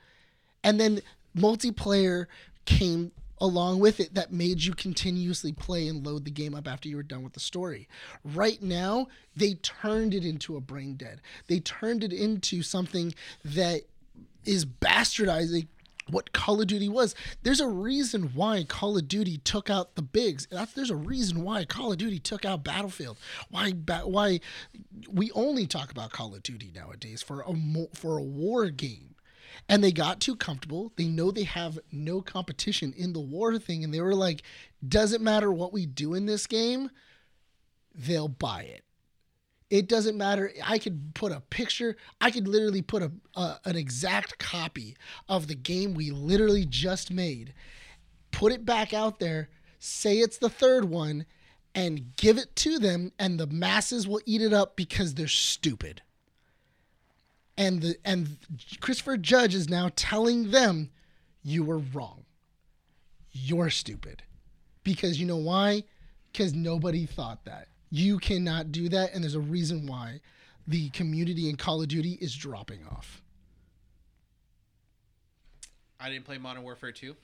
[SPEAKER 2] And then multiplayer came along with it that made you continuously play and load the game up after you were done with the story. Right now, they turned it into a brain dead. They turned it into something that is bastardizing what Call of Duty was. There's a reason why Call of Duty took out the bigs. That's, there's a reason why Call of Duty took out Battlefield. Why ba- why we only talk about Call of Duty nowadays for a mo- for a war game. And they got too comfortable. They know they have no competition in the war thing and they were like doesn't matter what we do in this game, they'll buy it. It doesn't matter. I could put a picture. I could literally put a, a an exact copy of the game we literally just made, put it back out there, say it's the third one, and give it to them, and the masses will eat it up because they're stupid. And the and Christopher Judge is now telling them, you were wrong. You're stupid. Because you know why? Because nobody thought that. You cannot do that, and there's a reason why the community in Call of Duty is dropping off.
[SPEAKER 4] I didn't play Modern Warfare 2.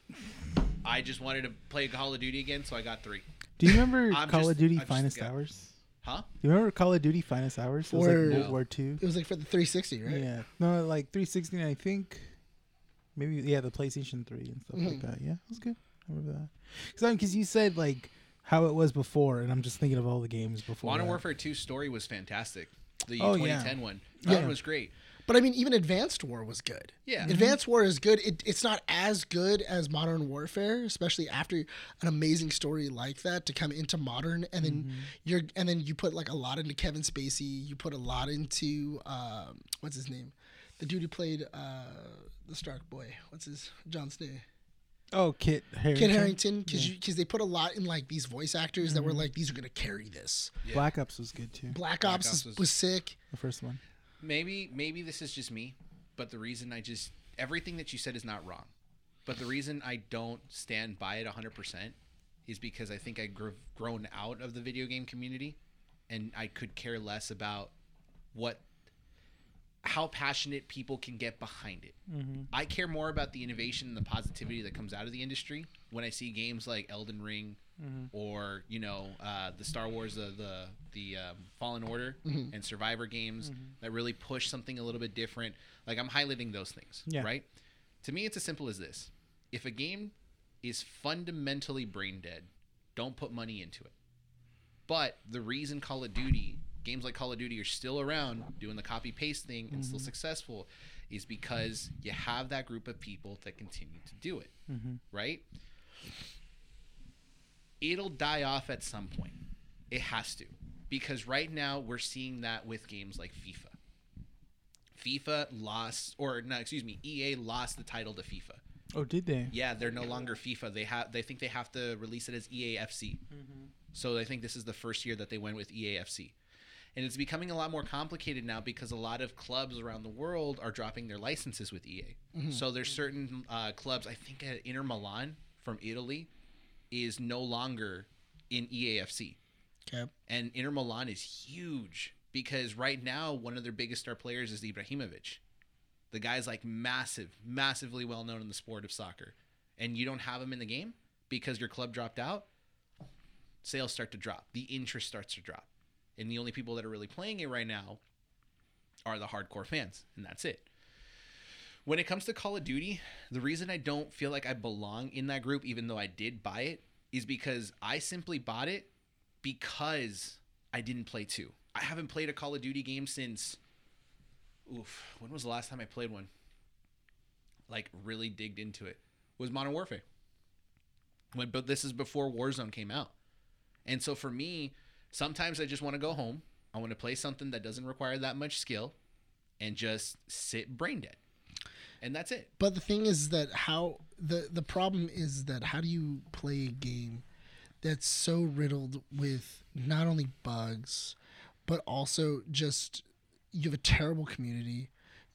[SPEAKER 4] I just wanted to play Call of Duty again, so I got three.
[SPEAKER 3] Do you remember
[SPEAKER 4] I'm
[SPEAKER 3] Call
[SPEAKER 4] just-
[SPEAKER 3] of Duty
[SPEAKER 4] I'm just
[SPEAKER 3] Finest
[SPEAKER 4] scared.
[SPEAKER 3] Hours?
[SPEAKER 4] Huh?
[SPEAKER 3] Do you remember Call of Duty Finest Hours? It was
[SPEAKER 2] Or-
[SPEAKER 3] like World War Two.
[SPEAKER 2] It was like for the 360, right?
[SPEAKER 3] Yeah. No, like 360, I think. Maybe, yeah, the PlayStation 3 and stuff like that. Yeah, it was good. I remember that. Because you said, like, how it was before, and I'm just thinking of all the games before.
[SPEAKER 4] Modern
[SPEAKER 3] that.
[SPEAKER 4] Warfare 2 story was fantastic. The
[SPEAKER 3] Oh, yeah.
[SPEAKER 4] 2010 one. That
[SPEAKER 2] Yeah.
[SPEAKER 4] one was great.
[SPEAKER 2] But I mean, even Advanced War was good.
[SPEAKER 4] Yeah.
[SPEAKER 2] Advanced War is good. It, it's not as good as Modern Warfare, especially after an amazing story like that to come into modern, and then you're and then you put like a lot into Kevin Spacey. You put a lot into um, what's his name, the dude who played uh, the Stark Boy. What's his John Snow?
[SPEAKER 3] Oh, Kit Harrington.
[SPEAKER 2] Kid Harrington, because they put a lot in like these voice actors that were like, these are gonna carry this.
[SPEAKER 3] Black Ops was good, too.
[SPEAKER 2] Black Ops,
[SPEAKER 4] Ops
[SPEAKER 2] was,
[SPEAKER 4] was-
[SPEAKER 2] sick.
[SPEAKER 3] The first one.
[SPEAKER 4] Maybe maybe this is just me, but the reason I just everything that you said is not wrong. But the reason I don't stand by it 100% is because I think I grew, grown out of the video game community and I could care less about what how passionate people can get behind it. I care more about the innovation and the positivity that comes out of the industry when I see games like Elden Ring or you know uh, the Star Wars, the the, the um, Fallen Order and Survivor games that really push something a little bit different. Like I'm highlighting those things,
[SPEAKER 3] Yeah.
[SPEAKER 4] right? To me, it's as simple as this: if a game is fundamentally brain dead, don't put money into it. But the reason Call of Duty games like Call of Duty are still around doing the copy paste thing and still successful is because you have that group of people that continue to do it, right? It'll die off at some point. It has to. Because right now we're seeing that with games like FIFA. FIFA lost or no, excuse me, EA lost the title to FIFA.
[SPEAKER 3] Oh, did they?
[SPEAKER 4] Yeah, they're no longer FIFA. They have they think they have to release it as E EAFC. So I think this is the first year that they went with E EAFC. And it's becoming a lot more complicated now because a lot of clubs around the world are dropping their licenses with EA. So there's certain uh, clubs, I think at Inter Milan from Italy is no longer in E EAFC
[SPEAKER 2] Okay.
[SPEAKER 4] and Inter Milan is huge because right now one of their biggest star players is Ibrahimovic. The guy's like massive, massively well known in the sport of soccer, and you don't have him in the game because your club dropped out. sales start to drop, the interest starts to drop, and the only people that are really playing it right now are the hardcore fans, and that's it. When it comes to Call of Duty, the reason I don't feel like I belong in that group, even though I did buy it, is because I simply bought it because I didn't play two. I haven't played a Call of Duty game since. Oof, when was the last time I played one? Like really digged into it was Modern Warfare. When, but this is before Warzone came out, and so for me, sometimes I just want to go home. I want to play something that doesn't require that much skill, and just sit brain dead, and that's it.
[SPEAKER 2] But the thing is that how the the problem is that how do you play a game that's so riddled with not only bugs, but also just you have a terrible community.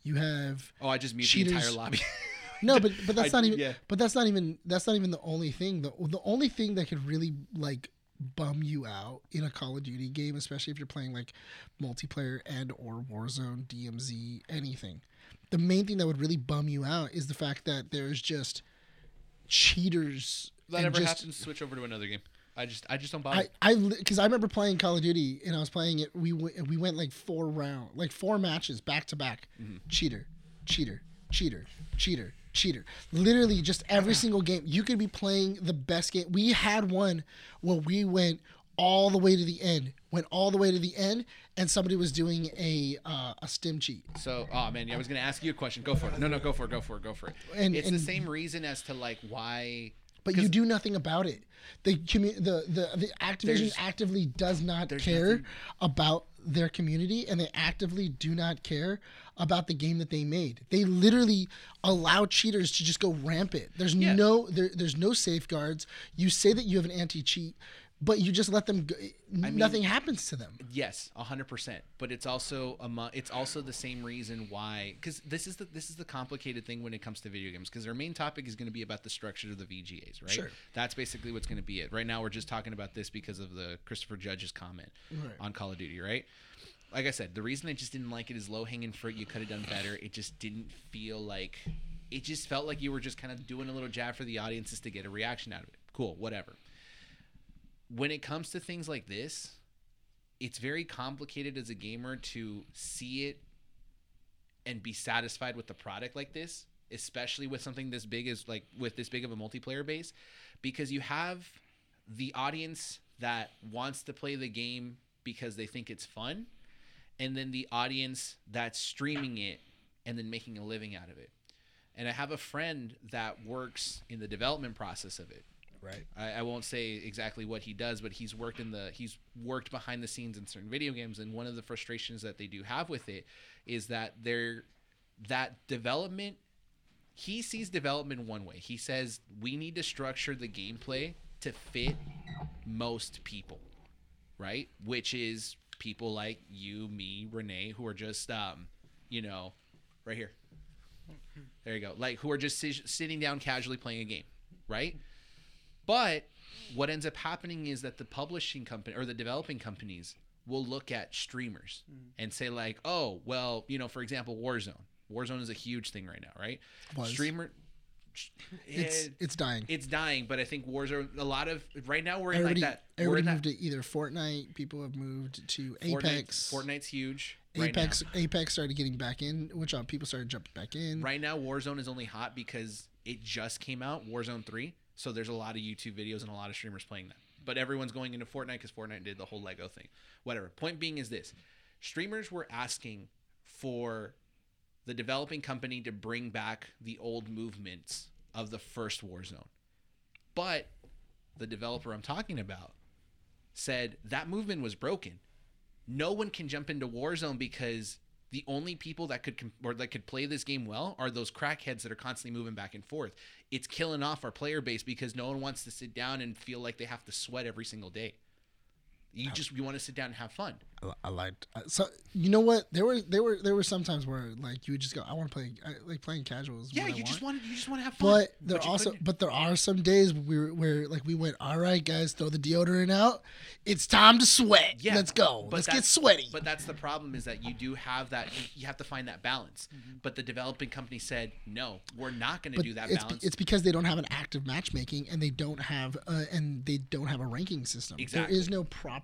[SPEAKER 2] You have
[SPEAKER 4] Oh, I just mute
[SPEAKER 2] Cheaters.
[SPEAKER 4] the entire lobby.
[SPEAKER 2] no, but but that's
[SPEAKER 4] I-
[SPEAKER 2] not even.
[SPEAKER 4] yeah.
[SPEAKER 2] But that's not even. That's not even the only thing. The the only thing that could really like bum you out in a Call of Duty game, especially if you're playing like multiplayer and or Warzone, DMZ, anything. The main thing that would really bum you out is the fact that there's just cheaters.
[SPEAKER 4] that
[SPEAKER 2] and
[SPEAKER 4] ever
[SPEAKER 2] just,
[SPEAKER 4] happens, switch over to another game. I just, I just don't bother.
[SPEAKER 2] I I because I remember playing Call of Duty and I was playing it. We w- we went like four round, like four matches back to back. Cheater, cheater, cheater, cheater, cheater. Literally, just every single game. You could be playing the best game. We had one where we went all the way to the end, went all the way to the end, and somebody was doing a uh, a stim cheat.
[SPEAKER 4] So, oh man, yeah, I was gonna ask you a question. Go for it. No, no, go for it. Go for it. Go for it.
[SPEAKER 2] And-
[SPEAKER 4] it's
[SPEAKER 2] and-
[SPEAKER 4] the same reason as to like why.
[SPEAKER 2] But you do nothing about it. The commu- the the the Activision
[SPEAKER 4] There's-
[SPEAKER 2] actively does not care about their community, and they actively do not care about the game that they made. They literally allow cheaters to just go rampant. There's
[SPEAKER 4] Yeah.
[SPEAKER 2] no there, there's no safeguards. You say that you have an anti cheat, but you just let them. Go, nothing happens to them.
[SPEAKER 4] Yes, hundred percent. But it's also a, mo- it's also the same reason why, because this is the this is the complicated thing when it comes to video games. Because our main topic is going to be about the structure of the VGAs, right?
[SPEAKER 2] Sure.
[SPEAKER 4] That's basically what's going to be it. Right now, we're just talking about this because of the Christopher Judge's comment
[SPEAKER 2] Right.
[SPEAKER 4] on Call of Duty, right? Like I said, the reason I just didn't like it is low hanging fruit. You could have done better. It just didn't feel like. It just felt like you were just kind of doing a little jab for the audiences to get a reaction out of it. Cool, whatever. When it comes to things like this, it's very complicated as a gamer to see it and be satisfied with the product like this, especially with something this big as like with this big of a multiplayer base, because you have the audience that wants to play the game because they think it's fun, and then the audience that's streaming it and then making a living out of it. And I have a friend that works in the development process of it.
[SPEAKER 2] Right.
[SPEAKER 4] I, I won't say exactly what he does, but he's worked in the he's worked behind the scenes in certain video games, and one of the frustrations that they do have with it is that they're that development he sees development one way. He says we need to structure the gameplay to fit most people, right? Which is people like you, me, Renee, who are just um, you know, right here. There you go. Like who are just si- sitting down casually playing a game, right? But what ends up happening is that the publishing company or the developing companies will look at streamers and say like, "Oh, well, you know, for example, Warzone. Warzone is a huge thing right now, right?
[SPEAKER 2] Was.
[SPEAKER 4] Streamer
[SPEAKER 2] It's
[SPEAKER 4] Eh,
[SPEAKER 2] it's dying.
[SPEAKER 4] it's dying, but I think Warzone. A lot of right now we're in
[SPEAKER 2] Everybody,
[SPEAKER 4] like that. We're
[SPEAKER 2] everybody
[SPEAKER 4] in
[SPEAKER 2] moved
[SPEAKER 4] that
[SPEAKER 2] to either Fortnite. People have moved to
[SPEAKER 4] Fortnite-
[SPEAKER 2] Apex.
[SPEAKER 4] Fortnite's huge. Right
[SPEAKER 2] Apex Apex started getting back in, which uh, people started jumping back in.
[SPEAKER 4] now. right now, Warzone is only hot because it just came out, Warzone Three. So there's a lot of YouTube videos and a lot of streamers playing that. But everyone's going into Fortnite because Fortnite did the whole Lego thing. Whatever. Point being is this: streamers were asking for the developing company to bring back the old movements of the first Warzone, but the developer I'm talking about said that movement was broken. No one can jump into Warzone because the only people that could com- or that could play this game well are those crackheads that are constantly moving back and forth. It's killing off our player base because no one wants to sit down and feel like they have to sweat every single day. You just you want to sit down and have fun.
[SPEAKER 2] I, I liked. I- So you know what? There were there were there were some times where like you would just go, I want to play I, like playing casuals.
[SPEAKER 4] Yeah, you just want you just want to have fun.
[SPEAKER 2] But there
[SPEAKER 4] you
[SPEAKER 2] also,
[SPEAKER 4] couldn't.
[SPEAKER 2] but there are some days where, where like we went, all right, guys, throw the deodorant out. It's time to sweat.
[SPEAKER 4] Yeah,
[SPEAKER 2] let's go.
[SPEAKER 4] but
[SPEAKER 2] Let's get
[SPEAKER 4] that's-
[SPEAKER 2] sweaty.
[SPEAKER 4] But that's the problem is that you do have that. you- You have to find that balance. But the developing company said no, we're not going to
[SPEAKER 2] But
[SPEAKER 4] do that
[SPEAKER 2] it's,
[SPEAKER 4] balance.
[SPEAKER 2] it's because they don't have an active matchmaking and they don't have uh, and they don't have a ranking system.
[SPEAKER 4] Exactly.
[SPEAKER 2] There is no proper.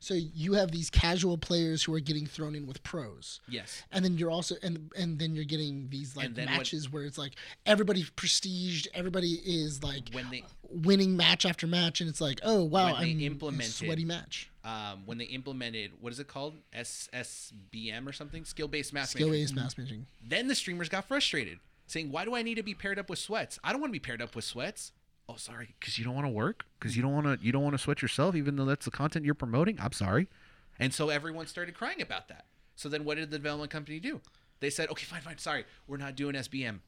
[SPEAKER 2] So you have these casual players who are getting thrown in with pros.
[SPEAKER 4] yes.
[SPEAKER 2] and then you're also and and then you're getting these like
[SPEAKER 4] And then when-
[SPEAKER 2] matches where it's like everybody's prestiged everybody is like
[SPEAKER 4] When they-
[SPEAKER 2] winning match after match and it's like oh wow
[SPEAKER 4] When they
[SPEAKER 2] i'm implemented
[SPEAKER 4] implemented-
[SPEAKER 2] sweaty match
[SPEAKER 4] Um, when they implemented what is it called SSBM or something skill based matchmaking.
[SPEAKER 2] skill based matchmaking
[SPEAKER 4] Then the streamers got frustrated, saying, "Why do I need to be paired up with sweats? I don't want to be paired up with sweats." Oh, sorry, because you don't want to work, because you don't want to you don't want to sweat yourself, even though that's the content you're promoting. I'm sorry, and so everyone started crying about that. So then, what did the development company do? They said, "Okay, fine, fine, sorry, we're not doing SBM.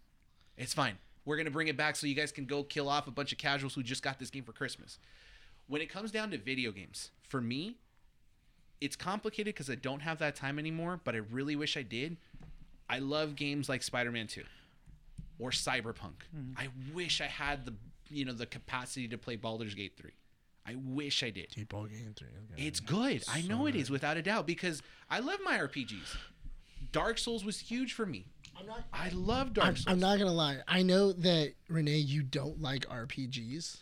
[SPEAKER 4] It's fine. We're gonna bring it back so you guys can go kill off a bunch of casuals who just got this game for Christmas." When it comes down to video games, for me, it's complicated because I don't have that time anymore, but I really wish I did. I love games like Spider-Man 2 or Cyberpunk.
[SPEAKER 2] Mm-hmm.
[SPEAKER 4] I wish I had the you know the capacity to play Baldur's Gate 3. I wish I did.
[SPEAKER 2] Dude, ball game three.
[SPEAKER 4] It's good. I know it is without a doubt because I love my RPGs. Dark Souls was huge for me.
[SPEAKER 2] I'm not,
[SPEAKER 4] I love Dark
[SPEAKER 2] I'm,
[SPEAKER 4] Souls.
[SPEAKER 2] I'm not gonna lie i know that renee you don't like rpgs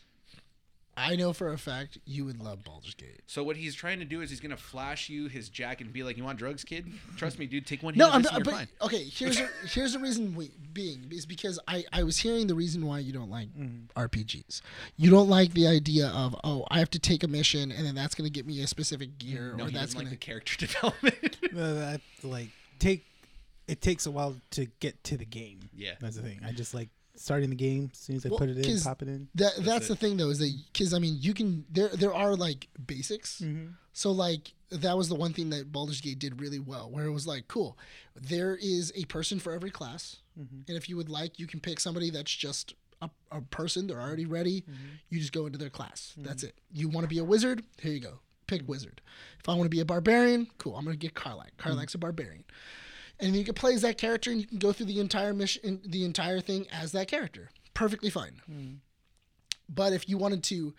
[SPEAKER 2] i know for a fact you would love Baldur's Gate
[SPEAKER 4] so what he's trying to do is he's gonna flash you his jack and be like, "You want drugs, kid? Trust me, dude. Take one hit
[SPEAKER 2] No,
[SPEAKER 4] of
[SPEAKER 2] I'm
[SPEAKER 4] this
[SPEAKER 2] not,
[SPEAKER 4] and
[SPEAKER 2] but
[SPEAKER 4] you're fine."
[SPEAKER 2] okay. Here's the- here's the reason we, being is because I I was hearing the reason why you don't like
[SPEAKER 4] Mm-hmm.
[SPEAKER 2] RPGs. You don't like the idea of oh I have to take a mission and then that's gonna get me a specific gear
[SPEAKER 4] No,
[SPEAKER 2] or
[SPEAKER 4] he
[SPEAKER 2] that's
[SPEAKER 4] doesn't
[SPEAKER 2] gonna
[SPEAKER 4] like the character development.
[SPEAKER 3] No, that, like take it takes a while to get to the game.
[SPEAKER 4] Yeah.
[SPEAKER 3] that's the thing. I just like starting the game as soon as I
[SPEAKER 2] Well,
[SPEAKER 3] put it in,
[SPEAKER 2] 'cause
[SPEAKER 3] pop it in.
[SPEAKER 2] that that's, the thing though is that because I mean you can there there are like basics.
[SPEAKER 3] Mm-hmm.
[SPEAKER 2] So like that was the one thing that Baldur's Gate did really well, where it was like cool. There is a person for every class,
[SPEAKER 3] Mm-hmm.
[SPEAKER 2] and if you would like, you can pick somebody that's just a, a person. They're already ready.
[SPEAKER 3] Mm-hmm.
[SPEAKER 2] You just go into their class. That's it. You want to be a wizard? Here you go. Pick wizard. If I want to be a barbarian, cool. I'm gonna get Carlac. Carlac's
[SPEAKER 3] Mm-hmm.
[SPEAKER 2] a barbarian and you can play as that character and you can go through the entire mission the entire thing as that character perfectly fine but if you wanted to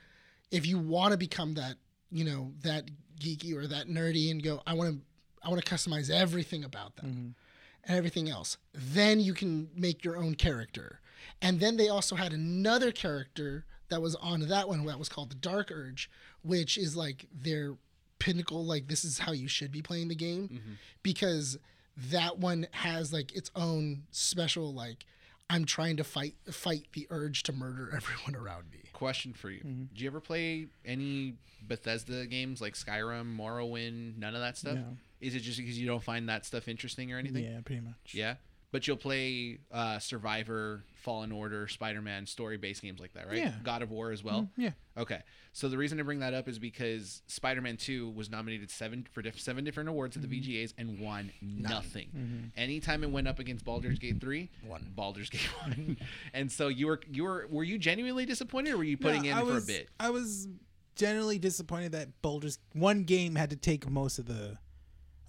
[SPEAKER 2] if you want to become that you know that geeky or that nerdy and go i want to i want to customize everything about them and everything else then you can make your own character and then they also had another character that was on that one that was called the dark urge which is like their pinnacle like this is how you should be playing the game because that one has like its own special like i'm trying to fight fight the urge to murder everyone around me
[SPEAKER 4] Question for you:
[SPEAKER 2] Mm-hmm.
[SPEAKER 4] Do you ever play any Bethesda games like Skyrim, Morrowind, none of that stuff?
[SPEAKER 3] No.
[SPEAKER 4] Is it just because you don't find that stuff interesting or anything?
[SPEAKER 3] Yeah, pretty much.
[SPEAKER 4] Yeah? But you'll play uh, Survivor, Fallen Order, Spider-Man, story-based games like that, right?
[SPEAKER 3] Yeah. Mm,
[SPEAKER 4] God of War as well.
[SPEAKER 3] yeah.
[SPEAKER 4] Okay. So the reason I bring that up is because Spider-Man 2 was nominated seven for diff- seven different awards at
[SPEAKER 3] Mm-hmm.
[SPEAKER 4] the VGAs and won nothing. Anytime it went up against Baldur's Gate 3, won. Baldur's Gate 1. and so you were you were were you genuinely disappointed or were you putting
[SPEAKER 3] No,
[SPEAKER 4] in
[SPEAKER 3] I
[SPEAKER 4] for
[SPEAKER 3] was,
[SPEAKER 4] a bit?
[SPEAKER 3] I was generally disappointed that Baldur's one game had to take most of the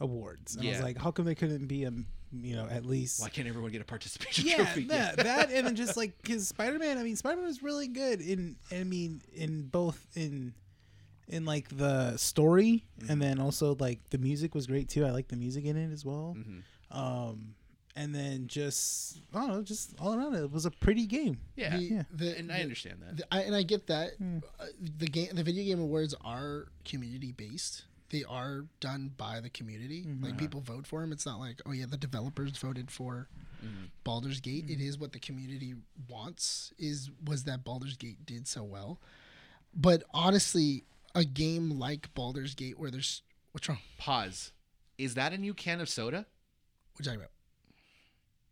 [SPEAKER 3] awards. And I was
[SPEAKER 4] Yeah.
[SPEAKER 3] like, how come they couldn't be a you know at least
[SPEAKER 4] Why can't everyone get a participation
[SPEAKER 3] yeah,
[SPEAKER 4] trophy?
[SPEAKER 3] that, that and then just like because Spider Man, I mean Spider Man was really good in I mean in both in in like the story and then also like the music was great too. I like the music in it as well. Um, and then just I don't know, just all around it, was a pretty game.
[SPEAKER 4] Yeah.
[SPEAKER 2] The- the-
[SPEAKER 4] and I
[SPEAKER 2] the-
[SPEAKER 4] understand that.
[SPEAKER 2] the- I, and i get that
[SPEAKER 3] Hmm.
[SPEAKER 2] Uh, the game the video game awards are community based they are done by the community
[SPEAKER 3] Mm-hmm.
[SPEAKER 2] like people vote for them it's not like oh yeah the developers voted for Baldur's Gate It
[SPEAKER 3] Mm-hmm.
[SPEAKER 2] is what the community wants is was that Baldur's Gate did so well but honestly a game like Baldur's Gate where there's what's wrong
[SPEAKER 4] Pause. Is that a new can of soda?
[SPEAKER 2] what are you talking about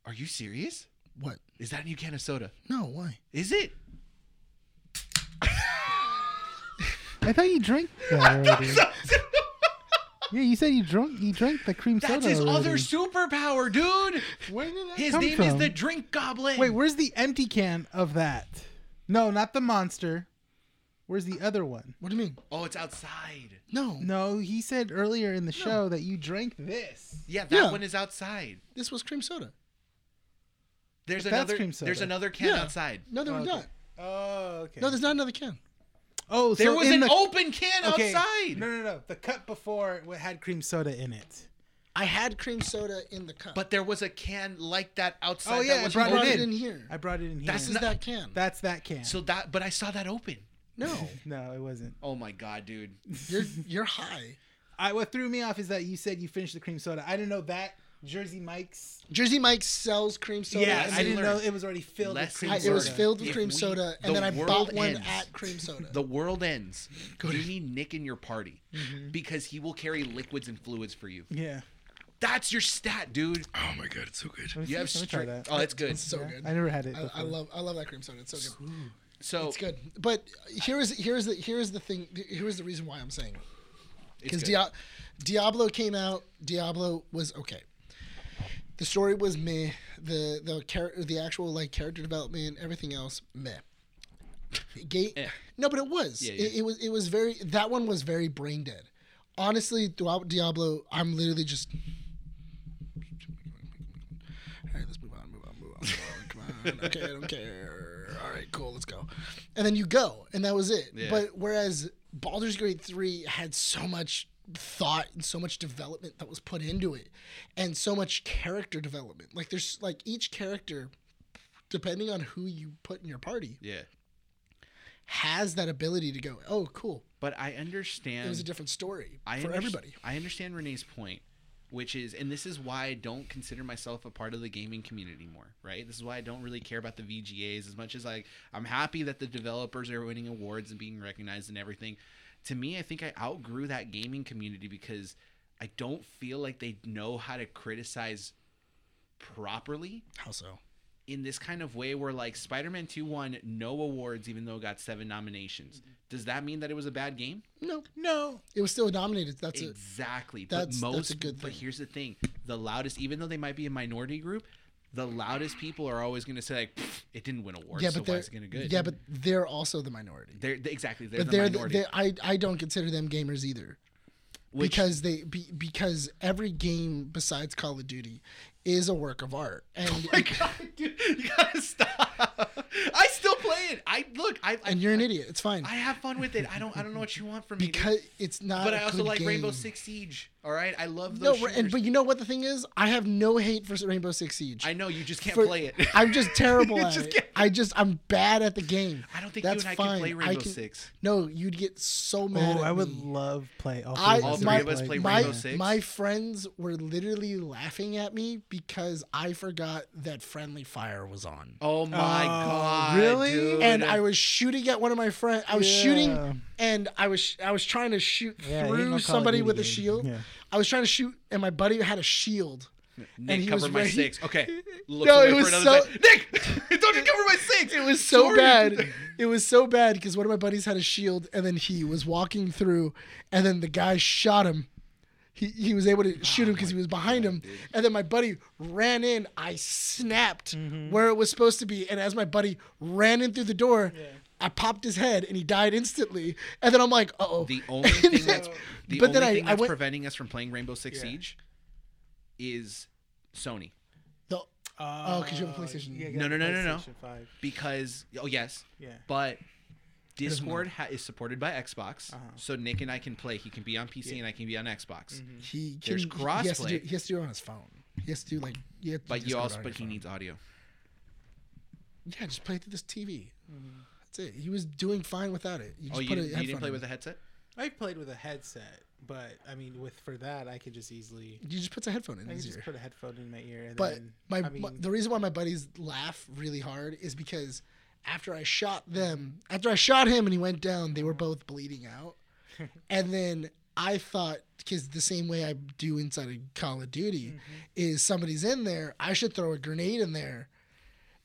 [SPEAKER 4] Are you serious?
[SPEAKER 2] what
[SPEAKER 4] Is that a new can of soda?
[SPEAKER 2] No, why?
[SPEAKER 4] Is it?
[SPEAKER 3] I thought you drank that already. yeah, you said you drunk. You drank the cream
[SPEAKER 4] That's
[SPEAKER 3] soda.
[SPEAKER 4] his
[SPEAKER 3] already.
[SPEAKER 4] other superpower, dude.
[SPEAKER 3] Where did that
[SPEAKER 4] His
[SPEAKER 3] come
[SPEAKER 4] name is
[SPEAKER 3] from?
[SPEAKER 4] the Drink Goblin.
[SPEAKER 3] Wait, where's the empty can of that? No, not the monster. Where's the other one?
[SPEAKER 2] What do you mean?
[SPEAKER 4] Oh, it's outside.
[SPEAKER 2] No.
[SPEAKER 3] No, he said earlier in the show that you drank this.
[SPEAKER 4] Yeah, that
[SPEAKER 2] Yeah.
[SPEAKER 4] one is outside.
[SPEAKER 2] This was cream soda.
[SPEAKER 4] There's
[SPEAKER 3] But that's
[SPEAKER 4] another.
[SPEAKER 3] cream soda.
[SPEAKER 4] There's another can
[SPEAKER 2] Yeah.
[SPEAKER 4] outside.
[SPEAKER 2] No, there
[SPEAKER 3] Oh,
[SPEAKER 2] was
[SPEAKER 3] okay.
[SPEAKER 2] not.
[SPEAKER 3] Oh, okay.
[SPEAKER 2] No, there's not another can.
[SPEAKER 3] oh,
[SPEAKER 4] There
[SPEAKER 3] so
[SPEAKER 4] was
[SPEAKER 3] in
[SPEAKER 4] an
[SPEAKER 3] the
[SPEAKER 4] open can
[SPEAKER 3] okay.
[SPEAKER 4] outside.
[SPEAKER 3] No, no, no. The cup before it had cream soda in it.
[SPEAKER 2] I had cream soda in the cup.
[SPEAKER 4] But there was a can like that outside.
[SPEAKER 3] Oh, yeah,
[SPEAKER 4] that
[SPEAKER 3] I
[SPEAKER 4] was
[SPEAKER 3] brought it
[SPEAKER 4] open.
[SPEAKER 2] brought it
[SPEAKER 3] in.
[SPEAKER 2] in here.
[SPEAKER 3] I brought it in here.
[SPEAKER 4] That's
[SPEAKER 2] This
[SPEAKER 4] not-
[SPEAKER 2] is that can.
[SPEAKER 3] That's that can.
[SPEAKER 4] So that, but I saw that open.
[SPEAKER 2] no,
[SPEAKER 3] no, it wasn't.
[SPEAKER 4] Oh my god, dude!
[SPEAKER 2] you're you're high.
[SPEAKER 3] I what threw me off is that you said you finished the cream soda. I didn't know that Jersey Mike's.
[SPEAKER 2] Jersey Mike sells cream soda. and
[SPEAKER 3] yeah, I
[SPEAKER 4] lesson
[SPEAKER 2] then-
[SPEAKER 3] didn't know
[SPEAKER 4] learned.
[SPEAKER 3] it was already filled with
[SPEAKER 4] Lesson
[SPEAKER 3] cream
[SPEAKER 2] I-
[SPEAKER 3] soda.
[SPEAKER 2] it was filled with
[SPEAKER 4] If
[SPEAKER 2] cream
[SPEAKER 4] we-
[SPEAKER 2] soda,
[SPEAKER 4] the
[SPEAKER 2] and then I
[SPEAKER 4] world
[SPEAKER 2] bought one
[SPEAKER 4] ends.
[SPEAKER 2] at cream soda.
[SPEAKER 4] The world ends. You need Nick in your party
[SPEAKER 3] Mm-hmm.
[SPEAKER 4] because he will carry liquids and fluids for you.
[SPEAKER 3] Yeah,
[SPEAKER 4] That's your stat, dude.
[SPEAKER 2] oh my god, it's so good.
[SPEAKER 3] Let me
[SPEAKER 4] You have
[SPEAKER 3] see- let me try
[SPEAKER 4] strength.
[SPEAKER 3] that.
[SPEAKER 4] Oh, it's good.
[SPEAKER 2] It's so good.
[SPEAKER 3] I never had it.
[SPEAKER 2] I, I
[SPEAKER 3] before.
[SPEAKER 2] love I love that cream soda. It's so good.
[SPEAKER 4] So
[SPEAKER 2] It's good. But here is here is the here is the thing. Here is the reason why I'm saying it.
[SPEAKER 4] it's
[SPEAKER 2] because
[SPEAKER 4] good.
[SPEAKER 2] Dia- Diablo came out. Diablo was okay. The story was meh. The the character, the actual like character development, everything else meh. Gate.
[SPEAKER 4] Eh.
[SPEAKER 2] No, but it was.
[SPEAKER 4] Yeah,
[SPEAKER 2] It,
[SPEAKER 4] yeah.
[SPEAKER 2] it was. It was very. That one was very brain dead. Honestly, throughout Diablo, I'm literally just. All right, let's move on, move on, move on, move on. Come on. Okay, I don't care. All right, cool, let's go. And then you go, and that was it.
[SPEAKER 4] Yeah.
[SPEAKER 2] But whereas Baldur's Gate 3 had so much thought and so much development that was put into it, and so much character development. Like, there's like each character, depending on who you put in your party,
[SPEAKER 4] yeah.
[SPEAKER 2] has that ability to go, oh, cool,
[SPEAKER 4] But I
[SPEAKER 2] it was a
[SPEAKER 4] understand.
[SPEAKER 2] different story
[SPEAKER 4] I
[SPEAKER 2] for
[SPEAKER 4] underst-
[SPEAKER 2] everybody.
[SPEAKER 4] I understand Renee's point, which is, and this is why I don't consider myself a part of the gaming community more, right? This is why I don't really care about the VGAs as much as I, I'm happy that the developers are winning awards and being recognized and everything. To me, I think I outgrew that gaming community because I don't feel like they know how to criticize properly
[SPEAKER 2] How so?
[SPEAKER 4] in this kind of way where like Spider-Man 2 won no awards even though it got seven nominations.
[SPEAKER 2] Mm-hmm.
[SPEAKER 4] Does that mean that it was a bad game?
[SPEAKER 2] No,
[SPEAKER 3] No,
[SPEAKER 2] it was still nominated. That's it.
[SPEAKER 4] Exactly.
[SPEAKER 2] That's-
[SPEAKER 4] but
[SPEAKER 2] that's
[SPEAKER 4] most,
[SPEAKER 2] a good
[SPEAKER 4] But
[SPEAKER 2] thing.
[SPEAKER 4] here's the thing: the loudest, even though they might be a minority group, the loudest people are always going to say like, "Pfft, "It didn't win awards,
[SPEAKER 2] Yeah,
[SPEAKER 4] so
[SPEAKER 2] but
[SPEAKER 4] why
[SPEAKER 2] they're
[SPEAKER 4] is it going to good?"
[SPEAKER 2] yeah, but they're also the minority.
[SPEAKER 4] they're, they- exactly they're
[SPEAKER 2] But
[SPEAKER 4] the
[SPEAKER 2] they're, the,
[SPEAKER 4] minority.
[SPEAKER 2] they I I don't consider them gamers either.
[SPEAKER 4] Which-
[SPEAKER 2] because they be, because every game besides Call of Duty is a work of art. And
[SPEAKER 4] Oh God, dude, you gotta stop. I still play it. I look. I, I
[SPEAKER 2] and you're an idiot. It's fine.
[SPEAKER 4] I have fun with it. I don't. I don't know what you want from me. dude.
[SPEAKER 2] because it's not
[SPEAKER 4] but
[SPEAKER 2] a
[SPEAKER 4] I also
[SPEAKER 2] good
[SPEAKER 4] like Rainbow
[SPEAKER 2] game.
[SPEAKER 4] Six Siege. All right, I love
[SPEAKER 2] No,
[SPEAKER 4] those.
[SPEAKER 2] we're- and,
[SPEAKER 4] shooters.
[SPEAKER 2] but you know what the thing is? I have no hate for Rainbow Six Siege.
[SPEAKER 4] I know you just can't
[SPEAKER 2] For-
[SPEAKER 4] play it.
[SPEAKER 2] I'm just terrible
[SPEAKER 4] You
[SPEAKER 2] at
[SPEAKER 4] just
[SPEAKER 2] it.
[SPEAKER 4] can't-
[SPEAKER 2] I just I'm bad at the game.
[SPEAKER 4] I don't think
[SPEAKER 2] That's
[SPEAKER 4] you and I
[SPEAKER 2] fine.
[SPEAKER 4] can play Rainbow
[SPEAKER 2] can-
[SPEAKER 4] Six.
[SPEAKER 2] No, you'd get so mad.
[SPEAKER 3] Oh,
[SPEAKER 2] at
[SPEAKER 3] I would
[SPEAKER 2] me.
[SPEAKER 3] love play all three
[SPEAKER 2] I,
[SPEAKER 3] of us.
[SPEAKER 4] three
[SPEAKER 2] my,
[SPEAKER 4] of us play
[SPEAKER 2] my,
[SPEAKER 4] Rainbow Six.
[SPEAKER 2] my friends were literally laughing at me because I forgot that Friendly Fire was on.
[SPEAKER 4] Oh my
[SPEAKER 3] Oh,
[SPEAKER 4] god!
[SPEAKER 3] really?
[SPEAKER 4] dude.
[SPEAKER 2] And I was shooting at one of my friends. I was
[SPEAKER 3] Yeah.
[SPEAKER 2] shooting, and I was I was trying to shoot
[SPEAKER 3] Yeah, ain't no Call
[SPEAKER 2] through
[SPEAKER 3] of
[SPEAKER 2] somebody
[SPEAKER 3] Duty
[SPEAKER 2] with a
[SPEAKER 3] game.
[SPEAKER 2] shield.
[SPEAKER 3] Yeah.
[SPEAKER 2] I was trying to shoot, and my buddy had a shield.
[SPEAKER 4] Nick,
[SPEAKER 2] he was
[SPEAKER 4] cover my
[SPEAKER 2] ready-
[SPEAKER 4] six. Okay. Look
[SPEAKER 2] No,
[SPEAKER 4] away
[SPEAKER 2] it
[SPEAKER 4] for
[SPEAKER 2] was
[SPEAKER 4] another
[SPEAKER 2] so-
[SPEAKER 4] sec. Nick, don't you cover my six.
[SPEAKER 2] It was so
[SPEAKER 4] Sorry.
[SPEAKER 2] bad. It was so bad because one of my buddies had a shield, and then he was walking through, and then the guy shot him. He, he was able
[SPEAKER 4] Oh
[SPEAKER 2] to shoot him because he was behind him, and then my buddy ran in. I snapped
[SPEAKER 4] Mm-hmm.
[SPEAKER 2] where it was supposed to be, and as my buddy ran in through the door, I popped his head, and he died instantly. And then I'm like, uh oh.
[SPEAKER 4] The only thing that's the
[SPEAKER 2] But
[SPEAKER 4] only
[SPEAKER 2] then I-
[SPEAKER 4] thing
[SPEAKER 2] I
[SPEAKER 4] that's
[SPEAKER 2] went-
[SPEAKER 4] preventing us from playing Rainbow Six Siege is Sony.
[SPEAKER 3] Oh,
[SPEAKER 2] 'cause you have a PlayStation.
[SPEAKER 3] yeah, you
[SPEAKER 4] No,
[SPEAKER 3] have
[SPEAKER 4] no,
[SPEAKER 3] a
[SPEAKER 4] no, no, no.
[SPEAKER 3] PlayStation 5.
[SPEAKER 4] Because oh yes,
[SPEAKER 3] Yeah.
[SPEAKER 4] but Discord ha- is supported by Xbox,
[SPEAKER 2] Uh-huh.
[SPEAKER 4] so Nick and I can play. He can be on PC and I can be on Xbox.
[SPEAKER 2] He can,
[SPEAKER 4] There's
[SPEAKER 2] He has, to do,
[SPEAKER 4] crossplay.
[SPEAKER 2] he has to do it on his phone. He has to do like you have to
[SPEAKER 4] But
[SPEAKER 2] just
[SPEAKER 4] you
[SPEAKER 2] go
[SPEAKER 4] also,
[SPEAKER 2] on
[SPEAKER 4] but
[SPEAKER 2] your
[SPEAKER 4] he
[SPEAKER 2] phone.
[SPEAKER 4] needs audio.
[SPEAKER 2] yeah, just play through this TV. That's it. He was doing fine without it. You just
[SPEAKER 4] Mm-hmm. Oh, you,
[SPEAKER 2] put a
[SPEAKER 4] didn't- you
[SPEAKER 2] headphone
[SPEAKER 4] didn't play
[SPEAKER 2] in.
[SPEAKER 4] with a headset?
[SPEAKER 3] I played with a headset, but I mean, with for that, I could just easily.
[SPEAKER 2] You just put a headphone in.
[SPEAKER 3] I could
[SPEAKER 2] It's
[SPEAKER 3] just
[SPEAKER 2] easier.
[SPEAKER 3] put a headphone in my ear. And
[SPEAKER 2] But
[SPEAKER 3] then,
[SPEAKER 2] my,
[SPEAKER 3] I
[SPEAKER 2] my-
[SPEAKER 3] mean-
[SPEAKER 2] the reason why my buddies laugh really hard is because after I shot them, after I shot him and he went down, they were both bleeding out. and then I thought, because the same way I do inside of Call of Duty
[SPEAKER 3] Mm-hmm.
[SPEAKER 2] is somebody's in there, I should throw a grenade in there.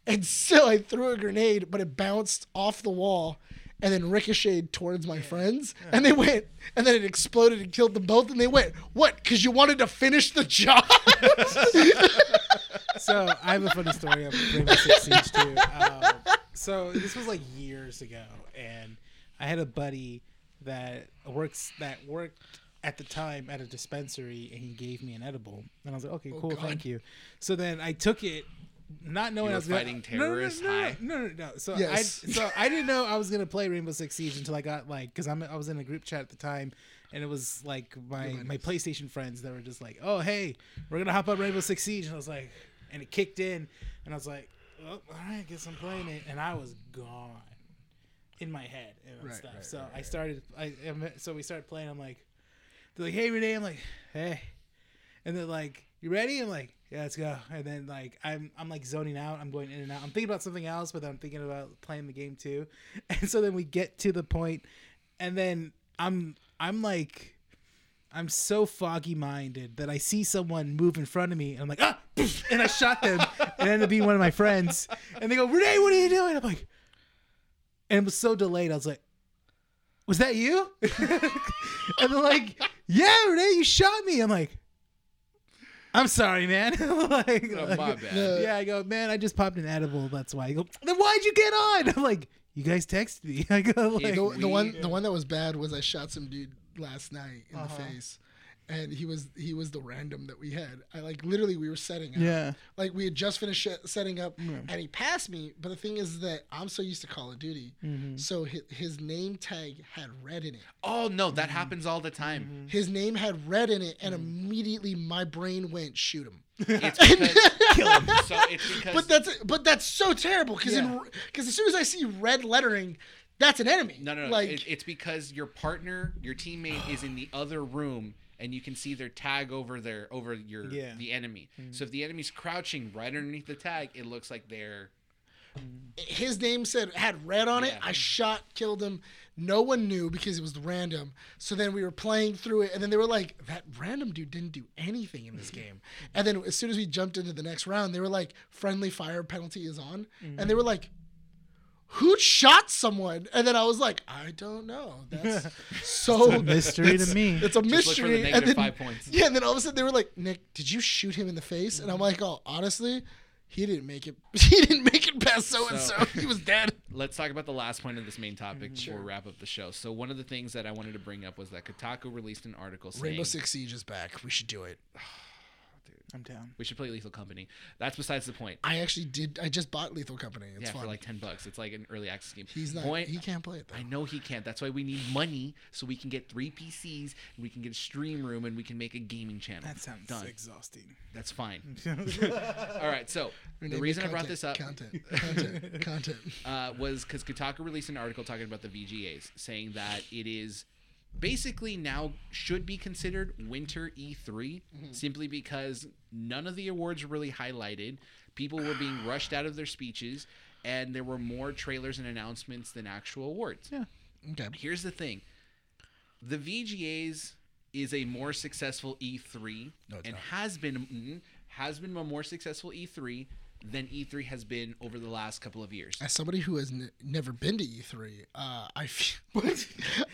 [SPEAKER 2] And so I threw a grenade, but it bounced off the wall and then ricocheted towards my friends. And they went, and then it exploded and killed them both. And they went, What? Because you wanted to finish the job?
[SPEAKER 3] so I have a funny story of Rainbow Six Siege too. Um, so this was like years ago, and I had a buddy that works that worked at the time at a dispensary, and he gave me an edible, and I was like, okay,
[SPEAKER 4] Oh,
[SPEAKER 3] cool, thank you. So then I took it. Not knowing
[SPEAKER 4] were
[SPEAKER 3] I was gonna-
[SPEAKER 4] fighting
[SPEAKER 3] No, no, no,
[SPEAKER 4] terrorists
[SPEAKER 3] No, no,
[SPEAKER 4] high?
[SPEAKER 3] no, no, no, no. So
[SPEAKER 2] Yes.
[SPEAKER 3] I so I didn't know I was gonna play Rainbow Six Siege until I got like because I'm I was in a group chat at the time, and it was like my my PlayStation friends that were just like, oh hey, we're gonna hop on Rainbow Six Siege, and I was like, and it kicked in, and I was like, oh, all right, guess I'm playing it, and I was gone in my head and
[SPEAKER 2] Right,
[SPEAKER 3] stuff.
[SPEAKER 2] right,
[SPEAKER 3] so I started I, I met- so we started playing. I'm like, they're like, hey Renee, I'm like, hey, and they're like, you ready? I'm like, yeah, let's go. And then like I'm I'm like zoning out. I'm going in and out. I'm thinking about something else, but then I'm thinking about playing the game too. And so then we get to the point, and then I'm I'm like. I'm so foggy minded that I see someone move in front of me and I'm like, ah, poof, and I shot them and it ended up being one of my friends. And they go, Renee, what are you doing? I'm like, and it was so delayed. I was like, was that you? and they're like, yeah, Renee, you shot me. I'm like, I'm sorry, man. like,
[SPEAKER 4] Oh,
[SPEAKER 3] like-
[SPEAKER 4] my bad.
[SPEAKER 2] No.
[SPEAKER 3] yeah, I go, man, I just popped an edible. That's why. I go, then why'd you get on? I'm like, you guys texted me. I go, like,
[SPEAKER 2] The,
[SPEAKER 4] If
[SPEAKER 2] the
[SPEAKER 4] we-
[SPEAKER 2] one the one that was bad was I shot some dude last night in the
[SPEAKER 3] Uh-huh.
[SPEAKER 2] face. And he was he was the random that we had. I like literally we were setting up.
[SPEAKER 3] yeah.
[SPEAKER 2] Like we had just finished sh- setting up, and he passed me. But the thing is that I'm so used to Call of Duty,
[SPEAKER 3] Mm-hmm.
[SPEAKER 2] so his, his name tag had red in it.
[SPEAKER 4] Oh no, that happens all the time.
[SPEAKER 2] His name had red in it, and
[SPEAKER 3] Mm.
[SPEAKER 2] immediately my brain went shoot him.
[SPEAKER 4] It's because kill him. So it's because
[SPEAKER 2] But that's but that's so terrible because because as soon as I see red lettering, that's an enemy.
[SPEAKER 4] no, no, no.
[SPEAKER 2] Like
[SPEAKER 4] it, it's because your partner, your teammate, is in the other room, and you can see their tag over their over your
[SPEAKER 3] Yeah.
[SPEAKER 4] the enemy.
[SPEAKER 2] Mm.
[SPEAKER 4] So if the enemy's crouching right underneath the tag, it looks like they're
[SPEAKER 2] his name said had red on it.
[SPEAKER 4] Yeah.
[SPEAKER 2] I shot, killed him. No one knew because it was random. So then we were playing through it, and then they were like, "That random dude didn't do anything in this game." And then as soon as we jumped into the next round, they were like, "Friendly fire penalty is on,"
[SPEAKER 4] Mm.
[SPEAKER 2] and they were like. Who shot someone? And then I was like, I don't know. That's so
[SPEAKER 3] Mystery to me.
[SPEAKER 2] It's a
[SPEAKER 4] Just look for
[SPEAKER 2] mystery.
[SPEAKER 4] the
[SPEAKER 2] and
[SPEAKER 4] negative
[SPEAKER 2] then-
[SPEAKER 4] five points.
[SPEAKER 2] Yeah, and then all of a sudden they were like, "Nick, did you shoot him in the face?" And I'm like, "Oh, honestly, he didn't make it. He didn't make it past so and so.
[SPEAKER 4] So-
[SPEAKER 2] He was dead."
[SPEAKER 4] let's talk about the last point of this main
[SPEAKER 2] Mm-hmm.
[SPEAKER 4] topic before we wrap up the show. So one of the things that I wanted to bring up was that Kotaku released an article saying
[SPEAKER 2] Rainbow Six Siege is back. We should do it.
[SPEAKER 3] I'm down.
[SPEAKER 4] we should play Lethal Company. That's besides the point.
[SPEAKER 2] I actually did. I just bought Lethal Company. It's
[SPEAKER 4] yeah,
[SPEAKER 2] fun.
[SPEAKER 4] for like ten bucks. It's like an early access game.
[SPEAKER 2] He's not.
[SPEAKER 4] Point-
[SPEAKER 2] he can't play it though.
[SPEAKER 4] I know he can't. That's why we need money so we can get three PCs and we can get a stream room and we can make a gaming channel.
[SPEAKER 3] That sounds
[SPEAKER 4] done.
[SPEAKER 3] exhausting.
[SPEAKER 4] That's fine. All right. So
[SPEAKER 2] Renee,
[SPEAKER 4] the
[SPEAKER 2] make
[SPEAKER 4] reason I brought
[SPEAKER 2] content,
[SPEAKER 4] this up
[SPEAKER 2] content, content, content.
[SPEAKER 4] uh, was because Kotaku released an article talking about the VGAs, saying that it is basically now should be considered winter E3
[SPEAKER 3] Mm-hmm.
[SPEAKER 4] simply because none of the awards were really highlighted. People were being rushed out of their speeches, and there were more trailers and announcements than actual awards.
[SPEAKER 2] Okay.
[SPEAKER 4] Here's the thing. The VGAs is a more successful E3 and has been mm, has been a more successful E3 than E3 has been over the last couple of years.
[SPEAKER 2] As somebody who has n- never been to E3, uh, I feel,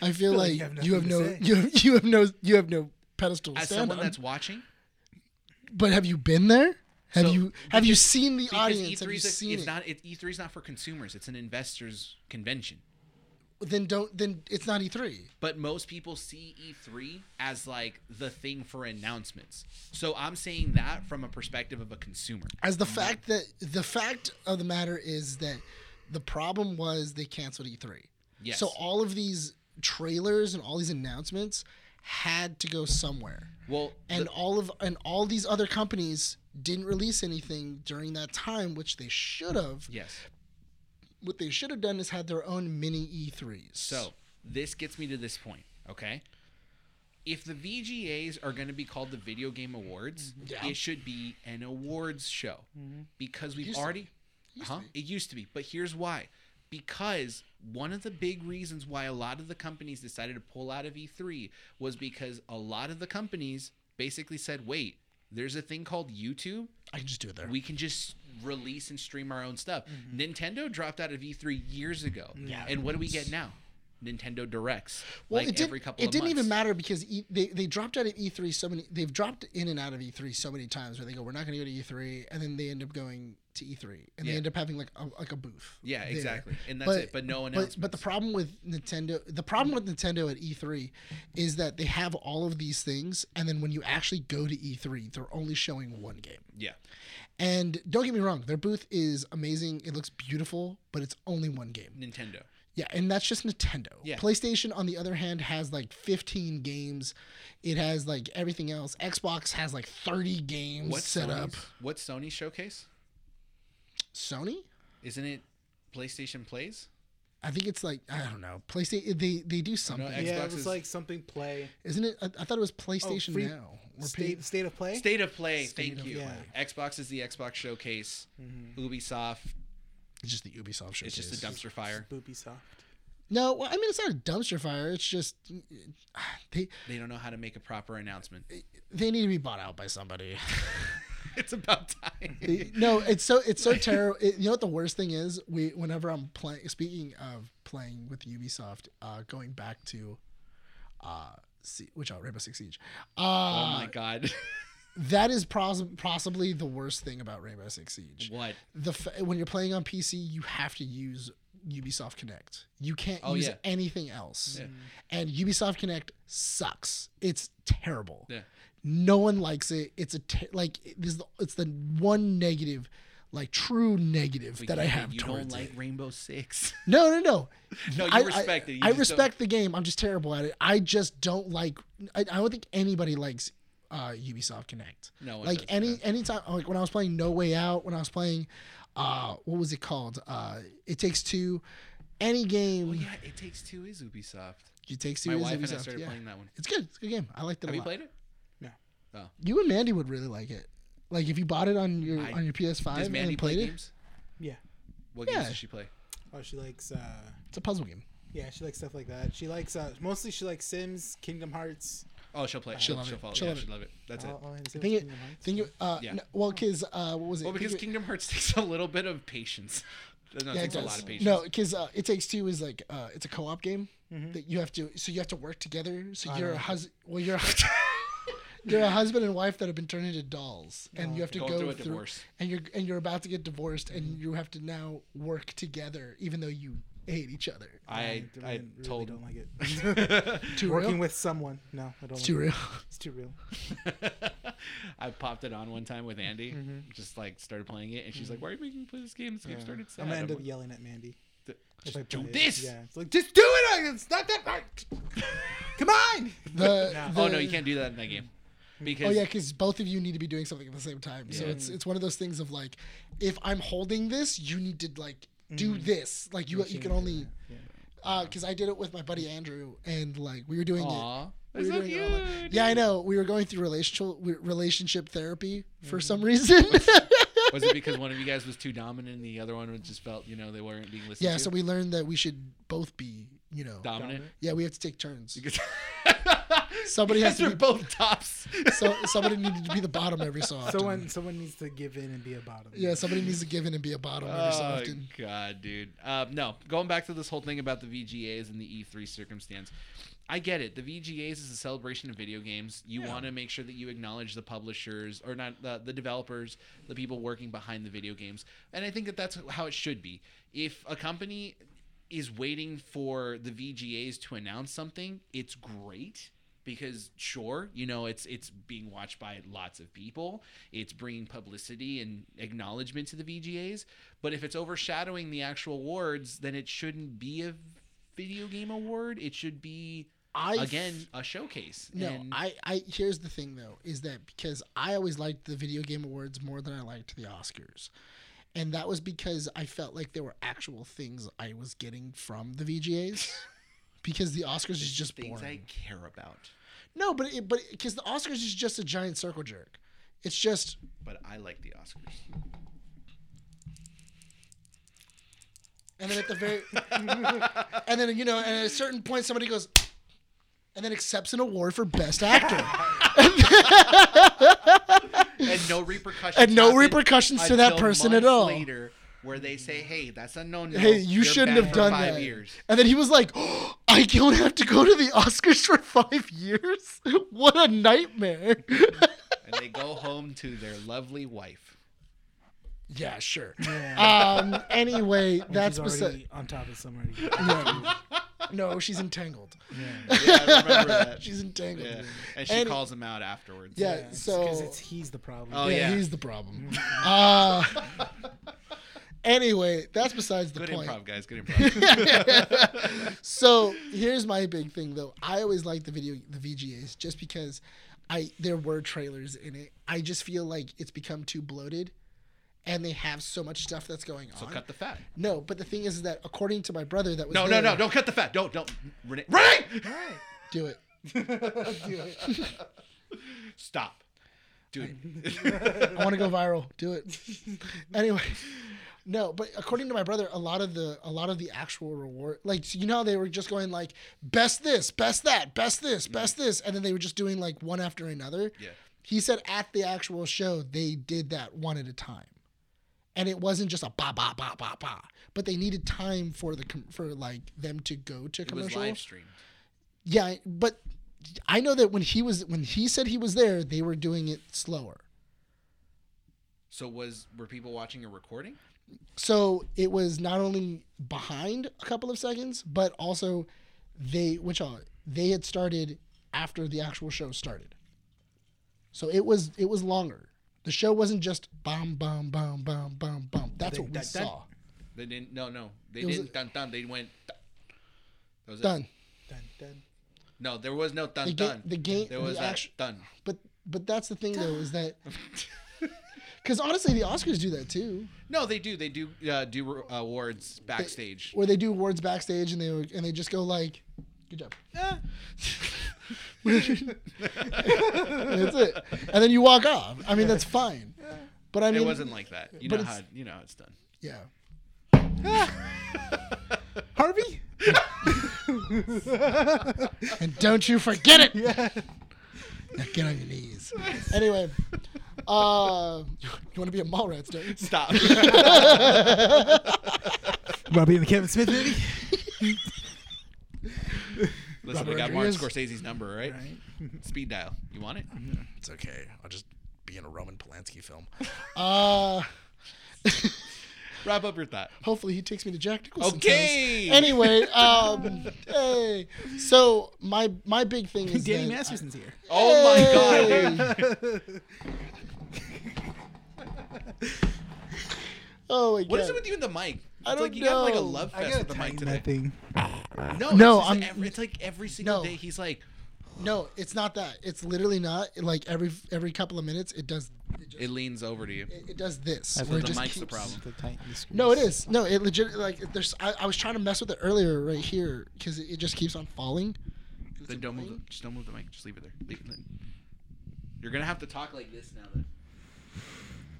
[SPEAKER 2] I feel like you have, no, you have, you have no, you have no pedestal. to
[SPEAKER 4] As
[SPEAKER 2] stand
[SPEAKER 4] someone
[SPEAKER 2] on.
[SPEAKER 4] that's watching,
[SPEAKER 2] But have you been there? Have
[SPEAKER 4] So,
[SPEAKER 2] you have you seen the
[SPEAKER 4] because E
[SPEAKER 2] audience?
[SPEAKER 4] E3
[SPEAKER 2] Have you
[SPEAKER 4] is
[SPEAKER 2] seen it?
[SPEAKER 4] not it, E3 is not for consumers, it's an investors convention.
[SPEAKER 2] Then don't. Then it's not E E3.
[SPEAKER 4] But most people see E3 as like the thing for announcements. So I'm saying that from a perspective of a consumer.
[SPEAKER 2] As the fact that the fact of the matter is that the problem was they canceled E3.
[SPEAKER 4] Yes.
[SPEAKER 2] So all of these trailers and all these announcements had to go somewhere,
[SPEAKER 4] Well,
[SPEAKER 2] and all of and all these other companies didn't release anything during that time, which they should have.
[SPEAKER 4] yes.
[SPEAKER 2] What they should have done is had their own mini E E3s.
[SPEAKER 4] So this gets me to this point, okay? If the VGAs are going to be called the Video Game Awards, it should be an awards show because we've
[SPEAKER 2] to
[SPEAKER 4] already. huh? It used to be, but here's why. Because one of the big reasons why a lot of the companies decided to pull out of E3 was because a lot of the companies basically said, wait, there's a thing called YouTube
[SPEAKER 2] I can just do it there.
[SPEAKER 4] we can just
[SPEAKER 2] Mm-hmm.
[SPEAKER 4] E release and stream our own stuff. Nintendo dropped out of E3 years ago. And what do we get now? Nintendo Directs.
[SPEAKER 2] Mm. Well,
[SPEAKER 4] like
[SPEAKER 2] it didn't.
[SPEAKER 4] every couple
[SPEAKER 2] it
[SPEAKER 4] of
[SPEAKER 2] didn't even
[SPEAKER 4] months.
[SPEAKER 2] matter because e, they they dropped out of E3 so many. They've dropped in and out of E3 so many times where they go, "We're not going to go to E3," and then they end up going to E3, and they
[SPEAKER 4] Yeah.
[SPEAKER 2] end up having like a, like a booth.
[SPEAKER 4] Yeah,
[SPEAKER 2] there.
[SPEAKER 4] exactly. And that's it. But no
[SPEAKER 2] But,
[SPEAKER 4] announcements.
[SPEAKER 2] but the problem with Nintendo, the problem with Nintendo at E3, is that they have all of these things, and then when you actually go to E3, they're only showing one game.
[SPEAKER 4] yeah,
[SPEAKER 2] And don't get me wrong, their booth is amazing. It looks beautiful, but it's only one game.
[SPEAKER 4] Nintendo.
[SPEAKER 2] Yeah, and that's just Nintendo.
[SPEAKER 4] Yeah.
[SPEAKER 2] PlayStation, on the other hand, has like 15 games. It has like everything else. Xbox has like 30 games
[SPEAKER 4] What's
[SPEAKER 2] set up.
[SPEAKER 4] Sony's- What's Sony's showcase?
[SPEAKER 2] Sony?
[SPEAKER 4] Isn't it PlayStation Plays?
[SPEAKER 2] I think it's like I don't know. PlayStation they they do something.
[SPEAKER 4] Xbox
[SPEAKER 5] yeah, it was
[SPEAKER 4] is-
[SPEAKER 5] like something play.
[SPEAKER 2] Isn't it? I, I thought it was PlayStation
[SPEAKER 5] free-
[SPEAKER 2] Now. Or
[SPEAKER 5] State, state of play.
[SPEAKER 4] Oh, State of Play.
[SPEAKER 2] Eh? State
[SPEAKER 4] thank
[SPEAKER 2] of Mm-hmm.
[SPEAKER 4] you.
[SPEAKER 5] Play.
[SPEAKER 4] Xbox is the Xbox showcase. Ubisoft.
[SPEAKER 2] it's just the Ubisoft showcase.
[SPEAKER 4] It's just a dumpster fire.
[SPEAKER 5] Boopy soft.
[SPEAKER 2] No, well, I mean it's not a dumpster fire. It's just they
[SPEAKER 4] They don't know how to make a proper announcement.
[SPEAKER 2] Eh. they need to be bought out by somebody.
[SPEAKER 4] It's about time.
[SPEAKER 2] They- no, it's so it's so terrible. It, you know what the worst thing is? We whenever I'm playing. Speaking of playing with Ubisoft, uh, going back to, uh, see, which out Rainbow Six Siege. Uh,
[SPEAKER 4] oh my god.
[SPEAKER 2] that is pros- possibly the worst thing about Rainbow Six Siege.
[SPEAKER 4] what?
[SPEAKER 2] The f- when you're playing on PC, you have to use Ubisoft Connect. You can't
[SPEAKER 4] Oh,
[SPEAKER 2] use
[SPEAKER 4] yeah.
[SPEAKER 2] anything else.
[SPEAKER 4] Yeah.
[SPEAKER 2] And Ubisoft Connect sucks. It's terrible.
[SPEAKER 4] Yeah.
[SPEAKER 2] No one likes it. It's a te- like it- this. Is the, it's the one negative, like true negative
[SPEAKER 4] But
[SPEAKER 2] that I
[SPEAKER 4] you-
[SPEAKER 2] have
[SPEAKER 4] You
[SPEAKER 2] towards
[SPEAKER 4] don't like
[SPEAKER 2] it.
[SPEAKER 4] Rainbow Six.
[SPEAKER 2] No, no, no.
[SPEAKER 4] No, you
[SPEAKER 2] I,
[SPEAKER 4] respect it. You
[SPEAKER 2] I, I
[SPEAKER 4] just don't-
[SPEAKER 2] respect the game. I'm just terrible at it. I just don't like. I, I don't think anybody likes uh, Ubisoft Connect.
[SPEAKER 4] No one
[SPEAKER 2] like
[SPEAKER 4] does,
[SPEAKER 2] any anytime like when I was playing No Way Out, when I was playing, uh, what was it called? Uh, it Takes Two. Any game
[SPEAKER 4] Well, Oh, yeah, it takes two is Ubisoft.
[SPEAKER 2] it takes two.
[SPEAKER 4] My
[SPEAKER 2] is
[SPEAKER 4] wife and I
[SPEAKER 2] Ubisoft,
[SPEAKER 4] started
[SPEAKER 2] yeah.
[SPEAKER 4] playing that one.
[SPEAKER 2] It's good. It's a good game. I liked it
[SPEAKER 4] Have
[SPEAKER 2] a
[SPEAKER 4] you
[SPEAKER 2] lot.
[SPEAKER 4] played it?
[SPEAKER 2] You and Mandy would really like it. Like if you bought it on your
[SPEAKER 4] I-
[SPEAKER 2] on your PS5
[SPEAKER 4] Does Mandy
[SPEAKER 2] and
[SPEAKER 4] play
[SPEAKER 2] played it,
[SPEAKER 4] games?
[SPEAKER 5] Yeah.
[SPEAKER 4] What games
[SPEAKER 2] Yeah.
[SPEAKER 4] does she play?
[SPEAKER 5] Oh, she likes. uh
[SPEAKER 2] it's a puzzle game.
[SPEAKER 5] Yeah, she likes stuff like that. She likes uh, mostly she likes Sims, Kingdom Hearts.
[SPEAKER 4] Oh, she'll play. it.
[SPEAKER 2] She'll
[SPEAKER 4] She'll,
[SPEAKER 2] love
[SPEAKER 4] she'll
[SPEAKER 2] it.
[SPEAKER 4] follow.
[SPEAKER 2] She'll
[SPEAKER 4] yeah,
[SPEAKER 2] love
[SPEAKER 4] she'll
[SPEAKER 2] it.
[SPEAKER 4] love it. That's it.
[SPEAKER 5] Oh, oh, and Sims,
[SPEAKER 2] Think it.
[SPEAKER 5] Kingdom Hearts.
[SPEAKER 2] Think it. Uh,
[SPEAKER 4] Yeah.
[SPEAKER 2] no, well, because uh, what was it?
[SPEAKER 4] Well, because
[SPEAKER 2] Think it-
[SPEAKER 4] Kingdom Hearts takes a little bit of patience. No,
[SPEAKER 2] Yeah,
[SPEAKER 4] it
[SPEAKER 2] it
[SPEAKER 4] takes a
[SPEAKER 2] does.
[SPEAKER 4] lot of patience. Mm-hmm.
[SPEAKER 2] No, because uh, it takes two is like uh, it's a co-op game that you have to. So you have to work together. So you're a husband. Well, you're a, you're a husband and wife that have been turned into dolls, and you have to
[SPEAKER 4] Going
[SPEAKER 2] go
[SPEAKER 4] through a
[SPEAKER 2] through.
[SPEAKER 4] divorce. Mm-hmm.
[SPEAKER 2] And you're and you're about to get divorced, and you have to now work together, even though you hate each other.
[SPEAKER 4] I
[SPEAKER 5] really-
[SPEAKER 4] I
[SPEAKER 5] really
[SPEAKER 4] told
[SPEAKER 5] don't
[SPEAKER 4] him.
[SPEAKER 5] like it.
[SPEAKER 2] Too
[SPEAKER 5] Working
[SPEAKER 2] real.
[SPEAKER 5] with someone. No, I don't. like
[SPEAKER 2] It's too
[SPEAKER 5] it.
[SPEAKER 2] real.
[SPEAKER 5] It's too real.
[SPEAKER 4] I popped it on one time with Andy.
[SPEAKER 2] Mm-hmm.
[SPEAKER 4] Just like started playing it, and she's like, "Why are you making me play this game? This game started sad."
[SPEAKER 5] I'm gonna end
[SPEAKER 4] I'm
[SPEAKER 5] up
[SPEAKER 4] like,
[SPEAKER 5] yelling at Mandy.
[SPEAKER 4] "Th-
[SPEAKER 5] if I
[SPEAKER 4] Just do
[SPEAKER 5] play it.
[SPEAKER 4] this.
[SPEAKER 5] Yeah, it's like just do it. I- It's not that hard. Come on.
[SPEAKER 2] The,
[SPEAKER 4] Oh
[SPEAKER 2] the-
[SPEAKER 4] no, you can't do that in that game. Because
[SPEAKER 2] Oh yeah, because both of you need to be doing something at the same time. So
[SPEAKER 4] Yeah.
[SPEAKER 2] it's it's one of those things of like, if I'm holding this, you need to like
[SPEAKER 4] Mm-hmm.
[SPEAKER 2] do this. Like you you can only, because I did it with my buddy Andrew, and like we were doing it.
[SPEAKER 4] Aw,
[SPEAKER 2] We
[SPEAKER 4] that's
[SPEAKER 2] were
[SPEAKER 4] so
[SPEAKER 2] doing it online.
[SPEAKER 4] cute.
[SPEAKER 2] Yeah, I know. We were going through relationship relationship therapy for
[SPEAKER 4] Mm-hmm.
[SPEAKER 2] some reason.
[SPEAKER 4] Was it because one of you guys was too dominant and the other one was- just felt, you know, they weren't being listened
[SPEAKER 2] yeah,
[SPEAKER 4] to?
[SPEAKER 2] so we learned that we should both be, you know,
[SPEAKER 4] dominant.
[SPEAKER 2] yeah, we have to take turns.
[SPEAKER 4] Because
[SPEAKER 2] Somebody
[SPEAKER 4] you
[SPEAKER 2] has to
[SPEAKER 4] guys are
[SPEAKER 2] be
[SPEAKER 4] both tops.
[SPEAKER 2] so somebody needed to be the bottom every so often.
[SPEAKER 5] Someone, someone needs to give in and be a bottom.
[SPEAKER 2] yeah, somebody needs to give in and be a bottom every so
[SPEAKER 4] Oh
[SPEAKER 2] often.
[SPEAKER 4] god, dude. Um, no, going back to this whole thing about the VGAs and the E3 circumstance. I get it. The VGAs is a celebration of video games. You want to make sure that you acknowledge the publishers or not the, the developers, the people working behind the video games. And I think that that's how it should be. If a company is waiting for the VGAs to announce something, it's great because sure you know it's it's being watched by lots of people it's bringing publicity and acknowledgement to the vgas but if it's overshadowing the actual awards then it shouldn't be a video game award it should be
[SPEAKER 2] I
[SPEAKER 4] again a showcase
[SPEAKER 2] No,
[SPEAKER 4] and
[SPEAKER 2] I, I here's the thing though, is that because I always liked the video game awards more than I liked the Oscars. And that was because I felt like there were actual things I was getting from the VGAs. because the Oscars is just
[SPEAKER 4] things
[SPEAKER 2] boring.
[SPEAKER 4] i care about
[SPEAKER 2] No, but it, but because the Oscars is just a giant circle jerk. It's just
[SPEAKER 4] but i like the oscars
[SPEAKER 2] and then at the very and then you know and at a certain point somebody goes and then accepts an award for best actor
[SPEAKER 4] and no repercussions
[SPEAKER 2] and no
[SPEAKER 4] happened
[SPEAKER 2] repercussions to that
[SPEAKER 4] until
[SPEAKER 2] person at
[SPEAKER 4] months
[SPEAKER 2] all.
[SPEAKER 4] later where they say, "Hey, that's a no-no.
[SPEAKER 2] Hey, you
[SPEAKER 4] You're
[SPEAKER 2] shouldn't
[SPEAKER 4] banned
[SPEAKER 2] have
[SPEAKER 4] for
[SPEAKER 2] done
[SPEAKER 4] five
[SPEAKER 2] that.
[SPEAKER 4] years."
[SPEAKER 2] And then he was like, "Oh, I don't have to go to the Oscars for five years? What a nightmare.
[SPEAKER 4] And they go home to their lovely wife.
[SPEAKER 2] yeah, sure.
[SPEAKER 3] Yeah.
[SPEAKER 2] Um, anyway, that's
[SPEAKER 3] She's
[SPEAKER 2] beside.
[SPEAKER 3] already on top of somebody.
[SPEAKER 2] No. no, she's entangled.
[SPEAKER 4] Yeah, I remember that.
[SPEAKER 2] she's entangled.
[SPEAKER 4] yeah.
[SPEAKER 2] Yeah,
[SPEAKER 4] And she
[SPEAKER 2] And-
[SPEAKER 4] calls him out afterwards.
[SPEAKER 2] so.
[SPEAKER 3] because it's he's the problem.
[SPEAKER 4] Oh yeah.
[SPEAKER 2] he's the problem. uh, anyway, that's besides the
[SPEAKER 4] Good
[SPEAKER 2] point.
[SPEAKER 4] improv, guys. Good improv.
[SPEAKER 2] so here's my big thing though. I always like the video the VGAs just because I there were trailers in it. I just feel like it's become too bloated and they have so much stuff that's going on.
[SPEAKER 4] so cut the fat.
[SPEAKER 2] no, but the thing is, is that according to my brother that was
[SPEAKER 4] No, no,
[SPEAKER 2] there-
[SPEAKER 4] no! Don't cut the fat. Don't, don't. Renee, Renee!
[SPEAKER 2] do it.
[SPEAKER 4] Stop. Dude,
[SPEAKER 2] I want to go viral. Do it. anyway, no, but according to my brother, a lot of the a lot of the actual reward, like so you know, how they were just going like best this, best that, best this, best this, and then they were just doing like one after another.
[SPEAKER 4] Mm-hmm. Yeah.
[SPEAKER 2] He said at the actual show they did that one at a time, and it wasn't just a ba ba ba ba ba, but they needed time for the com- for like them to go to
[SPEAKER 4] it was
[SPEAKER 2] commercial.
[SPEAKER 4] live streamed.
[SPEAKER 2] Yeah, but I know that when he was when he said he was there, they were doing it slower.
[SPEAKER 4] So was were people watching a recording?
[SPEAKER 2] so it was not only behind a couple of seconds, but also they which are they had started after the actual show started. So it was it was longer. The show wasn't just bomb bomb bomb bomb bomb bomb. That's what we
[SPEAKER 3] dun, dun.
[SPEAKER 2] saw.
[SPEAKER 4] They didn't. No, no, they
[SPEAKER 2] was
[SPEAKER 4] didn't.
[SPEAKER 2] a-
[SPEAKER 4] dun dun. They went. Dun. That was it.
[SPEAKER 2] Done.
[SPEAKER 5] Dun, dun.
[SPEAKER 4] No, there was no dun
[SPEAKER 2] The ga-
[SPEAKER 4] dun.
[SPEAKER 2] the game-
[SPEAKER 4] There was
[SPEAKER 2] the
[SPEAKER 4] that
[SPEAKER 2] actu-
[SPEAKER 4] dun.
[SPEAKER 2] But but that's the thing though is that because honestly the Oscars do that too,
[SPEAKER 4] No, they do. They do uh, do uh, awards backstage.
[SPEAKER 2] where they do awards backstage and they were- and they just go like, good job. that's it. And then you walk off. I mean that's fine. But I mean
[SPEAKER 4] it wasn't like that. You
[SPEAKER 2] but
[SPEAKER 4] know how
[SPEAKER 2] it's-
[SPEAKER 4] you know how it's done.
[SPEAKER 2] yeah.
[SPEAKER 3] Harvey.
[SPEAKER 2] And don't you forget it. Now get on your knees. Anyway, uh, you want to be a mall rats, don't you?
[SPEAKER 4] Stop.
[SPEAKER 3] Robbie in the Kevin Smith movie.
[SPEAKER 4] Listen, we
[SPEAKER 2] Robert
[SPEAKER 4] got Martin
[SPEAKER 2] Rodriguez.
[SPEAKER 4] Scorsese's number, right? Speed dial. You want it?
[SPEAKER 2] It's okay. I'll just be in a Roman Polanski film. Uh,
[SPEAKER 4] Wrap up your thought.
[SPEAKER 2] hopefully he takes me to Jack Nicholson.
[SPEAKER 4] Okay.
[SPEAKER 2] Anyway, um, hey. So my my big thing is
[SPEAKER 3] Danny
[SPEAKER 2] that-
[SPEAKER 3] Masterson's here.
[SPEAKER 4] Oh my god, dude.
[SPEAKER 2] Oh my god.
[SPEAKER 4] What is it with you and the mic? It's
[SPEAKER 2] I don't
[SPEAKER 4] like you have like a
[SPEAKER 2] know.
[SPEAKER 4] love fest with the mic today.
[SPEAKER 3] thing.
[SPEAKER 4] No,
[SPEAKER 2] No,
[SPEAKER 4] it's, just
[SPEAKER 2] I'm-
[SPEAKER 4] every, it's like every single
[SPEAKER 2] No.
[SPEAKER 4] day he's like,
[SPEAKER 2] No, it's not that. It's literally not. Like every every couple of minutes, it does it, just,
[SPEAKER 4] it leans over to you.
[SPEAKER 2] it, it does this.
[SPEAKER 3] That's
[SPEAKER 2] where
[SPEAKER 3] what
[SPEAKER 2] it
[SPEAKER 4] the
[SPEAKER 2] just
[SPEAKER 4] mic's the
[SPEAKER 2] keeps-
[SPEAKER 4] problem.
[SPEAKER 3] The tight, the screws.
[SPEAKER 2] No, it is. No, it legit like there's. I, I was trying to mess with it earlier right here because it, it just keeps on falling.
[SPEAKER 4] Then don't move. The, just don't move the mic. Just leave it there. Leave it there. You're gonna have to talk like this now. Then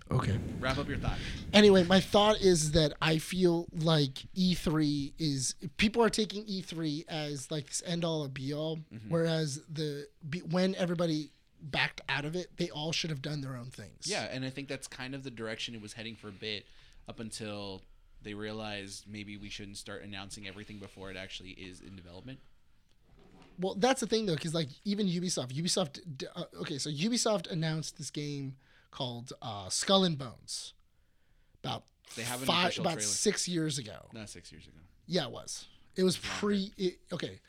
[SPEAKER 2] Okay.
[SPEAKER 4] wrap up your thought.
[SPEAKER 2] Anyway, my thought is that I feel like E3 is people are taking E3 as like this end all and be all,
[SPEAKER 4] Mm-hmm.
[SPEAKER 2] whereas the be- when everybody backed out of it, they all should have done their own things.
[SPEAKER 4] Yeah, and I think that's kind of the direction it was heading for a bit, up until they realized maybe we shouldn't start announcing everything before it actually is in development.
[SPEAKER 2] Well, that's the thing though, because like even Ubisoft, Ubisoft. d- Uh, okay, so Ubisoft announced this game called uh, Skull and Bones about
[SPEAKER 4] They have an
[SPEAKER 2] five,
[SPEAKER 4] official
[SPEAKER 2] about
[SPEAKER 4] trailer.
[SPEAKER 2] six years ago.
[SPEAKER 4] Not six years ago.
[SPEAKER 2] Yeah, it was. It was pre. It, okay,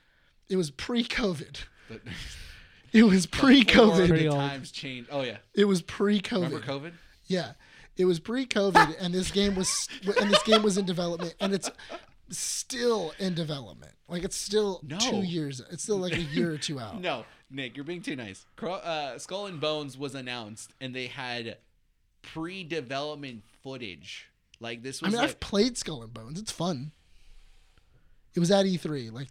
[SPEAKER 2] it was pre-COVID.
[SPEAKER 4] But
[SPEAKER 2] It was
[SPEAKER 4] Or
[SPEAKER 2] pre-COVID.
[SPEAKER 4] the
[SPEAKER 3] old.
[SPEAKER 4] times changed. Oh yeah,
[SPEAKER 2] It was
[SPEAKER 4] remember
[SPEAKER 2] pre-COVID.
[SPEAKER 4] COVID?
[SPEAKER 2] Yeah, it was pre-COVID, and this game was and this game was in development, and it's still in development. Like it's still
[SPEAKER 4] No.
[SPEAKER 2] two years. It's still like a year or two out.
[SPEAKER 4] No, Nick, you're being too nice. Cro- uh, Skull and Bones was announced, and they had pre-development footage. Like this
[SPEAKER 2] I
[SPEAKER 4] was
[SPEAKER 2] mean,
[SPEAKER 4] like,
[SPEAKER 2] I've played Skull and Bones. It's fun. It was at E3 like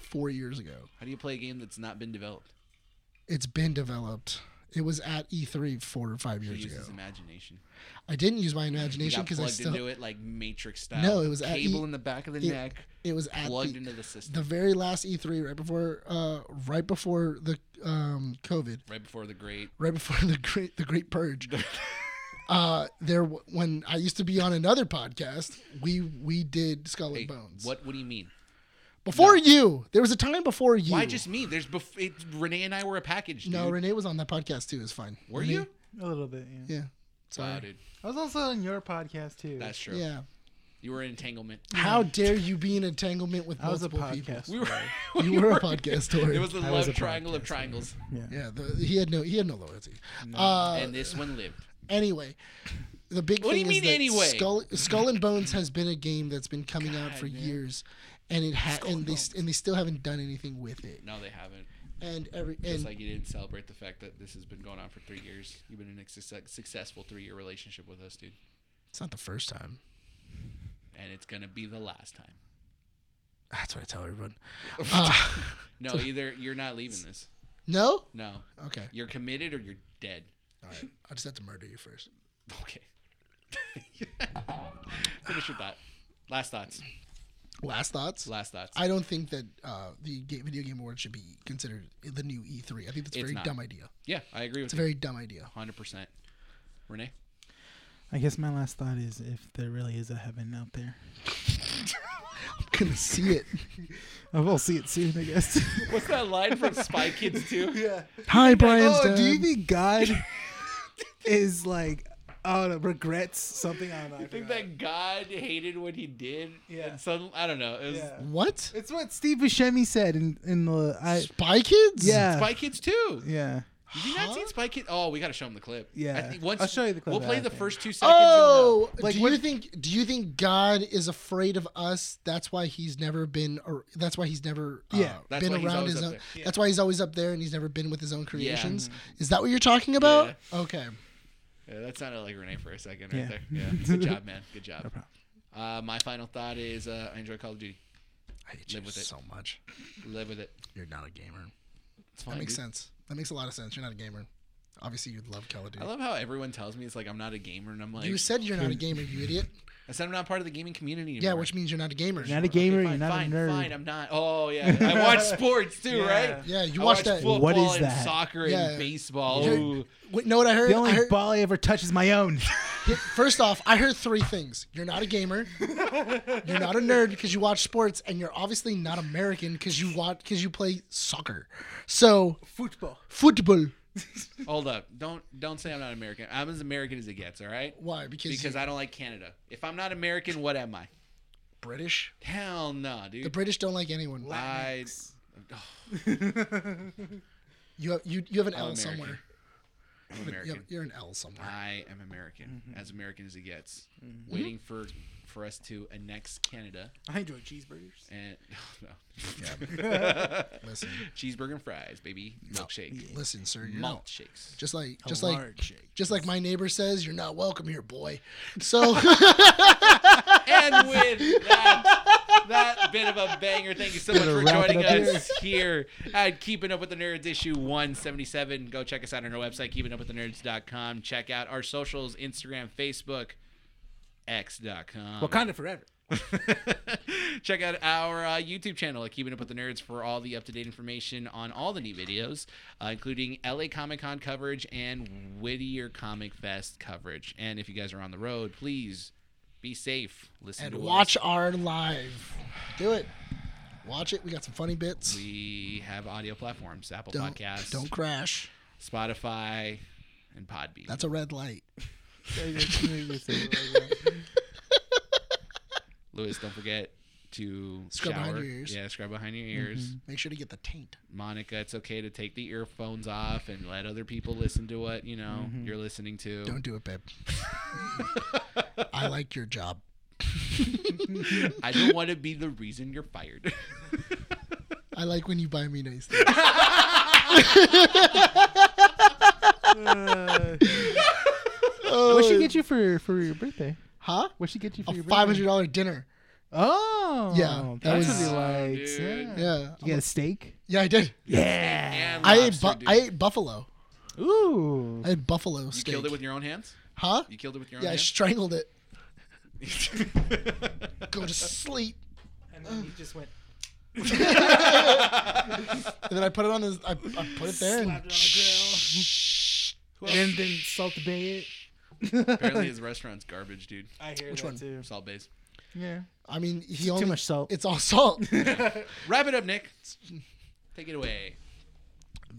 [SPEAKER 2] four years ago.
[SPEAKER 4] how do you play a game that's not been developed?
[SPEAKER 2] It's been developed. It was at E3 four or five
[SPEAKER 4] He
[SPEAKER 2] years
[SPEAKER 4] uses
[SPEAKER 2] ago.
[SPEAKER 4] imagination.
[SPEAKER 2] I didn't use my
[SPEAKER 4] He
[SPEAKER 2] imagination
[SPEAKER 4] got
[SPEAKER 2] because I
[SPEAKER 4] plugged
[SPEAKER 2] still
[SPEAKER 4] into it like Matrix style.
[SPEAKER 2] No, it was at
[SPEAKER 4] cable
[SPEAKER 2] E-
[SPEAKER 4] in the back of the
[SPEAKER 2] it-
[SPEAKER 4] neck,
[SPEAKER 2] it was at
[SPEAKER 4] plugged
[SPEAKER 2] the,
[SPEAKER 4] into the system
[SPEAKER 2] the very last E3 right before uh right before the um COVID
[SPEAKER 4] right before the great.
[SPEAKER 2] right before the great the Great Purge. Uh, there w- when I used to be on another podcast, we we did Skull
[SPEAKER 4] Hey,
[SPEAKER 2] and Bones.
[SPEAKER 4] what what do you mean?
[SPEAKER 2] before you? There was a time before you.
[SPEAKER 4] Why just me? There's bef- it, Renee and I were a package. Dude.
[SPEAKER 2] no? Renee was on that podcast too. It's fine.
[SPEAKER 4] were
[SPEAKER 2] Renee-
[SPEAKER 4] you?
[SPEAKER 3] A little bit, yeah.
[SPEAKER 2] Yeah.
[SPEAKER 4] Wow,
[SPEAKER 2] Sorry.
[SPEAKER 4] dude,
[SPEAKER 3] I was also on your podcast too.
[SPEAKER 4] that's true.
[SPEAKER 2] Yeah.
[SPEAKER 4] You were in entanglement.
[SPEAKER 2] How dare you be in entanglement with
[SPEAKER 3] I was a
[SPEAKER 2] multiple people?
[SPEAKER 3] podcast.
[SPEAKER 4] We were.
[SPEAKER 2] You were a podcast story.
[SPEAKER 4] It was the
[SPEAKER 3] I was
[SPEAKER 4] love
[SPEAKER 3] a
[SPEAKER 4] triangle of
[SPEAKER 3] podcaster.
[SPEAKER 4] triangles,
[SPEAKER 2] yeah. The, he had no he had no loyalty. Uh,
[SPEAKER 4] and this one lived.
[SPEAKER 2] anyway, the big
[SPEAKER 4] What do
[SPEAKER 2] thing
[SPEAKER 4] you mean
[SPEAKER 2] is that
[SPEAKER 4] anyway?
[SPEAKER 2] Skull, Skull and Bones has been a game that's been coming out for years, and it ha- and they and they still haven't done anything with it.
[SPEAKER 4] No, they haven't.
[SPEAKER 2] And every and
[SPEAKER 4] Just like you didn't celebrate the fact that this has been going on for three years. You've been in a success- successful three-year relationship with us, dude,
[SPEAKER 2] it's not the first time.
[SPEAKER 4] and it's gonna be the last time.
[SPEAKER 2] That's what I tell everyone. Uh,
[SPEAKER 4] No, either you're not leaving this.
[SPEAKER 2] no.
[SPEAKER 4] No,
[SPEAKER 2] Okay.
[SPEAKER 4] you're committed or you're dead.
[SPEAKER 2] All right. I just have to murder you first.
[SPEAKER 4] Okay. Finish with that. Last thoughts.
[SPEAKER 2] Last thoughts.
[SPEAKER 4] Last thoughts.
[SPEAKER 2] I don't think that uh, the game, video game award should be considered the new E3. I think that's a
[SPEAKER 4] It's
[SPEAKER 2] very
[SPEAKER 4] not.
[SPEAKER 2] dumb idea.
[SPEAKER 4] yeah, I agree with
[SPEAKER 2] It's a
[SPEAKER 4] you.
[SPEAKER 2] very dumb idea.
[SPEAKER 4] Hundred percent. Renee.
[SPEAKER 3] I guess my last thought is if there really is a heaven out there.
[SPEAKER 2] I'm gonna see it.
[SPEAKER 3] I will see it soon, I guess.
[SPEAKER 4] What's that line from Spy Kids 2? Yeah.
[SPEAKER 2] Hi, Brian's
[SPEAKER 3] oh,
[SPEAKER 2] dad.
[SPEAKER 3] do you think God is like I don't know, regrets something? I don't know. I
[SPEAKER 4] I think
[SPEAKER 3] forgot.
[SPEAKER 4] that God hated what he did.
[SPEAKER 3] Yeah.
[SPEAKER 4] And suddenly, I don't know. It was
[SPEAKER 3] Yeah.
[SPEAKER 2] what?
[SPEAKER 3] It's what Steve Buscemi said in in the I
[SPEAKER 2] Spy Kids?
[SPEAKER 3] yeah
[SPEAKER 4] Spy Kids 2.
[SPEAKER 3] yeah.
[SPEAKER 4] Have you not
[SPEAKER 2] Huh?
[SPEAKER 4] seen Spy Kids? Oh, we got to show him the clip.
[SPEAKER 3] Yeah.
[SPEAKER 4] I think once,
[SPEAKER 3] I'll show you the clip
[SPEAKER 4] We'll play
[SPEAKER 3] after.
[SPEAKER 4] the first two seconds.
[SPEAKER 2] Oh,
[SPEAKER 4] and
[SPEAKER 2] do you think do you think God is afraid of us? That's why he's never been, or that's why he's never uh,
[SPEAKER 3] Yeah,
[SPEAKER 4] that's why
[SPEAKER 2] been
[SPEAKER 4] he's
[SPEAKER 2] around
[SPEAKER 4] always
[SPEAKER 2] his
[SPEAKER 4] up
[SPEAKER 2] own.
[SPEAKER 4] there.
[SPEAKER 2] That's why he's always up there, and he's never been with his own creations. Is that what you're talking about? Okay,
[SPEAKER 4] the- Yeah, that sounded like Renee for a second right
[SPEAKER 3] Yeah.
[SPEAKER 4] there. Yeah. Good job, man. Good job.
[SPEAKER 3] problem.
[SPEAKER 4] Uh, my final thought is uh, I enjoy Call of Duty.
[SPEAKER 2] I hate
[SPEAKER 4] you Live with it. so
[SPEAKER 2] much.
[SPEAKER 4] Live with it.
[SPEAKER 2] You're not a gamer.
[SPEAKER 4] It's fine.
[SPEAKER 2] That makes
[SPEAKER 4] dude.
[SPEAKER 2] sense. That makes a lot of sense. You're not a gamer. Obviously, you'd love Call of Duty.
[SPEAKER 4] I love how everyone tells me it's like I'm not a gamer, and I'm like,
[SPEAKER 2] you said you're not a gamer, you idiot.
[SPEAKER 4] I said I'm not part of the gaming community.
[SPEAKER 2] Yeah,
[SPEAKER 4] anymore.
[SPEAKER 2] which means you're not a gamer.
[SPEAKER 3] You're not a gamer. you're
[SPEAKER 4] fine,
[SPEAKER 3] not
[SPEAKER 4] fine,
[SPEAKER 3] a nerd.
[SPEAKER 4] fine. I'm not. Oh yeah, I watch sports too,
[SPEAKER 3] Yeah.
[SPEAKER 4] right?
[SPEAKER 2] Yeah, you
[SPEAKER 4] I
[SPEAKER 2] watch
[SPEAKER 4] watch
[SPEAKER 2] that.
[SPEAKER 4] Football
[SPEAKER 3] What is
[SPEAKER 4] and
[SPEAKER 3] that?
[SPEAKER 4] Soccer
[SPEAKER 2] Yeah.
[SPEAKER 4] and baseball.
[SPEAKER 2] You're-
[SPEAKER 4] Ooh.
[SPEAKER 2] Wait, know what I heard?
[SPEAKER 3] the
[SPEAKER 2] I
[SPEAKER 3] only
[SPEAKER 2] heard
[SPEAKER 3] ball I ever touch is my own.
[SPEAKER 2] First off, I heard three things. You're not a gamer. You're not a nerd because you watch sports, and you're obviously not American because you watch because you play soccer. So
[SPEAKER 3] Football.
[SPEAKER 2] football.
[SPEAKER 4] Hold up! Don't don't say I'm not American. I'm as American as it gets. All right.
[SPEAKER 2] Why? Because,
[SPEAKER 4] Because
[SPEAKER 2] you're
[SPEAKER 4] I don't like Canada. If I'm not American, what am I?
[SPEAKER 2] British.
[SPEAKER 4] Hell no, nah,
[SPEAKER 2] The
[SPEAKER 4] dude.
[SPEAKER 2] British don't like anyone.
[SPEAKER 4] I, Oh,
[SPEAKER 2] You have you, you have an L
[SPEAKER 4] I'm American.
[SPEAKER 2] somewhere.
[SPEAKER 4] I'm
[SPEAKER 2] You have-
[SPEAKER 4] American.
[SPEAKER 2] You're an L somewhere.
[SPEAKER 4] I am American, as American as it gets. Waiting for for us to annex Canada
[SPEAKER 3] I enjoy cheeseburgers.
[SPEAKER 4] and oh, no,
[SPEAKER 2] Listen,
[SPEAKER 4] cheeseburger and fries, baby, milkshake,
[SPEAKER 2] listen, sir. You're
[SPEAKER 4] malt
[SPEAKER 2] not,
[SPEAKER 4] shakes.
[SPEAKER 2] just like
[SPEAKER 3] A
[SPEAKER 2] just like
[SPEAKER 3] large shake.
[SPEAKER 2] just like my neighbor says, you're not welcome here, boy. So
[SPEAKER 4] and with that, that bit of a banger, thank you so much
[SPEAKER 3] Better
[SPEAKER 4] for
[SPEAKER 3] wrap it
[SPEAKER 4] joining
[SPEAKER 3] up
[SPEAKER 4] us here at Keeping Up with the Nerds issue 177. Go check us out on our website, keepingupwiththenerds.com. Check out our socials Instagram, Facebook, x.com.
[SPEAKER 3] Wakanda forever.
[SPEAKER 4] Check out our uh, YouTube channel at Keeping Up with the Nerds for all the up to date information on all the new videos, uh, including LA Comic Con coverage and Whittier Comic Fest coverage. And if you guys are on the road, please be safe. Listen
[SPEAKER 2] and
[SPEAKER 4] to us.
[SPEAKER 2] watch our live. Do it. Watch it. We got some funny bits.
[SPEAKER 4] We have audio platforms: Apple
[SPEAKER 2] don't
[SPEAKER 4] Podcasts,
[SPEAKER 2] don't crash.
[SPEAKER 4] Spotify, and Podbean.
[SPEAKER 2] That's a red light.
[SPEAKER 4] Lewis, don't forget to
[SPEAKER 2] Scrub
[SPEAKER 4] shower.
[SPEAKER 2] behind your ears.
[SPEAKER 4] Yeah, scrub behind your ears.
[SPEAKER 2] Make sure to get the taint.
[SPEAKER 4] Monica, it's okay to take the earphones off and let other people listen to what you know you're listening to.
[SPEAKER 2] Don't do it, babe. I like your job.
[SPEAKER 4] I don't want to be the reason you're fired.
[SPEAKER 2] I like when you buy me nice things.
[SPEAKER 3] what she get you for for your birthday?
[SPEAKER 2] Oh, Huh?
[SPEAKER 3] What she get you for
[SPEAKER 2] A
[SPEAKER 3] your birthday?
[SPEAKER 2] five hundred dollar dinner.
[SPEAKER 3] Oh,
[SPEAKER 2] Yeah, that
[SPEAKER 3] that's
[SPEAKER 2] was-
[SPEAKER 3] what he likes.
[SPEAKER 4] Dude.
[SPEAKER 3] Yeah.
[SPEAKER 2] Yeah.
[SPEAKER 3] You get a steak.
[SPEAKER 2] Yeah, I did.
[SPEAKER 4] And
[SPEAKER 2] I ate
[SPEAKER 4] lobster,
[SPEAKER 2] bu-
[SPEAKER 4] dude.
[SPEAKER 2] I ate buffalo.
[SPEAKER 3] Ooh,
[SPEAKER 2] I had buffalo
[SPEAKER 4] You
[SPEAKER 2] steak.
[SPEAKER 4] killed it with your own hands.
[SPEAKER 2] huh?
[SPEAKER 4] You killed it with your own
[SPEAKER 2] Yeah, I
[SPEAKER 4] hands.
[SPEAKER 2] strangled it. Go to sleep.
[SPEAKER 3] and then you just went.
[SPEAKER 2] And then I put it on the I, I put it there and
[SPEAKER 3] And then salt the bay it.
[SPEAKER 4] Apparently his restaurant's garbage, dude.
[SPEAKER 5] I hear
[SPEAKER 2] Which
[SPEAKER 5] that
[SPEAKER 2] one?
[SPEAKER 5] too.
[SPEAKER 4] Salt base.
[SPEAKER 3] Yeah.
[SPEAKER 2] I mean, he
[SPEAKER 3] Too
[SPEAKER 2] only,
[SPEAKER 3] much salt.
[SPEAKER 2] It's all salt.
[SPEAKER 4] Wrap it up, Nick. Take it away.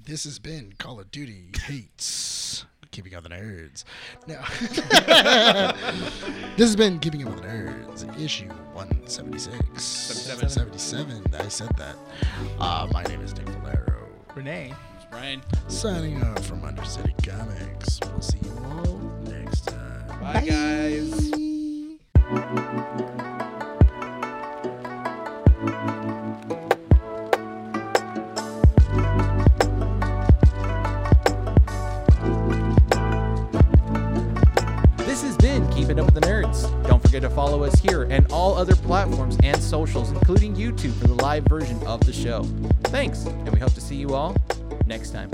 [SPEAKER 2] this has been Call of Duty hates keeping up with the nerds. No, this has been keeping up with the nerds, issue one seventy six,
[SPEAKER 4] Seventy-seven.
[SPEAKER 2] seventy seven. I said that. Uh, my name is Nick Valero,
[SPEAKER 3] Renee.
[SPEAKER 4] It's Brian.
[SPEAKER 2] signing off from Undercity Comics. We'll see you all next time.
[SPEAKER 4] Bye, guys.
[SPEAKER 1] This has been Keeping Up with the Nerds. Don't forget to follow us here and all other platforms and socials, including YouTube for the live version of the show. Thanks, and we hope to see you all next time.